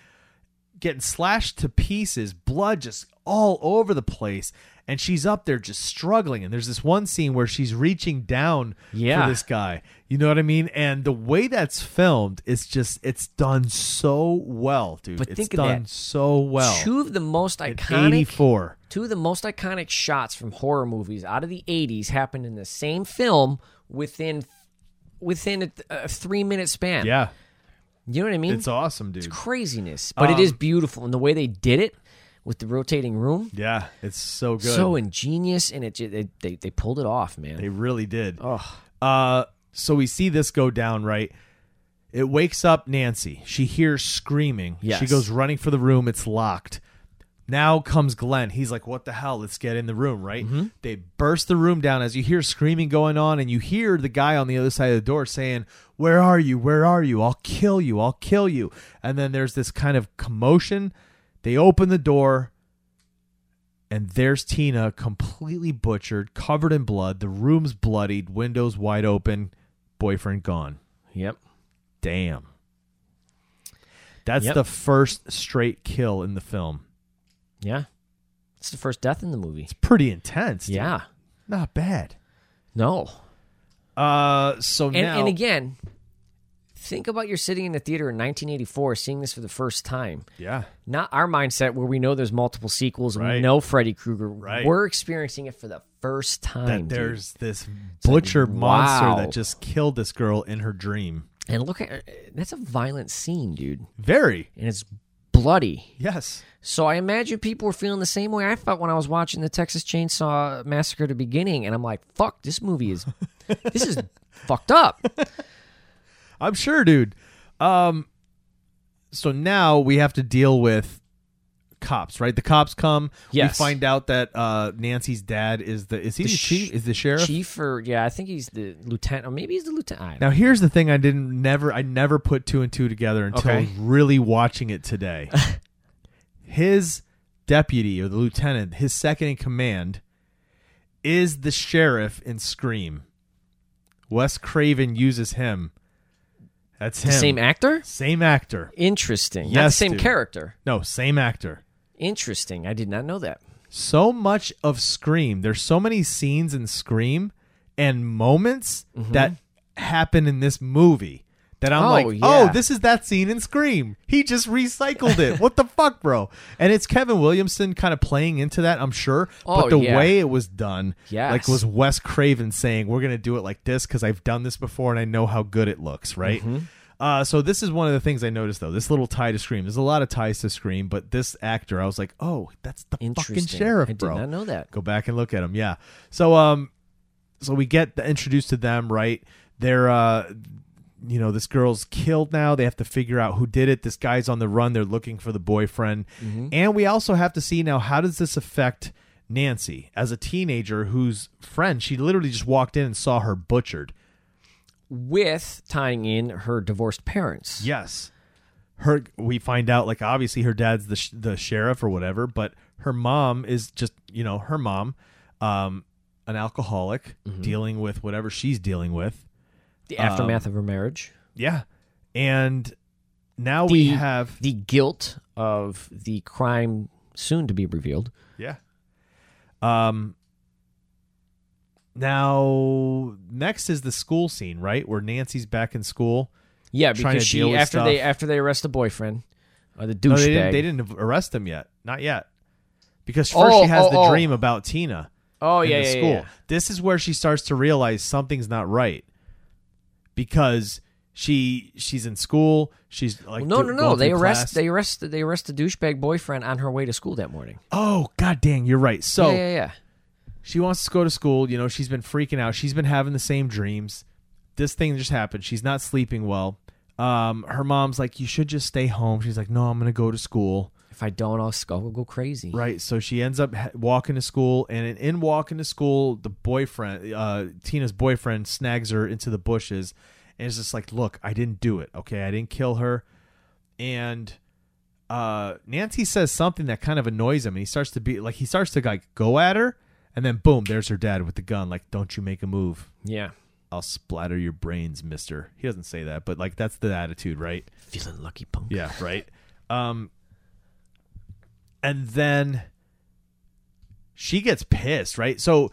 [SPEAKER 1] getting slashed to pieces, blood just all over the place. And she's up there just struggling. And there's this one scene where she's reaching down
[SPEAKER 2] Yeah.
[SPEAKER 1] for this guy. You know what I mean? And the way that's filmed is just, it's done so well, dude.
[SPEAKER 2] But
[SPEAKER 1] it's
[SPEAKER 2] think of
[SPEAKER 1] done
[SPEAKER 2] that.
[SPEAKER 1] so well.
[SPEAKER 2] Two of the most
[SPEAKER 1] At
[SPEAKER 2] iconic
[SPEAKER 1] 84.
[SPEAKER 2] Two of the most iconic shots from horror movies out of the 80s happened in the same film within within a, th- a 3 minute span.
[SPEAKER 1] Yeah.
[SPEAKER 2] You know what I mean?
[SPEAKER 1] It's awesome, dude.
[SPEAKER 2] It's craziness, but it is
[SPEAKER 1] Um,
[SPEAKER 2] beautiful and the way they did it with the rotating room
[SPEAKER 1] Yeah, it's so good.
[SPEAKER 2] so ingenious and it ju- they, they they pulled it off, man.
[SPEAKER 1] they really did.
[SPEAKER 2] oh,
[SPEAKER 1] Uh, so we see this go down, right? It wakes up Nancy. She hears screaming.
[SPEAKER 2] Yes.
[SPEAKER 1] She goes running for the room. It's locked. Now comes Glenn. He's like, "What the hell? Let's get in the room, right?" They burst the room down as you hear screaming going on, and you hear the guy on the other side of the door saying, "Where are you? Where are you? I'll kill you! I'll kill you!" And then there's this kind of commotion. They open the door, and there's Tina, completely butchered, covered in blood. The room's bloodied, windows wide open, boyfriend gone.
[SPEAKER 2] Yep.
[SPEAKER 1] Damn. That's
[SPEAKER 2] Yep.
[SPEAKER 1] the first straight kill in the film.
[SPEAKER 2] Yeah. It's the first death in the movie.
[SPEAKER 1] Pretty intense. dude.
[SPEAKER 2] Yeah.
[SPEAKER 1] Not bad.
[SPEAKER 2] No.
[SPEAKER 1] Uh, so
[SPEAKER 2] And,
[SPEAKER 1] now,
[SPEAKER 2] and again, think about you're sitting in the theater in 1984 seeing this for the first time.
[SPEAKER 1] yeah,
[SPEAKER 2] Not our mindset where we know there's multiple sequels, we
[SPEAKER 1] Right.
[SPEAKER 2] know Freddy Krueger.
[SPEAKER 1] Right.
[SPEAKER 2] We're experiencing it for the first time.
[SPEAKER 1] that
[SPEAKER 2] dude.
[SPEAKER 1] there's this butcher
[SPEAKER 2] wow.
[SPEAKER 1] monster that just killed this girl in her dream.
[SPEAKER 2] And look at that's a violent scene, dude.
[SPEAKER 1] Very
[SPEAKER 2] And it's bloody.
[SPEAKER 1] yes,
[SPEAKER 2] So I imagine people were feeling the same way I felt when I was watching the Texas Chainsaw Massacre at the beginning, and I'm like, "Fuck, this movie is, this is fucked up."
[SPEAKER 1] I'm sure, dude. Um, so now we have to deal with cops, right? The cops come. We
[SPEAKER 2] Yes.
[SPEAKER 1] find out that uh, Nancy's dad is the is he the,
[SPEAKER 2] The sh-
[SPEAKER 1] chief? Is the sheriff?
[SPEAKER 2] Chief, or yeah, I think he's the lieutenant, or maybe he's the lieutenant. I
[SPEAKER 1] Now here's the thing I didn't never I never put two and two together until
[SPEAKER 2] Okay.
[SPEAKER 1] really watching it today. his deputy or the lieutenant, his second in command, is the sheriff in Scream. Wes Craven uses him. That's him.
[SPEAKER 2] the same actor.
[SPEAKER 1] Same actor.
[SPEAKER 2] Interesting. Not the
[SPEAKER 1] Yes,
[SPEAKER 2] same
[SPEAKER 1] dude.
[SPEAKER 2] character.
[SPEAKER 1] No, same actor.
[SPEAKER 2] Interesting. I did not know that.
[SPEAKER 1] so much of Scream. There's so many scenes in Scream and moments that happen in this movie that I'm
[SPEAKER 2] Mm-hmm. Oh,
[SPEAKER 1] like, oh,
[SPEAKER 2] yeah.
[SPEAKER 1] this is that scene in Scream. He just recycled it. what the fuck, bro? And it's Kevin Williamson kind of playing into that, I'm sure.
[SPEAKER 2] Oh,
[SPEAKER 1] but the
[SPEAKER 2] yeah.
[SPEAKER 1] way it was done,
[SPEAKER 2] Yes.
[SPEAKER 1] like was Wes Craven saying, we're going to do it like this because I've done this before and I know how good it looks, right?
[SPEAKER 2] Mm-hmm.
[SPEAKER 1] Uh, so this is one of the things I noticed though. This little tie to Scream. There's a lot of ties to Scream, but this actor, I was like, oh, that's the fucking
[SPEAKER 2] Interesting.
[SPEAKER 1] sheriff,
[SPEAKER 2] I did
[SPEAKER 1] bro.
[SPEAKER 2] not know that.
[SPEAKER 1] Go back and look at him. Yeah. So um, so we get the, introduced to them. Right. They're uh, you know, this girl's killed now. They have to figure out who did it. This guy's on the run. They're looking for the boyfriend. And we also have to see now how does this affect Nancy as a teenager whose friend she literally just walked in and saw her butchered.
[SPEAKER 2] With tying in her divorced parents.
[SPEAKER 1] Yes. Her we find out like obviously her dad's the sh- the sheriff or whatever, but her mom is just, you know, her mom um an alcoholic
[SPEAKER 2] Mm-hmm.
[SPEAKER 1] dealing with whatever she's dealing with.
[SPEAKER 2] The aftermath of her marriage.
[SPEAKER 1] Yeah. And now
[SPEAKER 2] The-
[SPEAKER 1] we have
[SPEAKER 2] the guilt of the crime soon to be revealed.
[SPEAKER 1] Yeah. Um now next is the school scene, right? Where Nancy's back in school.
[SPEAKER 2] Yeah,
[SPEAKER 1] Trying
[SPEAKER 2] because
[SPEAKER 1] to deal
[SPEAKER 2] she
[SPEAKER 1] with
[SPEAKER 2] after they
[SPEAKER 1] stuff.
[SPEAKER 2] after they arrest the boyfriend, uh, the douchebag.
[SPEAKER 1] No, they didn't, they didn't arrest him yet. Not yet. Because first
[SPEAKER 2] Oh,
[SPEAKER 1] she has
[SPEAKER 2] oh,
[SPEAKER 1] the
[SPEAKER 2] oh.
[SPEAKER 1] dream about Tina.
[SPEAKER 2] Oh
[SPEAKER 1] in
[SPEAKER 2] yeah,
[SPEAKER 1] the
[SPEAKER 2] yeah,
[SPEAKER 1] school.
[SPEAKER 2] yeah.
[SPEAKER 1] This is where she starts to realize something's not right because she she's in school. She's like,
[SPEAKER 2] Well, no,
[SPEAKER 1] do-
[SPEAKER 2] no,
[SPEAKER 1] going
[SPEAKER 2] no. They
[SPEAKER 1] through
[SPEAKER 2] arrest
[SPEAKER 1] class.
[SPEAKER 2] they arrest they arrest the douchebag boyfriend on her way to school that morning.
[SPEAKER 1] Oh god, dang, you're right. So
[SPEAKER 2] yeah, yeah, yeah.
[SPEAKER 1] she wants to go to school. You know, she's been freaking out. She's been having the same dreams. This thing just happened. She's not sleeping well. Um, her mom's like, you should just stay home. She's like, no, I'm gonna go to school.
[SPEAKER 2] If I don't, I'll, I'll go crazy.
[SPEAKER 1] Right. So she ends up ha- walking to school, and in, in walking to school, the boyfriend, uh, Tina's boyfriend, snags her into the bushes, and is just like, "Look, I didn't do it. Okay, I didn't kill her." And uh, Nancy says something that kind of annoys him, and he starts to be like, he starts to like go at her, and then boom, there's her dad with the gun. Like, don't you make a move?
[SPEAKER 2] Yeah.
[SPEAKER 1] I'll splatter your brains, Mister. He doesn't say that, but like that's the attitude, right?
[SPEAKER 2] Feeling lucky, punk.
[SPEAKER 1] Yeah, right. Um and then she gets pissed, right? So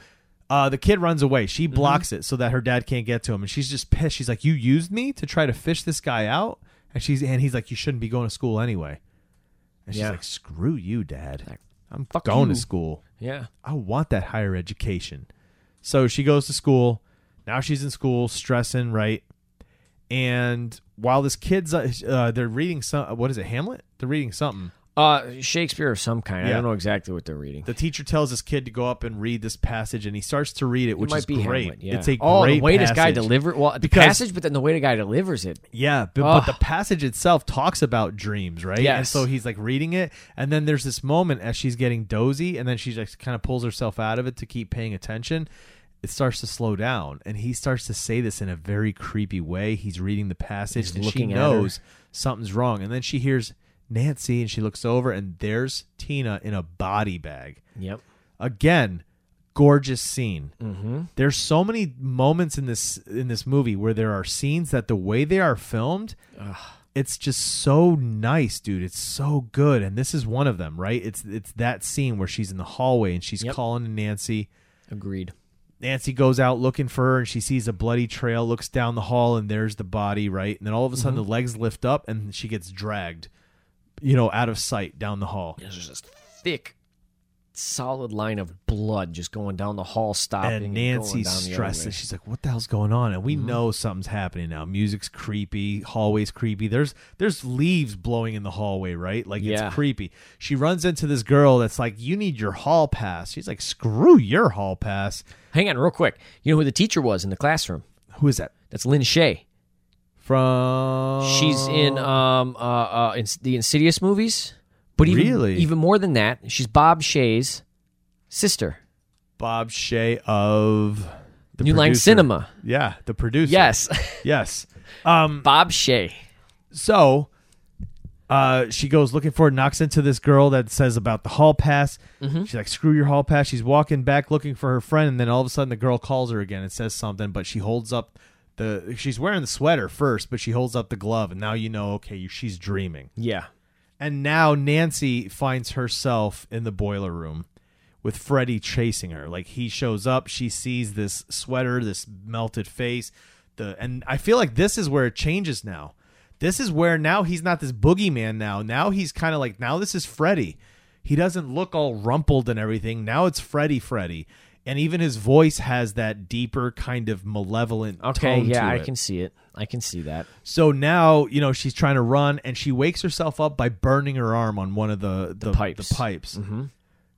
[SPEAKER 1] uh the kid runs away. She
[SPEAKER 2] Mm-hmm.
[SPEAKER 1] blocks it so that her dad can't get to him and she's just pissed. She's like, "You used me to try to fish this guy out?" And she's and he's like, "You shouldn't be going to school anyway." And she's
[SPEAKER 2] Yeah.
[SPEAKER 1] like, "Screw you, dad.
[SPEAKER 2] Like,
[SPEAKER 1] I'm
[SPEAKER 2] fuck
[SPEAKER 1] going
[SPEAKER 2] you."
[SPEAKER 1] to school."
[SPEAKER 2] Yeah.
[SPEAKER 1] I want that higher education. So she goes to school. Now she's in school, stressing, right? uh, And while this kid's, uh, uh, they're reading some, what is it, Hamlet? They're reading something.
[SPEAKER 2] Uh, Shakespeare of some kind. I
[SPEAKER 1] Yeah.
[SPEAKER 2] don't know exactly what they're reading.
[SPEAKER 1] The teacher tells his kid to go up and read this passage, and he starts to read it, which
[SPEAKER 2] it might
[SPEAKER 1] is
[SPEAKER 2] be
[SPEAKER 1] great.
[SPEAKER 2] Hamlet, yeah.
[SPEAKER 1] It's a
[SPEAKER 2] oh,
[SPEAKER 1] great
[SPEAKER 2] the way this guy
[SPEAKER 1] passage.
[SPEAKER 2] delivers. Well, the
[SPEAKER 1] Because-
[SPEAKER 2] passage, but then the way the guy delivers it.
[SPEAKER 1] Yeah, but,
[SPEAKER 2] Ugh.
[SPEAKER 1] but the passage itself talks about dreams, right? And
[SPEAKER 2] Yes.
[SPEAKER 1] so he's like reading it, and then there's this moment as she's getting dozy, and then she just kind of pulls herself out of it to keep paying attention. It starts to slow down, and he starts to say this in a very creepy way. He's reading the passage,
[SPEAKER 2] He's
[SPEAKER 1] and she
[SPEAKER 2] looking at her.
[SPEAKER 1] knows something's wrong. And then she hears Nancy, and she looks over, and there's Tina in a body bag
[SPEAKER 2] Yep.
[SPEAKER 1] again gorgeous scene mm-hmm. there's so many moments in this in this movie where there are scenes that the way they are filmed it's just so nice dude it's so good and this is one of them right it's it's that scene where she's in the hallway and she's
[SPEAKER 2] Yep.
[SPEAKER 1] calling to nancy
[SPEAKER 2] Agreed.
[SPEAKER 1] nancy goes out looking for her and she sees a bloody trail looks down the hall and there's the body right and then all of a sudden the legs lift up and she gets dragged you know out of sight down the hall
[SPEAKER 2] There's just this thick, solid line of blood just going down the hall, stopping.
[SPEAKER 1] and
[SPEAKER 2] going
[SPEAKER 1] Nancy's
[SPEAKER 2] down the Mm-hmm. other
[SPEAKER 1] stressed
[SPEAKER 2] way.
[SPEAKER 1] and she's like, "What the hell's going on?" And we know something's happening now. Music's creepy, hallway's creepy. There's there's leaves blowing in the hallway, right? Like
[SPEAKER 2] Yeah.
[SPEAKER 1] it's creepy. She runs into this girl that's like, "You need your hall pass." She's like, "Screw your hall pass."
[SPEAKER 2] Hang on, real quick. You know who the teacher was in the classroom?
[SPEAKER 1] Who is that
[SPEAKER 2] That's Lynn Shay.
[SPEAKER 1] from?
[SPEAKER 2] She's in
[SPEAKER 1] Oh.
[SPEAKER 2] um uh, uh in the Insidious movies, but even
[SPEAKER 1] Really?
[SPEAKER 2] even more than that, she's Bob Shay's sister.
[SPEAKER 1] Bob Shay of the
[SPEAKER 2] New Line
[SPEAKER 1] producer.
[SPEAKER 2] Cinema.
[SPEAKER 1] Yeah, the producer.
[SPEAKER 2] Yes,
[SPEAKER 1] yes. Um,
[SPEAKER 2] Bob Shay.
[SPEAKER 1] so uh, she goes looking for it, knocks into this girl that says about the hall pass. She's like, screw your hall pass. She's walking back looking for her friend, and then all of a sudden the girl calls her again and says something, but she holds up the she's wearing the sweater first, but she holds up the glove, and now you know, okay, you- she's dreaming.
[SPEAKER 2] Yeah.
[SPEAKER 1] And now Nancy finds herself in the boiler room with Freddy chasing her. Like he shows up, she sees this sweater, this melted face, the and I feel like this is where it changes now. This is where now he's not this boogeyman now. Now he's kind of like now this is Freddy. He doesn't look all rumpled and everything. Now it's Freddy Freddy. And even his voice has that deeper kind of malevolent
[SPEAKER 2] Okay.
[SPEAKER 1] tone
[SPEAKER 2] Yeah,
[SPEAKER 1] to
[SPEAKER 2] I
[SPEAKER 1] it.
[SPEAKER 2] can see it. I can see that.
[SPEAKER 1] So now, you know, she's trying to run and she wakes herself up by burning her arm on one of the, the,
[SPEAKER 2] pipes.
[SPEAKER 1] The pipes.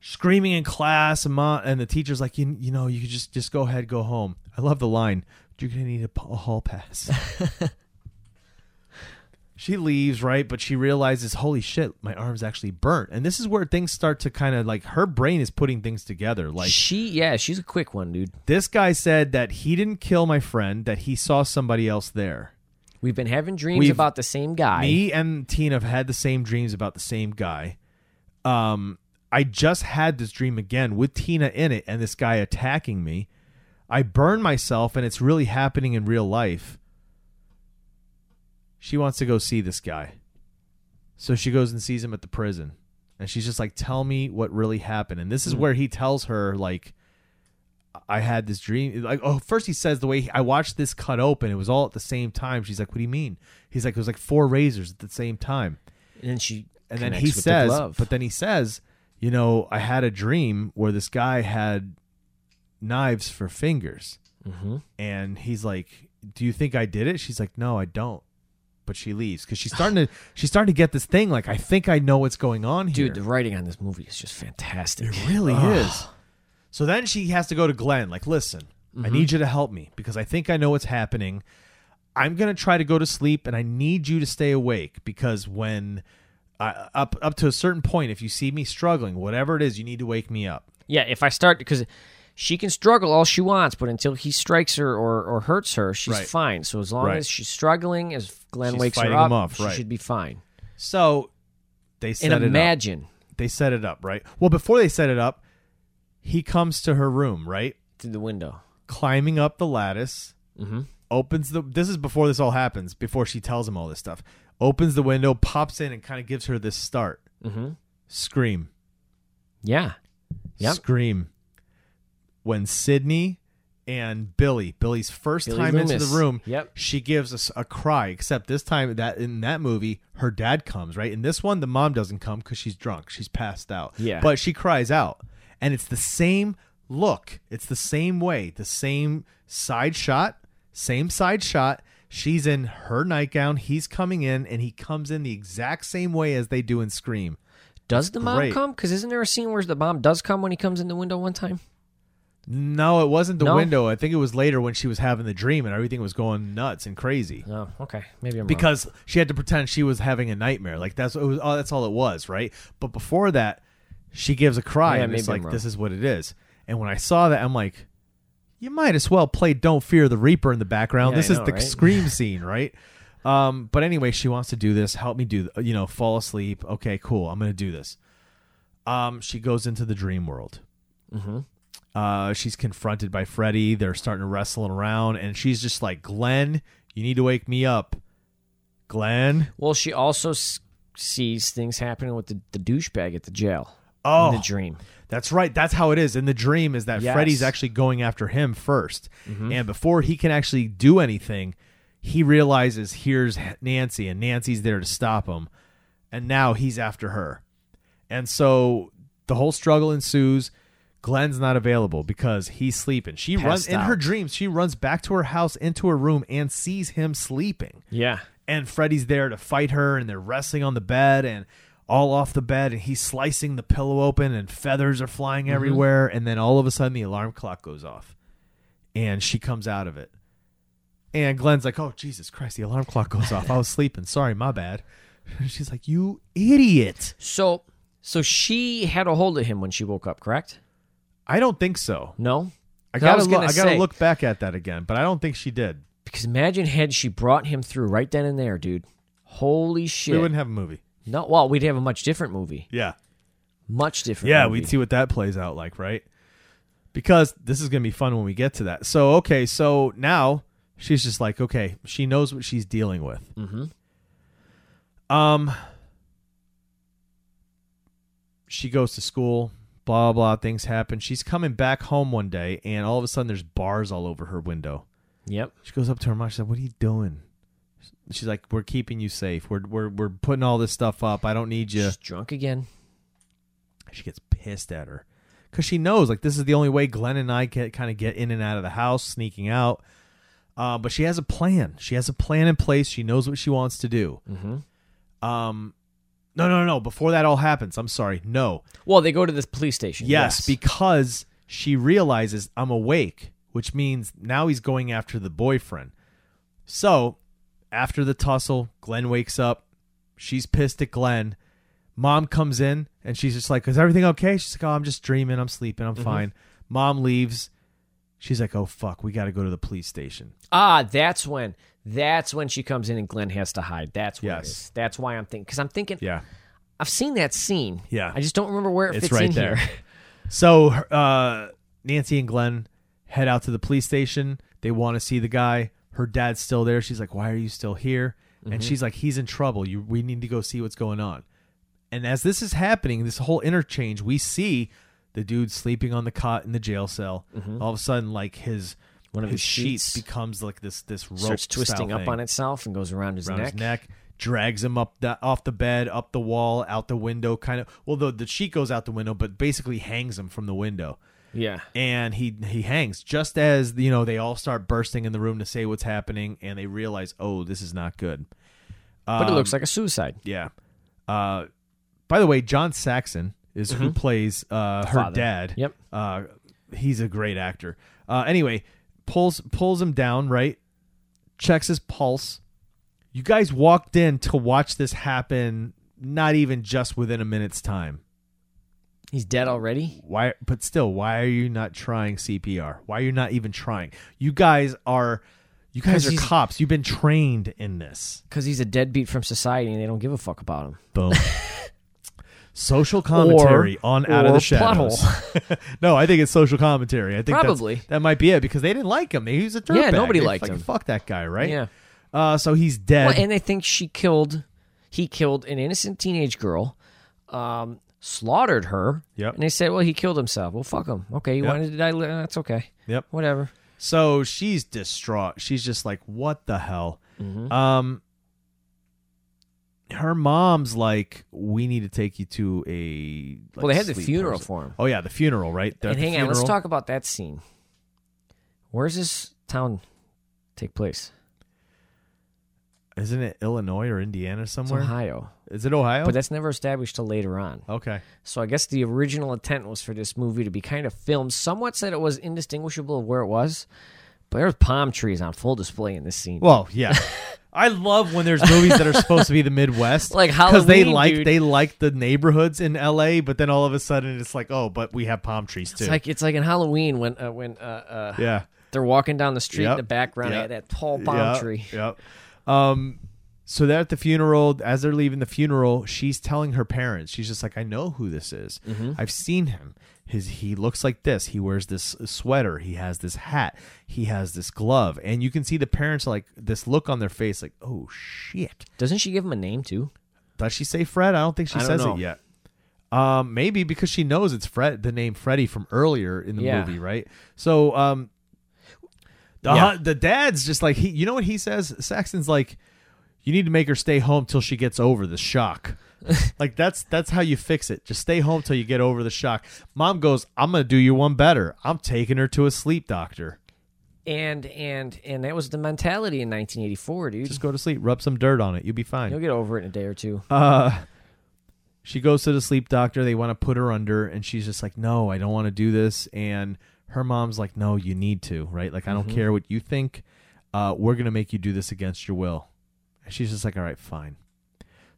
[SPEAKER 1] Screaming in class, and, mom, and the teacher's like, you, you know, you could just, just go ahead, go home. I love the line, you're going to need a, p- a hall pass. she leaves, right? But she realizes, holy shit, my arm's actually burnt. And this is where things start to kind of like, her brain is putting things together. Like,
[SPEAKER 2] she, yeah, she's a quick one, dude.
[SPEAKER 1] this guy said that he didn't kill my friend, that he saw somebody else there.
[SPEAKER 2] We've been having dreams
[SPEAKER 1] We've-
[SPEAKER 2] about the same guy.
[SPEAKER 1] Me and Tina have had the same dreams about the same guy. Um, I just had this dream again with Tina in it and this guy attacking me. I burn myself and it's really happening in real life. She wants to go see this guy. So she goes and sees him at the prison. And she's just like, tell me what really happened. And this is where he tells her, like, I had this dream. Like, oh, first he says the way he- I watched this cut open, it was all at the same time. She's like, what do you mean? He's like, it was like four razors at the same time.
[SPEAKER 2] And then she.
[SPEAKER 1] And then
[SPEAKER 2] connects
[SPEAKER 1] he
[SPEAKER 2] with the
[SPEAKER 1] says,
[SPEAKER 2] glove.
[SPEAKER 1] but then he says, you know, I had a dream where this guy had knives for fingers.
[SPEAKER 2] Mm-hmm.
[SPEAKER 1] And he's like, do you think I did it? She's like, no, I don't. But she leaves because she's starting to she's starting to get this thing like I think I know what's going on here.
[SPEAKER 2] dude, the writing on this movie is just fantastic.
[SPEAKER 1] It really is. So then she has to go to Glenn, like, listen, I need you to help me because I think I know what's happening. I'm gonna try to go to sleep, and I need you to stay awake because when I, up up to a certain point, if you see me struggling, whatever it is, you need to wake me up.
[SPEAKER 2] Yeah, if I start because she can struggle all she wants, but until he strikes her or, or hurts her, she's
[SPEAKER 1] Right.
[SPEAKER 2] fine. So as long
[SPEAKER 1] Right.
[SPEAKER 2] as she's struggling, as Glenn
[SPEAKER 1] She's
[SPEAKER 2] wakes her
[SPEAKER 1] fighting
[SPEAKER 2] up,
[SPEAKER 1] him off,
[SPEAKER 2] she
[SPEAKER 1] right.
[SPEAKER 2] should be fine.
[SPEAKER 1] So they set
[SPEAKER 2] and
[SPEAKER 1] it up.
[SPEAKER 2] imagine
[SPEAKER 1] They set it up, right? Well, before they set it up, he comes to her room, right?
[SPEAKER 2] through the window.
[SPEAKER 1] climbing up the lattice,
[SPEAKER 2] Mhm.
[SPEAKER 1] opens the. This is before this all happens. Before she tells him all this stuff, opens the window, pops in, and kind of gives her this start.
[SPEAKER 2] Mm-hmm.
[SPEAKER 1] Scream,
[SPEAKER 2] Yeah, Yep.
[SPEAKER 1] scream. When Sydney and Billy, Billy's first
[SPEAKER 2] Billy
[SPEAKER 1] time into
[SPEAKER 2] Loomis.
[SPEAKER 1] the room,
[SPEAKER 2] Yep.
[SPEAKER 1] she gives us a cry. Except this time that in that movie, her dad comes right. In this one, the mom doesn't come because she's drunk. She's passed out.
[SPEAKER 2] Yeah.
[SPEAKER 1] but she cries out, and it's the same look. It's the same way. The same side shot. Same side shot. She's in her nightgown. He's coming in, and he comes in the exact same way as they do in Scream.
[SPEAKER 2] Does the mom
[SPEAKER 1] Great.
[SPEAKER 2] come? Because isn't there a scene where the mom does come when he comes in the window one time?
[SPEAKER 1] No, it wasn't the
[SPEAKER 2] No?
[SPEAKER 1] window. I think it was later when she was having the dream and everything was going nuts and crazy.
[SPEAKER 2] Oh, okay. Maybe I'm wrong.
[SPEAKER 1] because she had to pretend she was having a nightmare. Like that's it was, oh, that's all it was, right? But before that, she gives a cry
[SPEAKER 2] Yeah,
[SPEAKER 1] and it's
[SPEAKER 2] maybe I'm
[SPEAKER 1] like
[SPEAKER 2] wrong.
[SPEAKER 1] this is what it is. And when I saw that, I'm like, you might as well play "Don't Fear the Reaper" in the background.
[SPEAKER 2] Yeah,
[SPEAKER 1] this
[SPEAKER 2] I
[SPEAKER 1] is
[SPEAKER 2] know,
[SPEAKER 1] the
[SPEAKER 2] right?
[SPEAKER 1] scream scene, right? Um, but anyway, she wants to do this. Help me do, th- you know, fall asleep. Okay, cool. I'm gonna do this. Um, she goes into the dream world.
[SPEAKER 2] Mm-hmm.
[SPEAKER 1] Uh, she's confronted by Freddy. They're starting to wrestle around, and she's just like, "Glenn, you need to wake me up." Glenn.
[SPEAKER 2] well, she also s- sees things happening with the, the douchebag at the jail
[SPEAKER 1] Oh,
[SPEAKER 2] in the dream.
[SPEAKER 1] that's right. That's how it is. In the dream is that
[SPEAKER 2] Yes. Mm-hmm.
[SPEAKER 1] Freddy's actually going after him 1st and before he can actually do anything, he realizes here's Nancy, and Nancy's there to stop him, and now he's after her, and so the whole struggle ensues. Glenn's not available because he's sleeping. She runs
[SPEAKER 2] Passed
[SPEAKER 1] in her
[SPEAKER 2] out.
[SPEAKER 1] dreams. She runs back to her house, into her room, and sees him sleeping
[SPEAKER 2] Yeah.
[SPEAKER 1] and Freddy's there to fight her, and they're wrestling on the bed and all off the bed, and he's slicing the pillow open, and feathers are flying
[SPEAKER 2] Mm-hmm.
[SPEAKER 1] everywhere. And then all of a sudden, the alarm clock goes off, and she comes out of it. And Glenn's like, "Oh Jesus Christ, the alarm clock goes off. I was sleeping. Sorry, my bad." She's like, "You idiot."
[SPEAKER 2] So, so she had a hold of him when she woke up, correct?
[SPEAKER 1] I don't think so.
[SPEAKER 2] No.
[SPEAKER 1] I
[SPEAKER 2] 'Cause
[SPEAKER 1] gotta,
[SPEAKER 2] was
[SPEAKER 1] look,
[SPEAKER 2] gonna
[SPEAKER 1] I gotta
[SPEAKER 2] say,
[SPEAKER 1] look back at that again, but I don't think she did.
[SPEAKER 2] because imagine had she brought him through right then and there, dude. Holy shit!
[SPEAKER 1] We wouldn't have a movie.
[SPEAKER 2] no, well, we'd have a much different movie,
[SPEAKER 1] Yeah.
[SPEAKER 2] much different.
[SPEAKER 1] Yeah,
[SPEAKER 2] movie.
[SPEAKER 1] we'd see what that plays out like, right? Because this is going to be fun when we get to that. So, okay, so now she's just like, okay, she knows what she's dealing with.
[SPEAKER 2] Mhm.
[SPEAKER 1] Um, she goes to school, blah, blah, things happen. She's coming back home one day, and all of a sudden there's bars all over her window.
[SPEAKER 2] Yep.
[SPEAKER 1] She goes up to her mom. She's like, "What are you doing?" She's like, "We're keeping you safe. We're we're we're putting all this stuff up. I don't need you."
[SPEAKER 2] She's drunk again.
[SPEAKER 1] she gets pissed at her because she knows like this is the only way Glenn and I get kind of get in and out of the house, sneaking out. Uh, but she has a plan. She has a plan in place. She knows what she wants to do.
[SPEAKER 2] Mhm.
[SPEAKER 1] Um, no, no, no. Before that all happens, I'm sorry. No,
[SPEAKER 2] Well, they go to this police station.
[SPEAKER 1] yes, because she realizes I'm awake, which means now he's going after the boyfriend. So after the tussle, Glenn wakes up. She's pissed at Glenn. Mom comes in and she's just like, Is everything okay? She's like, Oh, I'm just dreaming. I'm sleeping. I'm fine. Mom leaves. She's like, Oh, fuck. We got to go to the police station.
[SPEAKER 2] Ah, that's when. That's when she comes in and Glenn has to hide. That's what it
[SPEAKER 1] Yes.
[SPEAKER 2] is. That's why I'm thinking. Because I'm thinking.
[SPEAKER 1] Yeah.
[SPEAKER 2] I've seen that scene.
[SPEAKER 1] Yeah.
[SPEAKER 2] I just don't remember where it
[SPEAKER 1] It's
[SPEAKER 2] fits
[SPEAKER 1] right
[SPEAKER 2] in
[SPEAKER 1] there.
[SPEAKER 2] here.
[SPEAKER 1] So uh, Nancy and Glenn head out to the police station. They want to see the guy. Her dad's still there. She's like, "Why are you still here?"
[SPEAKER 2] Mm-hmm.
[SPEAKER 1] And she's like, "He's in trouble. You, we need to go see what's going on." And as this is happening, this whole interchange, we see the dude sleeping on the cot in the jail cell. All of a sudden, like his
[SPEAKER 2] Mm-hmm. One of
[SPEAKER 1] his
[SPEAKER 2] his sheets
[SPEAKER 1] becomes like this this rope
[SPEAKER 2] Starts twisting up on
[SPEAKER 1] it
[SPEAKER 2] itself and goes around his
[SPEAKER 1] around
[SPEAKER 2] neck.
[SPEAKER 1] his neck, drags him up the, off the bed, up the wall, out the window, kind of. Well, the the sheet goes out the window, but basically hangs him from the window,
[SPEAKER 2] Yeah.
[SPEAKER 1] and he he hangs just as you know they all start bursting in the room to say what's happening, and they realize, oh, this is not good. Um,
[SPEAKER 2] But it looks like a suicide.
[SPEAKER 1] Yeah. Uh, by the way, John Saxon is who plays uh, her
[SPEAKER 2] Mm-hmm. Father.
[SPEAKER 1] dad.
[SPEAKER 2] Yep.
[SPEAKER 1] Uh, he's a great actor. Uh, anyway, pulls pulls him down. Right. Checks his pulse. You guys walked in to watch this happen. Not even just within a minute's time.
[SPEAKER 2] He's dead already.
[SPEAKER 1] Why? But still, why are you not trying CPR? Why are you not even trying? You guys are, you guys
[SPEAKER 2] 'Cause
[SPEAKER 1] are
[SPEAKER 2] he's-
[SPEAKER 1] cops. You've been trained in this.
[SPEAKER 2] Because he's a deadbeat from society and they don't give a fuck about him.
[SPEAKER 1] Boom. social commentary
[SPEAKER 2] Or-
[SPEAKER 1] on Out of
[SPEAKER 2] or
[SPEAKER 1] the
[SPEAKER 2] plot
[SPEAKER 1] Shadows. no, I think it's social commentary. I think that's-
[SPEAKER 2] Probably.
[SPEAKER 1] that might be it because they didn't like him. He was a dirtbag.
[SPEAKER 2] Yeah, nobody
[SPEAKER 1] They
[SPEAKER 2] liked
[SPEAKER 1] fucking
[SPEAKER 2] him.
[SPEAKER 1] Fuck that guy, right?
[SPEAKER 2] Yeah.
[SPEAKER 1] Uh, so he's dead.
[SPEAKER 2] Well, and they think she killed, he killed an innocent teenage girl, um, slaughtered her.
[SPEAKER 1] Yep.
[SPEAKER 2] And they said, well, he killed himself. Well, fuck him. Okay, he
[SPEAKER 1] Yep.
[SPEAKER 2] wanted to die. li- That's okay.
[SPEAKER 1] Yep.
[SPEAKER 2] Whatever.
[SPEAKER 1] So she's distraught. She's just like, "What the hell?"
[SPEAKER 2] Mm-hmm.
[SPEAKER 1] Um, her mom's like, "We need to take you to a." Like,
[SPEAKER 2] Well, they had the
[SPEAKER 1] sleep
[SPEAKER 2] funeral
[SPEAKER 1] person."
[SPEAKER 2] for him.
[SPEAKER 1] Oh yeah, the funeral, right? They're at
[SPEAKER 2] and
[SPEAKER 1] the
[SPEAKER 2] hang on, let's
[SPEAKER 1] funeral.
[SPEAKER 2] talk about that scene. Where's this town take place?
[SPEAKER 1] Isn't it Illinois or Indiana
[SPEAKER 2] It's
[SPEAKER 1] somewhere?
[SPEAKER 2] Ohio.
[SPEAKER 1] Is it Ohio?
[SPEAKER 2] But that's never established till later on.
[SPEAKER 1] okay.
[SPEAKER 2] So I guess the original intent was for this movie to be kind of filmed. Somewhat said it was indistinguishable of where it was, but there was palm trees on full display in this scene.
[SPEAKER 1] Well, yeah. I love when there's movies that are supposed to be the Midwest,
[SPEAKER 2] Like
[SPEAKER 1] they
[SPEAKER 2] Halloween,
[SPEAKER 1] like
[SPEAKER 2] dude.
[SPEAKER 1] they like the neighborhoods in L.A., but then all of a sudden it's like, oh, but we have palm trees too.
[SPEAKER 2] it's like it's like in Halloween when uh, when uh, uh,
[SPEAKER 1] yeah,
[SPEAKER 2] they're walking down the street
[SPEAKER 1] Yep.
[SPEAKER 2] in the background
[SPEAKER 1] Yep.
[SPEAKER 2] at that tall palm
[SPEAKER 1] Yep,
[SPEAKER 2] tree.
[SPEAKER 1] Yep. Um, so they're at the funeral. As they're leaving the funeral, she's telling her parents. She's just like, "I know who this is.
[SPEAKER 2] Mm-hmm.
[SPEAKER 1] I've seen him. His he looks like this. He wears this uh, sweater. He has this hat. He has this glove." And you can see the parents like this look on their face, like, "Oh shit."
[SPEAKER 2] Doesn't she give him a name too?
[SPEAKER 1] Does she say Fred? I don't think she
[SPEAKER 2] I don't
[SPEAKER 1] says
[SPEAKER 2] know.
[SPEAKER 1] it yet. Um, maybe because she knows it's Fred, the name Freddy from earlier in the
[SPEAKER 2] Yeah.
[SPEAKER 1] movie, right? So, um, the
[SPEAKER 2] Yeah.
[SPEAKER 1] hu- the dad's just like he. You know what he says? Saxon's like, you need to make her stay home till she gets over the shock. like that's that's how you fix it. Just stay home till you get over the shock. Mom goes, I'm gonna do you one better. I'm taking her to a sleep doctor.
[SPEAKER 2] And and and that was the mentality in 1984, dude.
[SPEAKER 1] Just go to sleep. Rub some dirt on it. You'll be fine.
[SPEAKER 2] You'll get over it in a day or two.
[SPEAKER 1] she goes to the sleep doctor. They want to put her under, and she's just like, "No, I don't want to do this." And her mom's like, "No, you need to, right? Like, I
[SPEAKER 2] Mm-hmm.
[SPEAKER 1] don't care what you think. Uh, we're gonna make you do this against your will." And she's just like, "All right, fine."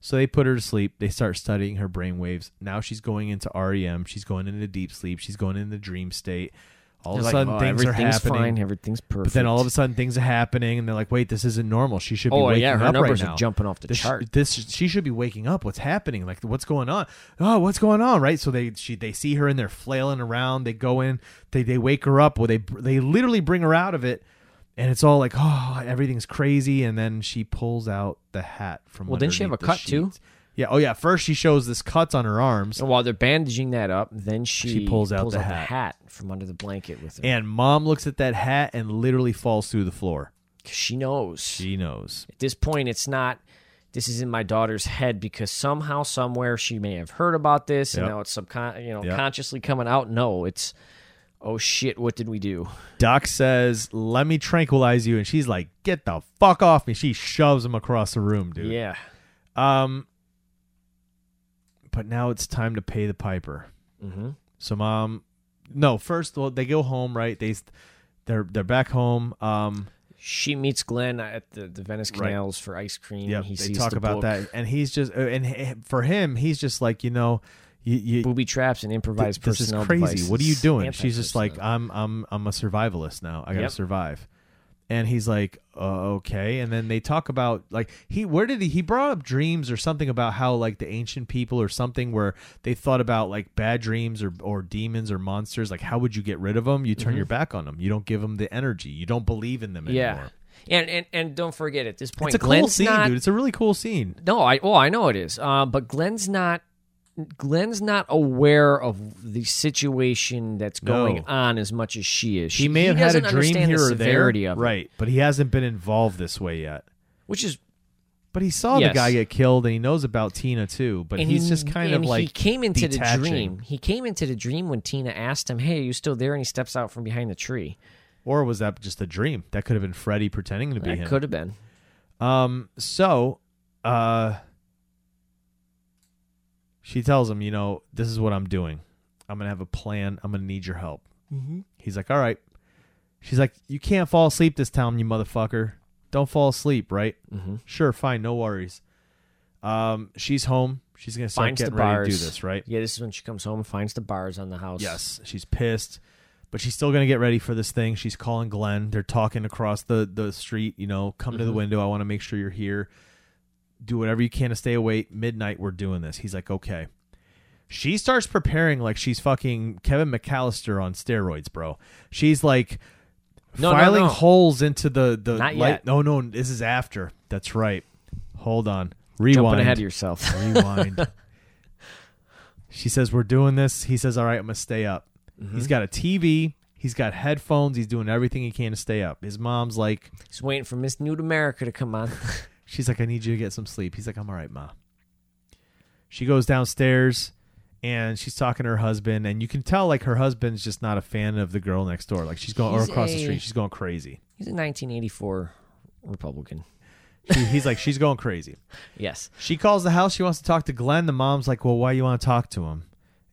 [SPEAKER 1] So they put her to sleep. They start studying her brain waves. Now she's going into REM. She's going into deep sleep. She's going into dream state. All of a
[SPEAKER 2] They're like,
[SPEAKER 1] sudden,
[SPEAKER 2] "Oh,
[SPEAKER 1] things are
[SPEAKER 2] everything's
[SPEAKER 1] happening.
[SPEAKER 2] Fine, everything's perfect.
[SPEAKER 1] But then all of a sudden things are happening, and they're like, "Wait, this isn't normal. She should be
[SPEAKER 2] Oh,
[SPEAKER 1] waking
[SPEAKER 2] yeah, her
[SPEAKER 1] up
[SPEAKER 2] numbers
[SPEAKER 1] right
[SPEAKER 2] are
[SPEAKER 1] now.
[SPEAKER 2] jumping off the
[SPEAKER 1] this,
[SPEAKER 2] chart.
[SPEAKER 1] This she should be waking up. What's happening? Like, what's going on? Oh, what's going on? Right. So they she they see her and they're flailing around. They go in. They they wake her up. Well, they they literally bring her out of it, and it's all like, oh, everything's crazy. And then she pulls out the hat from.
[SPEAKER 2] Well, didn't she have
[SPEAKER 1] underneath
[SPEAKER 2] a
[SPEAKER 1] the
[SPEAKER 2] cut, too?
[SPEAKER 1] sheets. Yeah. Oh yeah. First she shows this cuts on her arms.
[SPEAKER 2] And while they're bandaging that up, then she,
[SPEAKER 1] She pulls out the
[SPEAKER 2] the,
[SPEAKER 1] hat.
[SPEAKER 2] hat. from under the blanket with her.
[SPEAKER 1] And mom looks at that hat and literally falls through the floor.
[SPEAKER 2] 'Cause she knows.
[SPEAKER 1] She knows.
[SPEAKER 2] At this point, it's not. This is in my daughter's head because somehow, somewhere, she may have heard about this, and
[SPEAKER 1] Yep.
[SPEAKER 2] now it's subcon, you know,
[SPEAKER 1] Yep.
[SPEAKER 2] consciously coming out. No, it's, oh shit, what did we do?
[SPEAKER 1] Doc says, "Let me tranquilize you," and she's like, "Get the fuck off me!" She shoves him across the room, dude.
[SPEAKER 2] Yeah,
[SPEAKER 1] Um. But now it's time to pay the piper.
[SPEAKER 2] Mhm.
[SPEAKER 1] So mom, no. First, well, they go home, right? They, they're they're back home. Um.
[SPEAKER 2] she meets Glenn at the, the Venice
[SPEAKER 1] Right.
[SPEAKER 2] Canals for ice cream.
[SPEAKER 1] Yeah.
[SPEAKER 2] he
[SPEAKER 1] They
[SPEAKER 2] sees
[SPEAKER 1] talk
[SPEAKER 2] the
[SPEAKER 1] about
[SPEAKER 2] book.
[SPEAKER 1] that, and he's just, uh, and he- for him, he's just like, you know, you, you
[SPEAKER 2] booby traps and
[SPEAKER 1] th-
[SPEAKER 2] improvised
[SPEAKER 1] this is
[SPEAKER 2] personnel.
[SPEAKER 1] crazy. What are you
[SPEAKER 2] devices.
[SPEAKER 1] doing? She's just like,
[SPEAKER 2] Anti-personnel.
[SPEAKER 1] I'm I'm I'm a survivalist now. I gotta
[SPEAKER 2] Yep.
[SPEAKER 1] survive. And he's like, uh, okay. And then they talk about like he where did he he brought up dreams or something about how like the ancient people or something where they thought about like bad dreams or or demons or monsters. Like how would you get rid of them? You turn your back on them. You don't give them the energy. You don't believe in them
[SPEAKER 2] Mm-hmm. yeah.
[SPEAKER 1] anymore.
[SPEAKER 2] And, and and don't forget at this point,
[SPEAKER 1] It's a cool
[SPEAKER 2] Glenn's
[SPEAKER 1] scene,
[SPEAKER 2] not
[SPEAKER 1] dude. It's a really cool scene.
[SPEAKER 2] No, I well, I know it is. Uh, but Glenn's not. Glenn's not aware of the situation that's
[SPEAKER 1] No.
[SPEAKER 2] going on as much as she is. She,
[SPEAKER 1] He may have had a
[SPEAKER 2] doesn't
[SPEAKER 1] dream
[SPEAKER 2] understand
[SPEAKER 1] here
[SPEAKER 2] the
[SPEAKER 1] or there,
[SPEAKER 2] severity of it,
[SPEAKER 1] right? But he hasn't been involved this way yet.
[SPEAKER 2] Which is,
[SPEAKER 1] But he saw the
[SPEAKER 2] Yes.
[SPEAKER 1] guy get killed, and he knows about Tina too. But
[SPEAKER 2] and
[SPEAKER 1] he's
[SPEAKER 2] he-
[SPEAKER 1] just kind
[SPEAKER 2] and
[SPEAKER 1] of like
[SPEAKER 2] he came into
[SPEAKER 1] detaching.
[SPEAKER 2] the dream. He came into the dream when Tina asked him, "Hey, are you still there?" And he steps out from behind the tree.
[SPEAKER 1] or was that just a dream? That could have been Freddy pretending to be
[SPEAKER 2] That
[SPEAKER 1] him.
[SPEAKER 2] could have been.
[SPEAKER 1] Um. So, uh, she tells him, you know, this is what I'm doing. I'm gonna have a plan. I'm gonna need your help. Mm-hmm. He's like, all right. She's like, you can't fall asleep this time, you motherfucker. Don't fall asleep, right? Mm-hmm. Sure, fine, no worries. Um, she's home. She's gonna start
[SPEAKER 2] finds the
[SPEAKER 1] getting ready
[SPEAKER 2] bars.
[SPEAKER 1] to do this, right?
[SPEAKER 2] Yeah, this is when she comes home and finds the bars on the house.
[SPEAKER 1] Yes, she's pissed, but she's still gonna get ready for this thing. She's calling Glenn. They're talking across the the street. You know, come
[SPEAKER 2] Mm-hmm.
[SPEAKER 1] to the window. I want to make sure you're here. Do whatever you can to stay awake. Midnight, we're doing this. He's like, okay. She starts preparing like she's fucking Kevin McAllister on steroids, bro. She's like
[SPEAKER 2] No, no,
[SPEAKER 1] filing
[SPEAKER 2] no.
[SPEAKER 1] holes into the the
[SPEAKER 2] Not
[SPEAKER 1] light.
[SPEAKER 2] yet.
[SPEAKER 1] No, no, this is after. That's right. Hold on.
[SPEAKER 2] jumping
[SPEAKER 1] Rewind.
[SPEAKER 2] ahead of yourself.
[SPEAKER 1] Rewind. she says, We're doing this. He says, All right, I'm going to stay up. He's got a TV. He's got headphones. He's doing everything he can to stay up. His mom's like,
[SPEAKER 2] He's waiting for Miss Nude America to come on.
[SPEAKER 1] She's like, I need you to get some sleep. He's like, I'm all right, Ma. She goes downstairs and she's talking to her husband. And you can tell, like, her husband's just not a fan of the girl next door. Like, she's going, or
[SPEAKER 2] He's
[SPEAKER 1] across the
[SPEAKER 2] a-
[SPEAKER 1] street. She's going crazy.
[SPEAKER 2] He's a 1984 Republican.
[SPEAKER 1] He- he's like, she's going crazy.
[SPEAKER 2] Yes.
[SPEAKER 1] She calls the house. She wants to talk to Glenn. The mom's like, "Well, why you want to talk to him?"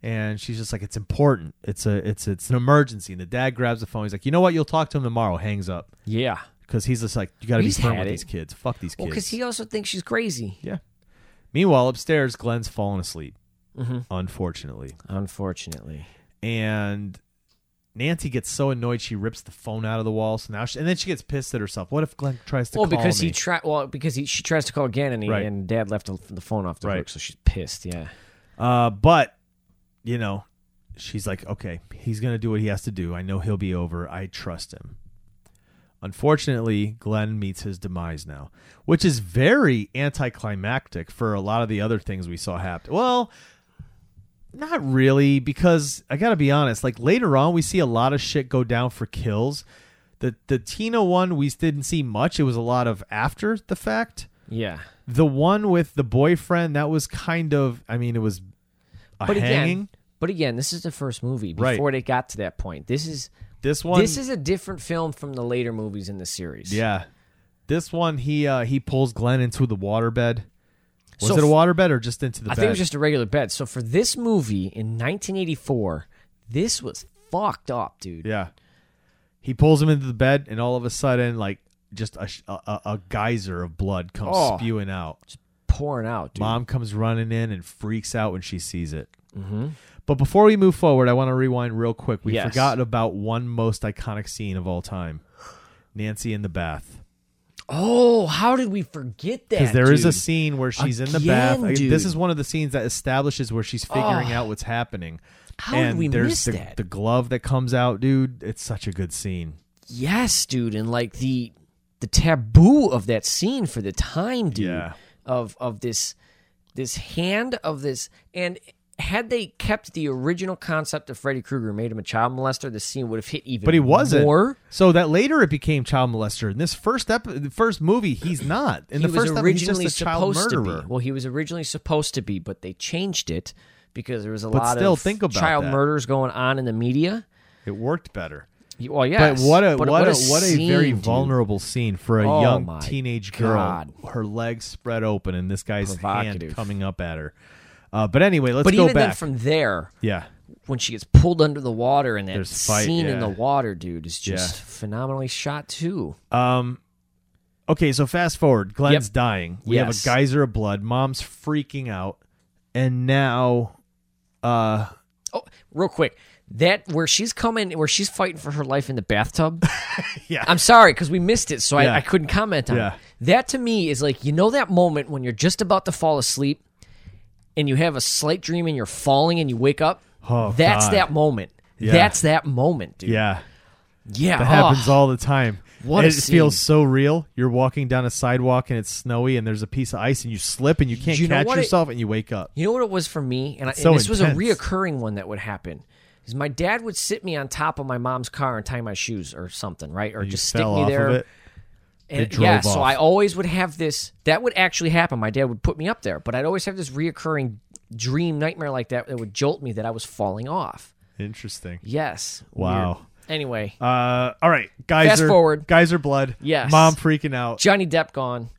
[SPEAKER 1] And she's just like, "It's important. It's a it's it's an emergency." And the dad grabs the phone. He's like, "You know what? You'll talk to him tomorrow." Hangs up
[SPEAKER 2] Yeah.
[SPEAKER 1] because he's just like, "You got to be
[SPEAKER 2] He's
[SPEAKER 1] firm
[SPEAKER 2] had
[SPEAKER 1] with
[SPEAKER 2] it.
[SPEAKER 1] these kids. Fuck these
[SPEAKER 2] Well, because
[SPEAKER 1] kids."
[SPEAKER 2] he also thinks she's crazy.
[SPEAKER 1] yeah. Meanwhile, upstairs, Glenn's fallen asleep.
[SPEAKER 2] Mm-hmm.
[SPEAKER 1] Unfortunately,
[SPEAKER 2] Unfortunately.
[SPEAKER 1] and Nancy gets so annoyed she rips the phone out of the wall. So now, she, and then she gets pissed at herself. What if Glenn tries to
[SPEAKER 2] Well,
[SPEAKER 1] call
[SPEAKER 2] because
[SPEAKER 1] me?
[SPEAKER 2] he tried. Well, because he she tries to call again, and he
[SPEAKER 1] Right.
[SPEAKER 2] and Dad left the the phone off the
[SPEAKER 1] Right.
[SPEAKER 2] hook, so she's pissed. Yeah.
[SPEAKER 1] Uh, but you know, she's like, okay, he's gonna do what he has to do. I know he'll be over. I trust him. Unfortunately, Glenn meets his demise now, which is very anticlimactic for a lot of the other things we saw happen. Well, not really, because I gotta be honest. Like later on, we see a lot of shit go down for kills. The the Tina one we didn't see much. It was a lot of after the fact.
[SPEAKER 2] Yeah.
[SPEAKER 1] The one with the boyfriend that was kind of I mean it was a
[SPEAKER 2] But
[SPEAKER 1] hanging.
[SPEAKER 2] again, but again, this is the first movie
[SPEAKER 1] Right.
[SPEAKER 2] before they got to that point. This is
[SPEAKER 1] this one
[SPEAKER 2] this is a different film from the later movies in the series.
[SPEAKER 1] yeah. This one he uh he pulls Glenn into the waterbed. Was
[SPEAKER 2] So
[SPEAKER 1] it a
[SPEAKER 2] f-
[SPEAKER 1] waterbed or just into the
[SPEAKER 2] I
[SPEAKER 1] bed?
[SPEAKER 2] think it was just a regular bed. So for this movie in 1984, this was fucked up, dude.
[SPEAKER 1] yeah. He pulls him into the bed and all of a sudden like just a sh- a, a a geyser of blood comes
[SPEAKER 2] Oh.
[SPEAKER 1] spewing out.
[SPEAKER 2] Pouring out, dude.
[SPEAKER 1] Mom comes running in and freaks out when she sees it. But before we move forward, I want to rewind real quick. We
[SPEAKER 2] Mm-hmm. Yes.
[SPEAKER 1] forgot about one most iconic scene of all time Nancy in the bath.
[SPEAKER 2] Oh, how did we forget that?
[SPEAKER 1] Because there is a
[SPEAKER 2] dude?
[SPEAKER 1] scene where she's in the bath.
[SPEAKER 2] Again,
[SPEAKER 1] I- This is
[SPEAKER 2] dude. Oh.
[SPEAKER 1] one of the scenes that establishes where she's figuring out what's happening.
[SPEAKER 2] How did
[SPEAKER 1] and
[SPEAKER 2] we
[SPEAKER 1] there's
[SPEAKER 2] miss
[SPEAKER 1] the,
[SPEAKER 2] that?
[SPEAKER 1] the glove that comes out, dude. It's such a good scene.
[SPEAKER 2] Yes, dude, and like the the taboo of that scene for the time, dude.
[SPEAKER 1] Yeah.
[SPEAKER 2] Of of this this hand of this and had they kept the original concept of Freddy Krueger, made him a child molester, the scene would have hit even
[SPEAKER 1] But he wasn't.
[SPEAKER 2] more.
[SPEAKER 1] So that later it became child molester. In this first ep- the first movie, he's not. In the
[SPEAKER 2] he
[SPEAKER 1] first
[SPEAKER 2] was
[SPEAKER 1] episode, he's
[SPEAKER 2] originally
[SPEAKER 1] just a child
[SPEAKER 2] supposed
[SPEAKER 1] murderer.
[SPEAKER 2] to be. Well, he was originally supposed to be, but they changed it because there was a
[SPEAKER 1] But
[SPEAKER 2] lot
[SPEAKER 1] still,
[SPEAKER 2] of
[SPEAKER 1] think about
[SPEAKER 2] child
[SPEAKER 1] that.
[SPEAKER 2] murders going on in the media.
[SPEAKER 1] It worked better.
[SPEAKER 2] You- Well, yes,
[SPEAKER 1] but what a
[SPEAKER 2] but
[SPEAKER 1] what, a, what a
[SPEAKER 2] scene,
[SPEAKER 1] very
[SPEAKER 2] dude.
[SPEAKER 1] vulnerable scene for a
[SPEAKER 2] Oh
[SPEAKER 1] young
[SPEAKER 2] my
[SPEAKER 1] teenage
[SPEAKER 2] God.
[SPEAKER 1] girl. Her legs spread open and this guy's hand
[SPEAKER 2] Provocative.
[SPEAKER 1] coming up at her. Uh, but anyway, let's
[SPEAKER 2] But
[SPEAKER 1] go
[SPEAKER 2] even then,
[SPEAKER 1] back.
[SPEAKER 2] from there,
[SPEAKER 1] yeah,
[SPEAKER 2] when she gets pulled under the water and that
[SPEAKER 1] There's fight,
[SPEAKER 2] scene in the
[SPEAKER 1] yeah.
[SPEAKER 2] water, dude, is just
[SPEAKER 1] Yeah.
[SPEAKER 2] phenomenally shot too.
[SPEAKER 1] Um, okay, so fast forward. Glenn's
[SPEAKER 2] Yep.
[SPEAKER 1] dying. We
[SPEAKER 2] Yes.
[SPEAKER 1] have a geyser of blood. Mom's freaking out, and now, uh,
[SPEAKER 2] Oh, real quick, that where she's coming, where she's fighting for her life in the bathtub.
[SPEAKER 1] Yeah.
[SPEAKER 2] I'm sorry because we missed it, so
[SPEAKER 1] Yeah.
[SPEAKER 2] I, I couldn't comment on
[SPEAKER 1] Yeah.
[SPEAKER 2] it. That to me is like you know that moment when you're just about to fall asleep, and you have a slight dream and you're falling and you wake up.
[SPEAKER 1] Oh,
[SPEAKER 2] that's
[SPEAKER 1] God.
[SPEAKER 2] that moment.
[SPEAKER 1] Yeah.
[SPEAKER 2] That's that moment, dude.
[SPEAKER 1] yeah,
[SPEAKER 2] yeah.
[SPEAKER 1] that
[SPEAKER 2] oh.
[SPEAKER 1] happens all the time.
[SPEAKER 2] What
[SPEAKER 1] And
[SPEAKER 2] a
[SPEAKER 1] it feels
[SPEAKER 2] scene.
[SPEAKER 1] so real. You're walking down a sidewalk and it's snowy, and there's a piece of ice, and you slip and you can't
[SPEAKER 2] You know
[SPEAKER 1] catch
[SPEAKER 2] what it-
[SPEAKER 1] yourself, and you wake up.
[SPEAKER 2] You know what it was for me, and, I,
[SPEAKER 1] So
[SPEAKER 2] and this was a
[SPEAKER 1] intense.
[SPEAKER 2] reoccurring one that would happen. Is my dad would sit me on top of my mom's car and tie my shoes or something, right? Or
[SPEAKER 1] You
[SPEAKER 2] just stick
[SPEAKER 1] fell
[SPEAKER 2] me
[SPEAKER 1] off
[SPEAKER 2] there.
[SPEAKER 1] of it.
[SPEAKER 2] And
[SPEAKER 1] It drove
[SPEAKER 2] yeah, so
[SPEAKER 1] off.
[SPEAKER 2] I always would have this. That would actually happen. My dad would put me up there, but I'd always have this reoccurring dream nightmare like that that would jolt me that I was falling off.
[SPEAKER 1] Interesting.
[SPEAKER 2] Yes.
[SPEAKER 1] Wow.
[SPEAKER 2] Weird. Anyway,
[SPEAKER 1] Uh, all right, geyser.
[SPEAKER 2] forward.
[SPEAKER 1] Geyser blood.
[SPEAKER 2] Yes.
[SPEAKER 1] Mom freaking out.
[SPEAKER 2] Johnny Depp gone.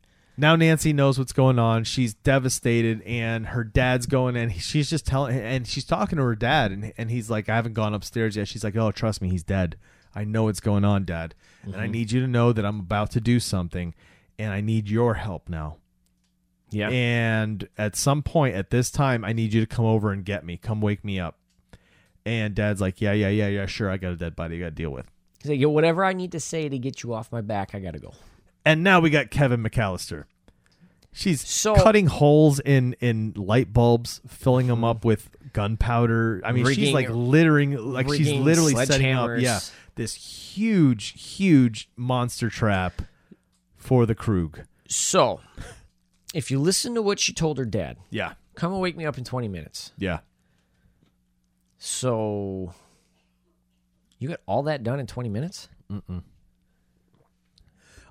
[SPEAKER 1] now Nancy knows what's going on. She's devastated, and her dad's going in. She's just telling, and she's talking to her dad, and, and he's like, I haven't gone upstairs yet. She's like, Oh, trust me, he's dead. I know what's going on, dad. And I need you to know that I'm about to do something, and I need your help now.
[SPEAKER 2] Yeah.
[SPEAKER 1] And at some point at this time, I need you to come over and get me. Come wake me up. And dad's like, Yeah, yeah, yeah, yeah, sure. I got a dead body I got to deal with.
[SPEAKER 2] He's like, yo, whatever I need to say to get you off my back, I gotta go.
[SPEAKER 1] And now we got Kevin McAllister. She's
[SPEAKER 2] So-
[SPEAKER 1] cutting holes in in light bulbs, filling them up with gunpowder. I mean, she's
[SPEAKER 2] Hmm. Rigging-
[SPEAKER 1] like littering, like she's
[SPEAKER 2] rigging
[SPEAKER 1] literally setting up,
[SPEAKER 2] sledgehammers.
[SPEAKER 1] yeah, this huge, huge monster trap for the Krug.
[SPEAKER 2] So, if you listen to what she told her dad,
[SPEAKER 1] Yeah,
[SPEAKER 2] come and wake me up in 20 minutes.
[SPEAKER 1] yeah,
[SPEAKER 2] So you got all that done in 20 minutes?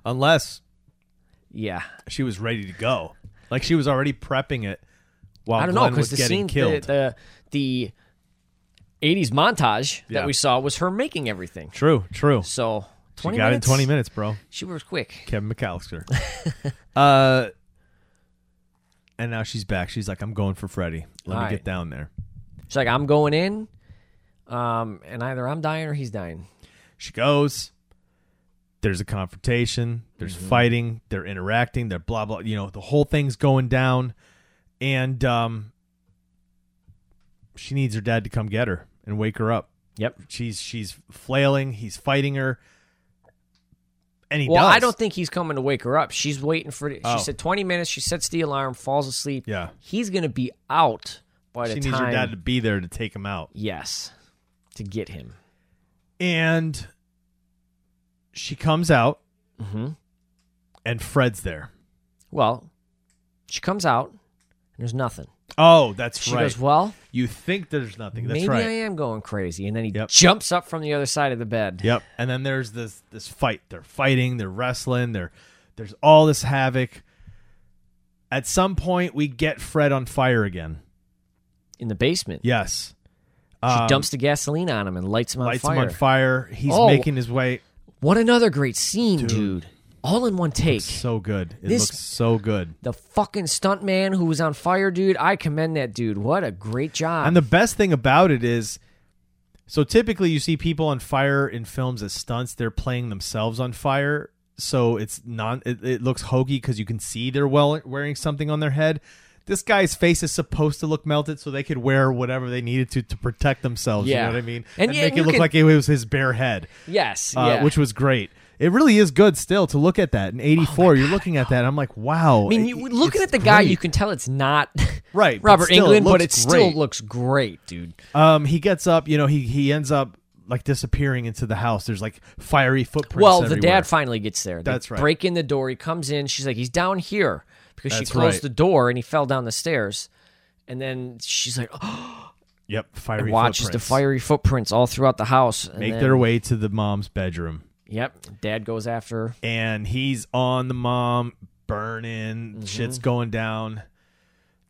[SPEAKER 1] unless
[SPEAKER 2] Yeah.
[SPEAKER 1] she was ready to go, like she was already prepping it while
[SPEAKER 2] I don't know
[SPEAKER 1] Glenn
[SPEAKER 2] because
[SPEAKER 1] was
[SPEAKER 2] the
[SPEAKER 1] getting
[SPEAKER 2] scene
[SPEAKER 1] killed.
[SPEAKER 2] the the, the 80s montage
[SPEAKER 1] Yeah.
[SPEAKER 2] that we saw was her making everything.
[SPEAKER 1] true, true.
[SPEAKER 2] So
[SPEAKER 1] She
[SPEAKER 2] 20
[SPEAKER 1] got
[SPEAKER 2] minutes?
[SPEAKER 1] in 20 minutes, bro.
[SPEAKER 2] She was quick.
[SPEAKER 1] Kevin McAllister. uh, and now she's back. She's like, I'm going for Freddy. Let me
[SPEAKER 2] All right.
[SPEAKER 1] get down there.
[SPEAKER 2] She's like, I'm going in, um, and either I'm dying or he's dying.
[SPEAKER 1] She goes. There's a confrontation. There's
[SPEAKER 2] Mm-hmm.
[SPEAKER 1] fighting. They're interacting. They're blah blah. You know, the whole thing's going down, and um, she needs her dad to come get her and wake her up.
[SPEAKER 2] Yep.
[SPEAKER 1] She's she's flailing. He's fighting her, and he
[SPEAKER 2] well,
[SPEAKER 1] does.
[SPEAKER 2] I don't think he's coming to wake her up. She's waiting for. She
[SPEAKER 1] Oh.
[SPEAKER 2] said 20 minutes. She sets the alarm, falls asleep.
[SPEAKER 1] Yeah.
[SPEAKER 2] He's gonna be out by
[SPEAKER 1] she
[SPEAKER 2] the
[SPEAKER 1] needs
[SPEAKER 2] time.
[SPEAKER 1] her dad to be there to take him out.
[SPEAKER 2] Yes, to get him.
[SPEAKER 1] and she comes out
[SPEAKER 2] Mhm.
[SPEAKER 1] and fred's there
[SPEAKER 2] Well, she comes out and there's nothing.
[SPEAKER 1] oh that's
[SPEAKER 2] She
[SPEAKER 1] right
[SPEAKER 2] goes, well,
[SPEAKER 1] you think there's nothing that's
[SPEAKER 2] maybe
[SPEAKER 1] right
[SPEAKER 2] I am going crazy, and then he
[SPEAKER 1] Yep.
[SPEAKER 2] jumps up from the other side of the bed.
[SPEAKER 1] yep and then there's this this fight they're fighting they're wrestling they're there's all this havoc at some point we get fred on fire again
[SPEAKER 2] in the basement.
[SPEAKER 1] yes
[SPEAKER 2] She dumps the gasoline on him and lights him on
[SPEAKER 1] Um, lights
[SPEAKER 2] fire.
[SPEAKER 1] him on fire he's
[SPEAKER 2] Oh.
[SPEAKER 1] making his way
[SPEAKER 2] What another great scene, dude!
[SPEAKER 1] Dude.
[SPEAKER 2] All in one take.
[SPEAKER 1] so good it
[SPEAKER 2] This-
[SPEAKER 1] looks so good
[SPEAKER 2] the fucking stunt man who was on fire, dude. I commend that dude. What a great job.
[SPEAKER 1] And the best thing about it is, so typically you see people on fire in films as stunts. They're playing themselves on fire, so it's non. It, it looks hokey because you can see they're well wearing something on their head. This guy's face is supposed to look melted, so they could wear whatever they needed to to protect themselves.
[SPEAKER 2] Yeah.
[SPEAKER 1] You know what I mean?
[SPEAKER 2] And
[SPEAKER 1] And,
[SPEAKER 2] yeah,
[SPEAKER 1] make
[SPEAKER 2] you
[SPEAKER 1] it look
[SPEAKER 2] can-
[SPEAKER 1] like it was his bare head,
[SPEAKER 2] yes,
[SPEAKER 1] uh,
[SPEAKER 2] yeah.
[SPEAKER 1] which was great. It really is good still to look at that in '84. you're looking at that, and I'm like, wow.
[SPEAKER 2] Oh I mean,
[SPEAKER 1] it-
[SPEAKER 2] you, looking
[SPEAKER 1] it's
[SPEAKER 2] at the guy,
[SPEAKER 1] great.
[SPEAKER 2] you can tell it's not
[SPEAKER 1] Right, but
[SPEAKER 2] Robert
[SPEAKER 1] still, it
[SPEAKER 2] England, but
[SPEAKER 1] looks
[SPEAKER 2] it still
[SPEAKER 1] great.
[SPEAKER 2] looks great, dude.
[SPEAKER 1] Um, he gets up. You know, he he ends up like disappearing into the house. There's like fiery footprints.
[SPEAKER 2] well, the
[SPEAKER 1] everywhere.
[SPEAKER 2] dad finally gets there. They
[SPEAKER 1] That's right.
[SPEAKER 2] Break in the door. He comes in. She's like, he's down here because
[SPEAKER 1] That's
[SPEAKER 2] she closed
[SPEAKER 1] right.
[SPEAKER 2] the door and he fell down the stairs. And then she's like, oh,
[SPEAKER 1] yep, fiery
[SPEAKER 2] and watches
[SPEAKER 1] footprints.
[SPEAKER 2] the fiery footprints all throughout the house. and
[SPEAKER 1] make
[SPEAKER 2] then-
[SPEAKER 1] their way to the mom's bedroom,
[SPEAKER 2] Yep. Dad goes after her.
[SPEAKER 1] and he's on the mom, burning.
[SPEAKER 2] Mm-hmm.
[SPEAKER 1] Shit's going down.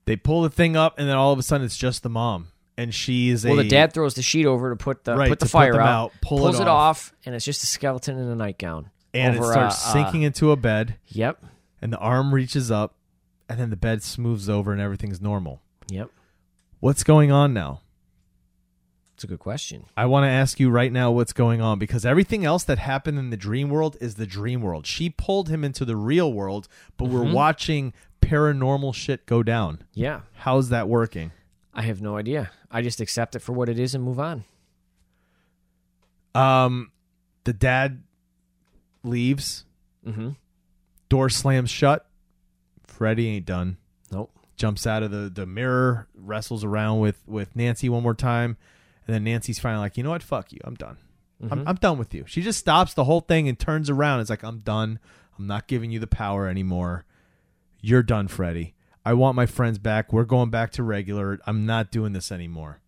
[SPEAKER 1] They pull the thing up, and then all of a sudden, it's just the mom, and she's
[SPEAKER 2] Well,
[SPEAKER 1] a
[SPEAKER 2] the dad throws the sheet over to put the
[SPEAKER 1] Right,
[SPEAKER 2] put the
[SPEAKER 1] to put
[SPEAKER 2] fire
[SPEAKER 1] them
[SPEAKER 2] out,
[SPEAKER 1] out, pull it
[SPEAKER 2] pulls it off.
[SPEAKER 1] off.
[SPEAKER 2] and it's just a skeleton in a nightgown.
[SPEAKER 1] and
[SPEAKER 2] over uh,
[SPEAKER 1] it
[SPEAKER 2] a-
[SPEAKER 1] starts
[SPEAKER 2] a-
[SPEAKER 1] sinking into a bed,
[SPEAKER 2] Yep,
[SPEAKER 1] and the arm reaches up, and then the bed smooths over, and everything's normal.
[SPEAKER 2] yep.
[SPEAKER 1] What's going on now?
[SPEAKER 2] It's a good question.
[SPEAKER 1] I want to ask you right now what's going on because everything else that happened in the dream world is the dream world. She pulled him into the real world, but we're watching paranormal shit go down.
[SPEAKER 2] Yeah,
[SPEAKER 1] How's that working?
[SPEAKER 2] I have no idea. I just accept it for what it is and move on.
[SPEAKER 1] Um the dad leaves,
[SPEAKER 2] Mm-hmm.
[SPEAKER 1] door slams shut. Freddy ain't done.
[SPEAKER 2] Nope.
[SPEAKER 1] Jumps out of the the mirror, wrestles around with with Nancy one more time, and then Nancy's finally like, "You know what? Fuck you. I'm done." I'm, I'm done with you. She just stops the whole thing and turns around. It's like, I'm done. I'm not giving you the power anymore. You're done, Freddy. I want my friends back. We're going back to regular. I'm not doing this anymore.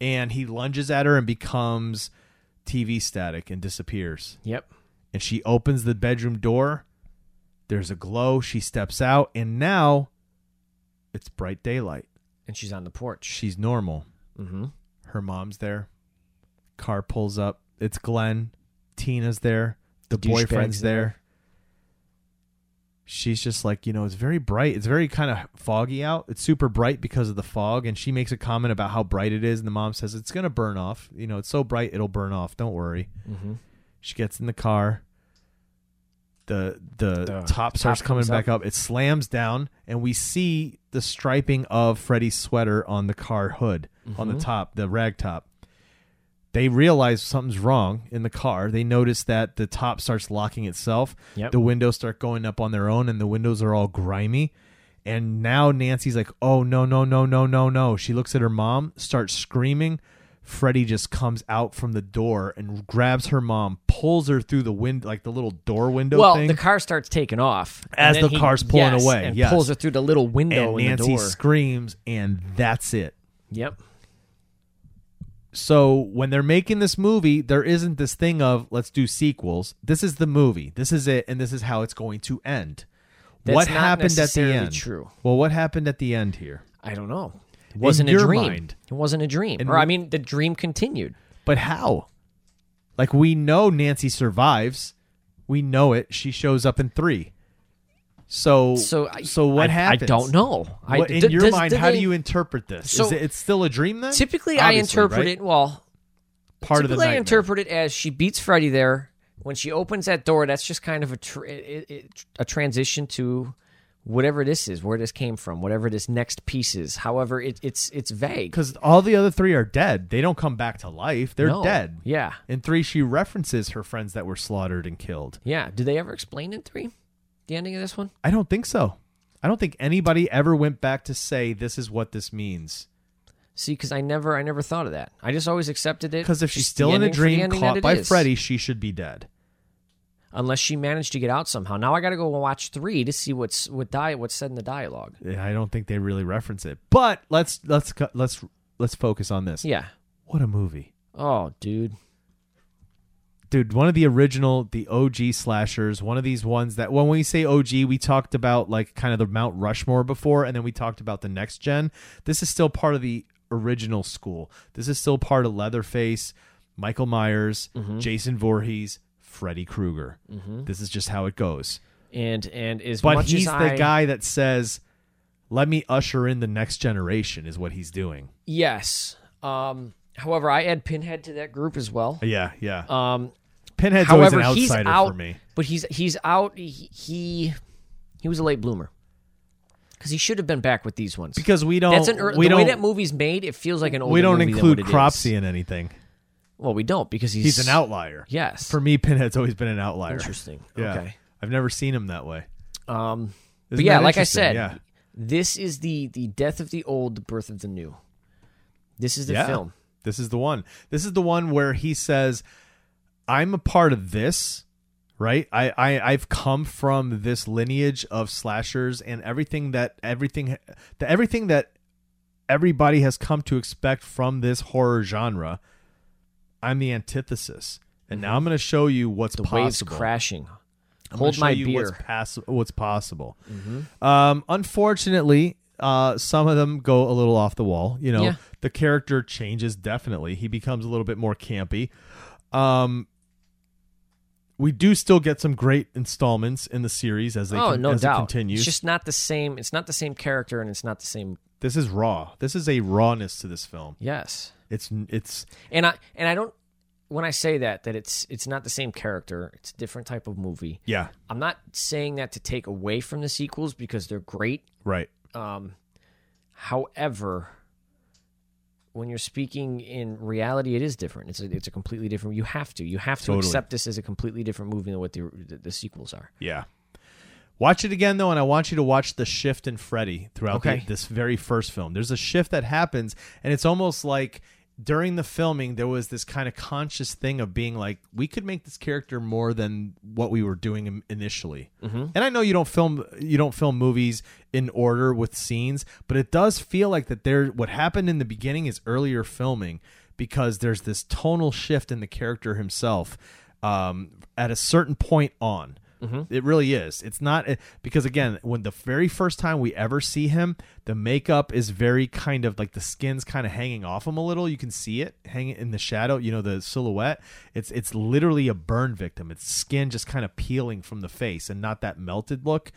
[SPEAKER 1] And he lunges at her and becomes TV static and disappears.
[SPEAKER 2] Yep.
[SPEAKER 1] And she opens the bedroom door. There's a glow. She steps out. And now it's bright daylight.
[SPEAKER 2] And she's on the porch.
[SPEAKER 1] She's normal.
[SPEAKER 2] Mm-hmm.
[SPEAKER 1] Her mom's there. Car pulls up. It's Glenn. Tina's there. The,
[SPEAKER 2] The douchebag's
[SPEAKER 1] boyfriend's there.
[SPEAKER 2] there.
[SPEAKER 1] She's just like, you know, it's very bright. It's very kind of foggy out. It's super bright because of the fog. And she makes a comment about how bright it is. And the mom says, it's going to burn off. You know, it's so bright, it'll burn off. Don't worry.
[SPEAKER 2] Mm-hmm.
[SPEAKER 1] She gets in the car. The, the
[SPEAKER 2] The
[SPEAKER 1] top starts
[SPEAKER 2] top
[SPEAKER 1] coming
[SPEAKER 2] comes
[SPEAKER 1] back up. It slams down, and we see the striping of Freddy's sweater on the car hood, on the top, the rag top. They realize something's wrong in the car. They notice that the top starts locking itself.
[SPEAKER 2] Yep.
[SPEAKER 1] The windows start going up on their own, and the windows are all grimy. And now Nancy's like, oh, no, no, no, no, no, no. She looks at her mom, starts screaming. Freddy just comes out from the door and grabs her mom, pulls her through the window, like the little door window
[SPEAKER 2] well,
[SPEAKER 1] thing.
[SPEAKER 2] the car starts taking off and
[SPEAKER 1] As
[SPEAKER 2] then
[SPEAKER 1] the
[SPEAKER 2] he-
[SPEAKER 1] car's pulling
[SPEAKER 2] yes,
[SPEAKER 1] away,
[SPEAKER 2] and
[SPEAKER 1] yes.
[SPEAKER 2] pulls her through the little window
[SPEAKER 1] and
[SPEAKER 2] in
[SPEAKER 1] Nancy
[SPEAKER 2] the door.
[SPEAKER 1] screams, and that's it.
[SPEAKER 2] Yep.
[SPEAKER 1] So when they're making this movie, there isn't this thing of let's do sequels. This is the movie. This is it, and this is how it's going to end.
[SPEAKER 2] That's
[SPEAKER 1] what
[SPEAKER 2] not
[SPEAKER 1] happened at the
[SPEAKER 2] necessarily
[SPEAKER 1] end?
[SPEAKER 2] true.
[SPEAKER 1] Well, what happened at the end here?
[SPEAKER 2] I don't know. It wasn't a
[SPEAKER 1] your
[SPEAKER 2] dream.
[SPEAKER 1] mind.
[SPEAKER 2] It wasn't a dream.
[SPEAKER 1] In
[SPEAKER 2] or I
[SPEAKER 1] wh-
[SPEAKER 2] mean, the dream continued.
[SPEAKER 1] But how? Like we know Nancy survives. We know it. She shows up in three. So
[SPEAKER 2] So
[SPEAKER 1] so,
[SPEAKER 2] I-
[SPEAKER 1] what
[SPEAKER 2] I- I
[SPEAKER 1] happens?
[SPEAKER 2] don't know. I-
[SPEAKER 1] What- in
[SPEAKER 2] d-
[SPEAKER 1] your
[SPEAKER 2] does-
[SPEAKER 1] mind,
[SPEAKER 2] do
[SPEAKER 1] how
[SPEAKER 2] they-
[SPEAKER 1] do you interpret this?
[SPEAKER 2] So-
[SPEAKER 1] Is it, it's still a dream then?
[SPEAKER 2] Typically, I
[SPEAKER 1] Obviously,
[SPEAKER 2] interpret
[SPEAKER 1] right?
[SPEAKER 2] it well.
[SPEAKER 1] part of the
[SPEAKER 2] typically I
[SPEAKER 1] nightmare.
[SPEAKER 2] interpret it as she beats Freddy there. When she opens that door, that's just kind of a tr- it, it, a transition to whatever this is, where this came from, whatever this next piece is. However, it, it's it's vague.
[SPEAKER 1] because all the other three are dead. They don't come back to life. They're
[SPEAKER 2] No.
[SPEAKER 1] dead.
[SPEAKER 2] Yeah,
[SPEAKER 1] In three, she references her friends that were slaughtered and killed.
[SPEAKER 2] yeah. Do they ever explain in three the ending of this one?
[SPEAKER 1] I don't think so. I don't think anybody ever went back to say this is what this means.
[SPEAKER 2] See, because I never I never thought of that. I just always accepted it.
[SPEAKER 1] Because if she's
[SPEAKER 2] It's the
[SPEAKER 1] still in a
[SPEAKER 2] ending for the
[SPEAKER 1] dream
[SPEAKER 2] ending that
[SPEAKER 1] caught
[SPEAKER 2] it
[SPEAKER 1] by
[SPEAKER 2] is.
[SPEAKER 1] Freddy, she should be dead.
[SPEAKER 2] unless she managed to get out somehow. Now I got to go watch three to see what's what di- what's said in the dialogue.
[SPEAKER 1] Yeah, I don't think they really reference it. But let's let's cu- let's let's focus on this.
[SPEAKER 2] Yeah.
[SPEAKER 1] What a movie,
[SPEAKER 2] Oh, dude.
[SPEAKER 1] dude! One of the original, the OG slashers. One of these ones that when we say OG, we talked about like kind of the Mount Rushmore before, and then we talked about the next gen. This is still part of the original school. This is still part of Leatherface, Michael Myers,
[SPEAKER 2] Mm-hmm.
[SPEAKER 1] Jason Voorhees, Freddy Krueger. This is just how it goes.
[SPEAKER 2] And and as
[SPEAKER 1] But
[SPEAKER 2] Mm-hmm. much
[SPEAKER 1] he's
[SPEAKER 2] as
[SPEAKER 1] the
[SPEAKER 2] I,
[SPEAKER 1] guy that says, "Let me usher in the next generation," is what he's doing.
[SPEAKER 2] Yes. Um, however, I add Pinhead to that group as well.
[SPEAKER 1] Yeah, yeah.
[SPEAKER 2] Um,
[SPEAKER 1] Pinhead's
[SPEAKER 2] however,
[SPEAKER 1] always an
[SPEAKER 2] he's
[SPEAKER 1] outsider
[SPEAKER 2] out
[SPEAKER 1] for me.
[SPEAKER 2] but he's he's out. He he, he was a late bloomer because he should have been back with these ones.
[SPEAKER 1] Because we don't
[SPEAKER 2] that's an ear-
[SPEAKER 1] Oh, we
[SPEAKER 2] the
[SPEAKER 1] don't
[SPEAKER 2] way that movie's made. It feels like an older
[SPEAKER 1] we don't
[SPEAKER 2] movie than
[SPEAKER 1] include
[SPEAKER 2] what it is.
[SPEAKER 1] Cropsy in anything.
[SPEAKER 2] Well, we don't because he's
[SPEAKER 1] He's an outlier.
[SPEAKER 2] Yes.
[SPEAKER 1] For me, Pinhead's always been an outlier.
[SPEAKER 2] Interesting.
[SPEAKER 1] Yeah.
[SPEAKER 2] Okay.
[SPEAKER 1] I've never seen him that way.
[SPEAKER 2] Um, but
[SPEAKER 1] Isn't
[SPEAKER 2] yeah,
[SPEAKER 1] that
[SPEAKER 2] like I
[SPEAKER 1] interesting?
[SPEAKER 2] said,
[SPEAKER 1] Yeah.
[SPEAKER 2] this is the the death of the old, the birth of the new. This is the
[SPEAKER 1] yeah.
[SPEAKER 2] film.
[SPEAKER 1] This is the one. This is the one where he says, "I'm a part of this." Right? I, I I've come from this lineage of slashers and everything that everything the everything that everybody has come to expect from this horror genre. I'm the antithesis. And now I'm going to show you what's
[SPEAKER 2] The
[SPEAKER 1] possible.
[SPEAKER 2] waves crashing.
[SPEAKER 1] I'm gonna
[SPEAKER 2] Hold
[SPEAKER 1] show
[SPEAKER 2] my
[SPEAKER 1] you
[SPEAKER 2] beer. Mm-hmm.
[SPEAKER 1] What's, pass- what's possible? Um, unfortunately, uh, some of them go a little off the wall. You know,
[SPEAKER 2] Yeah.
[SPEAKER 1] the character changes definitely. He becomes a little bit more campy. Um, we do still get some great installments in the series as they
[SPEAKER 2] oh,
[SPEAKER 1] con-
[SPEAKER 2] no
[SPEAKER 1] as
[SPEAKER 2] doubt.
[SPEAKER 1] it continues.
[SPEAKER 2] It's just not the same. It's not the same character, and it's not the same.
[SPEAKER 1] this is raw. This is a rawness to this film.
[SPEAKER 2] Yes,
[SPEAKER 1] It's it's
[SPEAKER 2] and I and I don't. When I say that, that it's it's not the same character. It's a different type of movie.
[SPEAKER 1] yeah
[SPEAKER 2] I'm not saying that to take away from the sequels because they're great.
[SPEAKER 1] right.
[SPEAKER 2] Um, however, when you're speaking in reality, it is different. It's a, it's a completely different. You have to. You have to
[SPEAKER 1] Totally.
[SPEAKER 2] accept this as a completely different movie than what the the, the sequels are.
[SPEAKER 1] Yeah. Watch it again though, and I want you to watch the shift in Freddy throughout the-
[SPEAKER 2] Okay.
[SPEAKER 1] this very first film. There's a shift that happens, and it's almost like during the filming there was this kind of conscious thing of being like, we could make this character more than what we were doing im- initially. And I know you don't film you don't film movies in order with scenes, but it does feel like that there what happened in the beginning is earlier filming because there's this tonal shift in the character himself um, at a certain point on. It really is. It's not it- because again, when the very first time we ever see him, the makeup is very kind of like the skin's kind of hanging off him a little. You can see it hanging in the shadow, you know, the silhouette. It's it's literally a burn victim. It's skin just kind of peeling from the face and not that melted look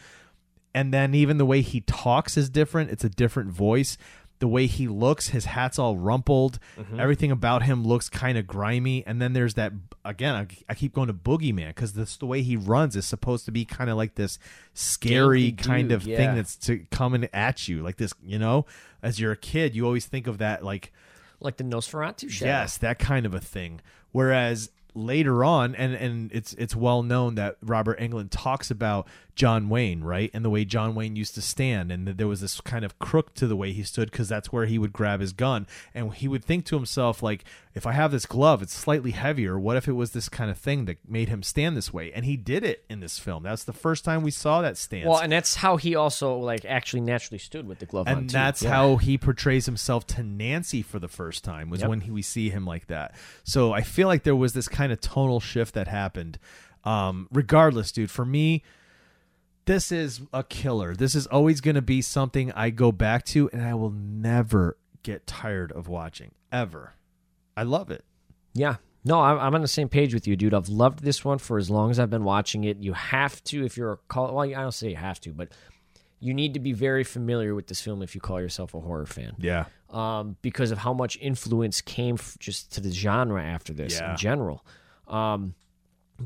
[SPEAKER 1] and then even the way he talks is different it's a different voice the way he looks his hat's all rumpled
[SPEAKER 2] Mm-hmm.
[SPEAKER 1] everything about him looks kind of grimy and then there's that again i, I keep going to boogeyman because that's the way he runs is supposed to be kind of like this scary
[SPEAKER 2] Gangly
[SPEAKER 1] kind
[SPEAKER 2] dude,
[SPEAKER 1] of
[SPEAKER 2] yeah.
[SPEAKER 1] thing that's to coming at you like this you know as you're a kid you always think of that like
[SPEAKER 2] Like the Nosferatu shadow.
[SPEAKER 1] Yes, that kind of a thing. Whereas later on, and and it's it's well known that Robert Englund talks about John Wayne, right, and the way John Wayne used to stand, and that there was this kind of crook to the way he stood because that's where he would grab his gun, and he would think to himself like, if I have this glove, it's slightly heavier. What if it was this kind of thing that made him stand this way? And he did it in this film. That's the first time we saw that stance.
[SPEAKER 2] Well, and that's how he also like actually naturally stood with the glove on.
[SPEAKER 1] and
[SPEAKER 2] too.
[SPEAKER 1] that's
[SPEAKER 2] Yeah.
[SPEAKER 1] how he portrays himself to Nancy for the first time was
[SPEAKER 2] Yep.
[SPEAKER 1] when he, we see him like that. So I feel like there was this kind of tonal shift that happened. Um, regardless, dude, for me, this is a killer. This is always going to be something I go back to, and I will never get tired of watching ever. I love it.
[SPEAKER 2] Yeah, No, I'm, I'm on the same page with you, dude. I've loved this one for as long as I've been watching it. You have to, if you're a call, well, I don't say you have to, but you need to be very familiar with this film if you call yourself a horror fan,
[SPEAKER 1] Yeah.
[SPEAKER 2] um, because of how much influence came f- just to the genre after this
[SPEAKER 1] Yeah.
[SPEAKER 2] in general. Um,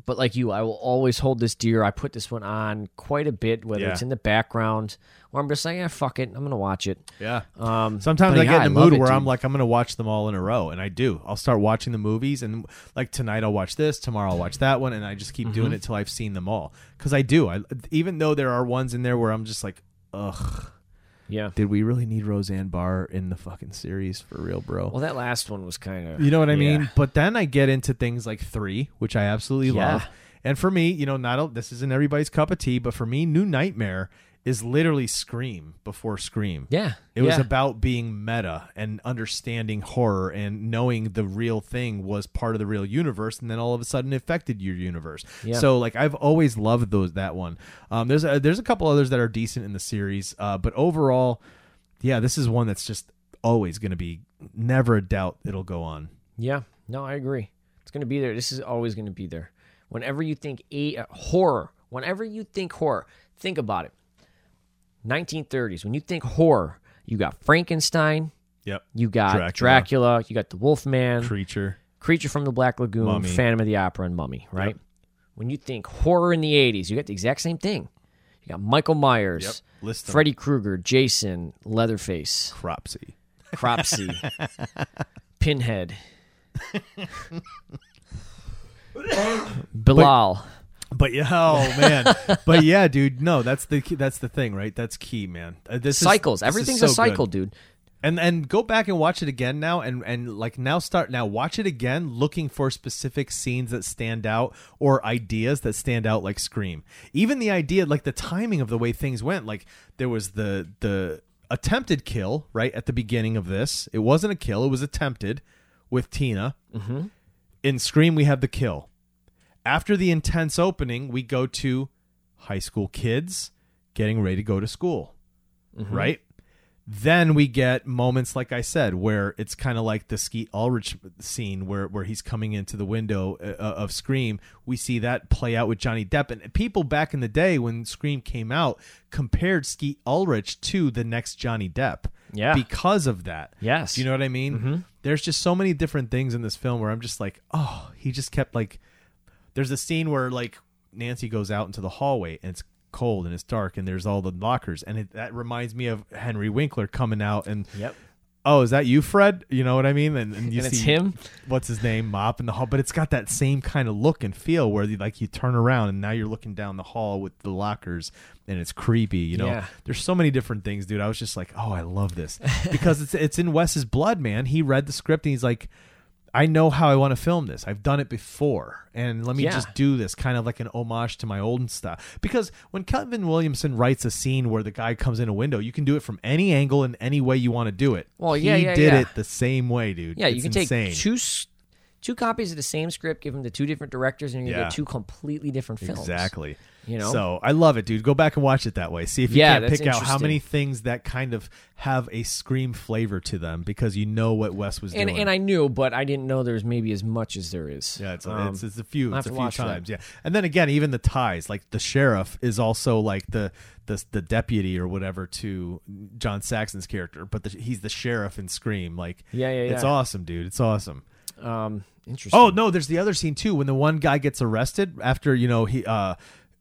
[SPEAKER 2] but like you, I will always hold this dear. I put this one on quite a bit, whether
[SPEAKER 1] Yeah.
[SPEAKER 2] it's in the background or I'm just like, yeah, fuck it, I'm gonna watch it.
[SPEAKER 1] Yeah.
[SPEAKER 2] Um,
[SPEAKER 1] Sometimes
[SPEAKER 2] but
[SPEAKER 1] I
[SPEAKER 2] yeah,
[SPEAKER 1] get in the
[SPEAKER 2] love
[SPEAKER 1] mood
[SPEAKER 2] it,
[SPEAKER 1] where
[SPEAKER 2] dude.
[SPEAKER 1] I'm like, I'm going to watch them all in a row. And I do. I'll start watching the movies. And like tonight, I'll watch this. Tomorrow, I'll watch that one. And I just keep doing it till I've seen them all. Because I do. I, even though there are ones in there where I'm just like, ugh,
[SPEAKER 2] yeah.
[SPEAKER 1] did we really need Roseanne Barr in the fucking series for real, bro?
[SPEAKER 2] Well, that last one was kind of,
[SPEAKER 1] You know what I mean?
[SPEAKER 2] Yeah.
[SPEAKER 1] But then I get into things like three, which I absolutely
[SPEAKER 2] Yeah.
[SPEAKER 1] love. And for me, you know, not a, this isn't everybody's cup of tea, but for me, New Nightmare is literally Scream before Scream.
[SPEAKER 2] Yeah,
[SPEAKER 1] It was
[SPEAKER 2] yeah.
[SPEAKER 1] about being meta and understanding horror and knowing the real thing was part of the real universe, and then all of a sudden affected your universe.
[SPEAKER 2] Yeah.
[SPEAKER 1] So like I've always loved those that one. Um, there's a, there's a couple others that are decent in the series, uh, but overall, yeah, this is one that's just always going to be never a doubt it'll go on.
[SPEAKER 2] Yeah, no, I agree. It's going to be there. This is always going to be there. Whenever you think a uh, horror, whenever you think horror, think about it. 1930s. When you think horror, you got Frankenstein,
[SPEAKER 1] Yep.
[SPEAKER 2] you got Dracula,
[SPEAKER 1] Dracula.
[SPEAKER 2] you got the Wolfman,
[SPEAKER 1] Creature.
[SPEAKER 2] Creature from the Black Lagoon,
[SPEAKER 1] Mummy.
[SPEAKER 2] Phantom of the Opera, and Mummy. Right. When you think horror in the 80s, you got the exact same thing. You got Michael Myers,
[SPEAKER 1] Yep. List 'em.
[SPEAKER 2] Freddy Krueger, Jason, Leatherface,
[SPEAKER 1] Cropsy.
[SPEAKER 2] Cropsy, Pinhead, Bilal.
[SPEAKER 1] But yeah, oh man. but yeah, dude. No, that's the key- that's the thing, right? That's key, man. Uh, This is-
[SPEAKER 2] cycles.
[SPEAKER 1] this is
[SPEAKER 2] Everything's
[SPEAKER 1] so
[SPEAKER 2] a cycle,
[SPEAKER 1] good.
[SPEAKER 2] dude.
[SPEAKER 1] And and go back and watch it again now, and and like now start now watch it again, looking for specific scenes that stand out or ideas that stand out, like Scream. Even the idea, like the timing of the way things went, like there was the the attempted kill right at the beginning of this. It wasn't a kill; it was attempted with Tina. In Scream, we have the kill. After the intense opening, we go to high school kids getting ready to go to school,
[SPEAKER 2] Mm-hmm.
[SPEAKER 1] right? Then we get moments like I said, where it's kind of like the Skeet Ulrich scene, where where he's coming into the window uh, of Scream. We see that play out with Johnny Depp, and people back in the day when Scream came out compared Skeet Ulrich to the next Johnny Depp,
[SPEAKER 2] Yeah.
[SPEAKER 1] because of that.
[SPEAKER 2] Yes.
[SPEAKER 1] Do you know what I mean? There's just so many different things in this film where I'm just like, oh, he just kept like. There's a scene where like Nancy goes out into the hallway and it's cold and it's dark and there's all the lockers and it, that reminds me of Henry Winkler coming out and
[SPEAKER 2] Yep.
[SPEAKER 1] oh is that you Fred you know what I mean and, and you
[SPEAKER 2] And
[SPEAKER 1] see
[SPEAKER 2] it's him?
[SPEAKER 1] what's his name mop in the hall but it's got that same kind of look and feel where you, like you turn around and now you're looking down the hall with the lockers and it's creepy you know
[SPEAKER 2] Yeah.
[SPEAKER 1] there's so many different things dude I was just like oh I love this because it's it's in Wes's blood man he read the script and he's like I know how I want to film this. I've done it before, and let me
[SPEAKER 2] Yeah.
[SPEAKER 1] just do this kind of like an homage to my old stuff. Because when Kevin Williamson writes a scene where the guy comes in a window, you can do it from any angle and any way you want to do it.
[SPEAKER 2] Well,
[SPEAKER 1] he
[SPEAKER 2] yeah, yeah,
[SPEAKER 1] did
[SPEAKER 2] yeah.
[SPEAKER 1] it the same way, dude.
[SPEAKER 2] Yeah, you
[SPEAKER 1] It's
[SPEAKER 2] can
[SPEAKER 1] insane.
[SPEAKER 2] take two s- two copies of the same script, give them to two different directors, and you
[SPEAKER 1] Yeah.
[SPEAKER 2] get two completely different films.
[SPEAKER 1] Exactly.
[SPEAKER 2] You know?
[SPEAKER 1] So I love it, dude. Go back and watch it that way. See if you
[SPEAKER 2] Yeah,
[SPEAKER 1] can
[SPEAKER 2] that's
[SPEAKER 1] pick out how many
[SPEAKER 2] interesting.
[SPEAKER 1] things that kind of have a scream flavor to them because you know what Wes was
[SPEAKER 2] And
[SPEAKER 1] doing.
[SPEAKER 2] and I knew, but I didn't know there was maybe as much as there is.
[SPEAKER 1] Yeah, it's,
[SPEAKER 2] Um,
[SPEAKER 1] it's, it's a few,
[SPEAKER 2] I'll
[SPEAKER 1] it's a
[SPEAKER 2] have
[SPEAKER 1] few
[SPEAKER 2] to watch that.
[SPEAKER 1] times. Yeah, and then again, even the ties, like the sheriff is also like the the the deputy or whatever to John Saxon's character, but the, he's the sheriff in Scream. Like,
[SPEAKER 2] Yeah, yeah,
[SPEAKER 1] it's
[SPEAKER 2] yeah.
[SPEAKER 1] awesome, dude. It's awesome.
[SPEAKER 2] Um, interesting.
[SPEAKER 1] Oh no, there's the other scene too when the one guy gets arrested after you know he uh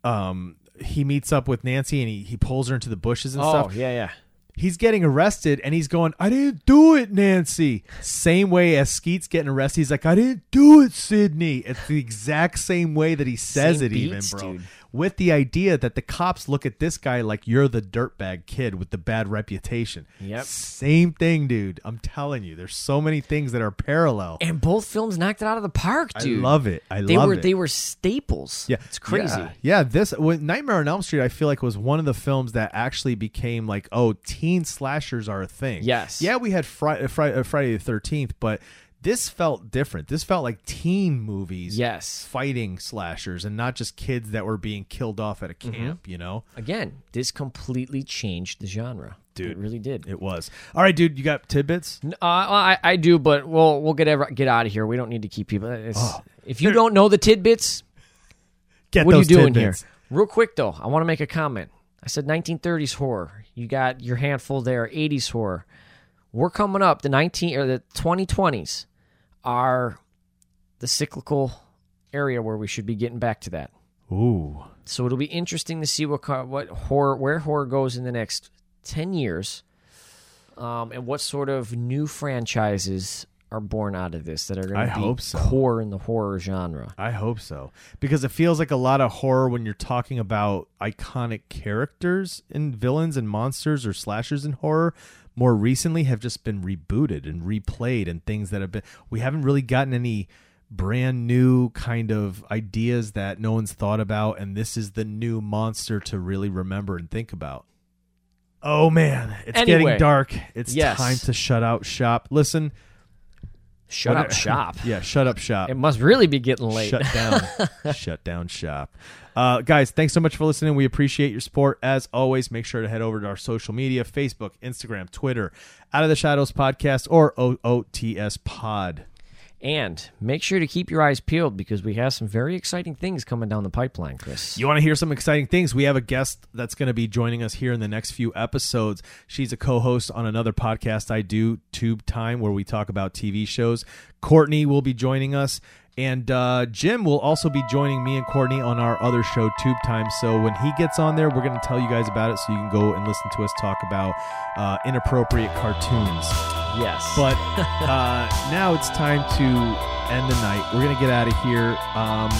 [SPEAKER 1] um he meets up with Nancy and he he pulls her into the bushes and
[SPEAKER 2] oh,
[SPEAKER 1] stuff
[SPEAKER 2] yeah, yeah.
[SPEAKER 1] he's getting arrested and he's going, I didn't do it, Nancy. Same way as Skeet's getting arrested, he's like, I didn't do it, Sydney. It's the exact same way that he says
[SPEAKER 2] Same
[SPEAKER 1] it,
[SPEAKER 2] beats,
[SPEAKER 1] even, bro.
[SPEAKER 2] dude.
[SPEAKER 1] With the idea that the cops look at this guy like you're the dirtbag kid with the bad reputation.
[SPEAKER 2] Yep.
[SPEAKER 1] Same thing, dude. I'm telling you, there's so many things that are parallel.
[SPEAKER 2] And both films knocked it out of the park,
[SPEAKER 1] I
[SPEAKER 2] dude.
[SPEAKER 1] love it. I
[SPEAKER 2] they
[SPEAKER 1] love
[SPEAKER 2] were
[SPEAKER 1] it.
[SPEAKER 2] they were staples.
[SPEAKER 1] Yeah,
[SPEAKER 2] it's crazy.
[SPEAKER 1] Yeah, yeah. this when Nightmare on Elm Street, I feel like was one of the films that actually became like, oh, teen slashers are a thing.
[SPEAKER 2] Yes.
[SPEAKER 1] Yeah, we had Friday, Friday, Friday the Thirteenth, but this felt different. This felt like teen movies.
[SPEAKER 2] Yes.
[SPEAKER 1] Fighting slashers and not just
[SPEAKER 2] Mm-hmm.
[SPEAKER 1] kids that were being killed off at a camp, you know?
[SPEAKER 2] Again, this completely changed the genre.
[SPEAKER 1] dude.
[SPEAKER 2] It really did.
[SPEAKER 1] It was. All right, dude. You got tidbits?
[SPEAKER 2] N- Uh, well, I, I do, but we'll we'll get ever, get out of here. We don't need to keep people. It's,
[SPEAKER 1] Oh.
[SPEAKER 2] if you don't know the tidbits,
[SPEAKER 1] Get
[SPEAKER 2] what are you
[SPEAKER 1] those
[SPEAKER 2] doing
[SPEAKER 1] tidbits.
[SPEAKER 2] here? Real quick though, I want to make a comment. I said 1930s horror. You got your handful there. 80s horror. We're coming up. The 19 or the 2020s are the cyclical area where we should be getting back to that.
[SPEAKER 1] Ooh.
[SPEAKER 2] So it'll be interesting to see what co- what horror where horror goes in the next ten years, um, and what sort of new franchises are born out of this that are
[SPEAKER 1] I
[SPEAKER 2] going to be
[SPEAKER 1] hope so.
[SPEAKER 2] core in the horror genre.
[SPEAKER 1] I hope so. Because it feels like a lot of horror when you're talking about iconic characters and villains and monsters or slashers in horror more recently have just been rebooted and replayed and things that have been we haven't really gotten any brand new kind of ideas that no one's thought about and this is the new monster to really remember and think about. Oh man, it's
[SPEAKER 2] Anyway.
[SPEAKER 1] getting dark. It's
[SPEAKER 2] Yes.
[SPEAKER 1] time to shut out shop. Listen,
[SPEAKER 2] Shut
[SPEAKER 1] what-
[SPEAKER 2] up shop.
[SPEAKER 1] yeah, shut up shop.
[SPEAKER 2] It must really be getting late.
[SPEAKER 1] Shut down. Shut down shop. Uh, guys, thanks so much for listening. We appreciate your support. As always, make sure to head over to our social media Facebook, Instagram, Twitter, Out of the Shadows Podcast, or OOTS Pod.
[SPEAKER 2] and make sure to keep your eyes peeled because we have some very exciting things coming down the pipeline, Chris.
[SPEAKER 1] You want to hear some exciting things? We have a guest that's going to be joining us here in the next few episodes. She's a co host on another podcast I do, Tube Time, where we talk about TV shows. Courtney will be joining us. And uh, Jim will also be joining me and Courtney on our other show, Tube Time. So when he gets on there, we're going to tell you guys about it so you can go and listen to us talk about uh, inappropriate cartoons.
[SPEAKER 2] yes.
[SPEAKER 1] But uh, now it's time to end the night. We're going to get out of here. Um,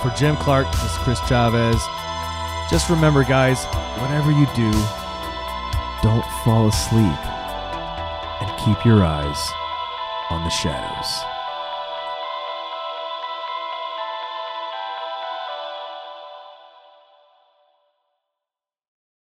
[SPEAKER 1] for Jim Clark, this is Chris Chavez. Just remember, guys, whatever you do, don't fall asleep and keep your eyes on the shadows.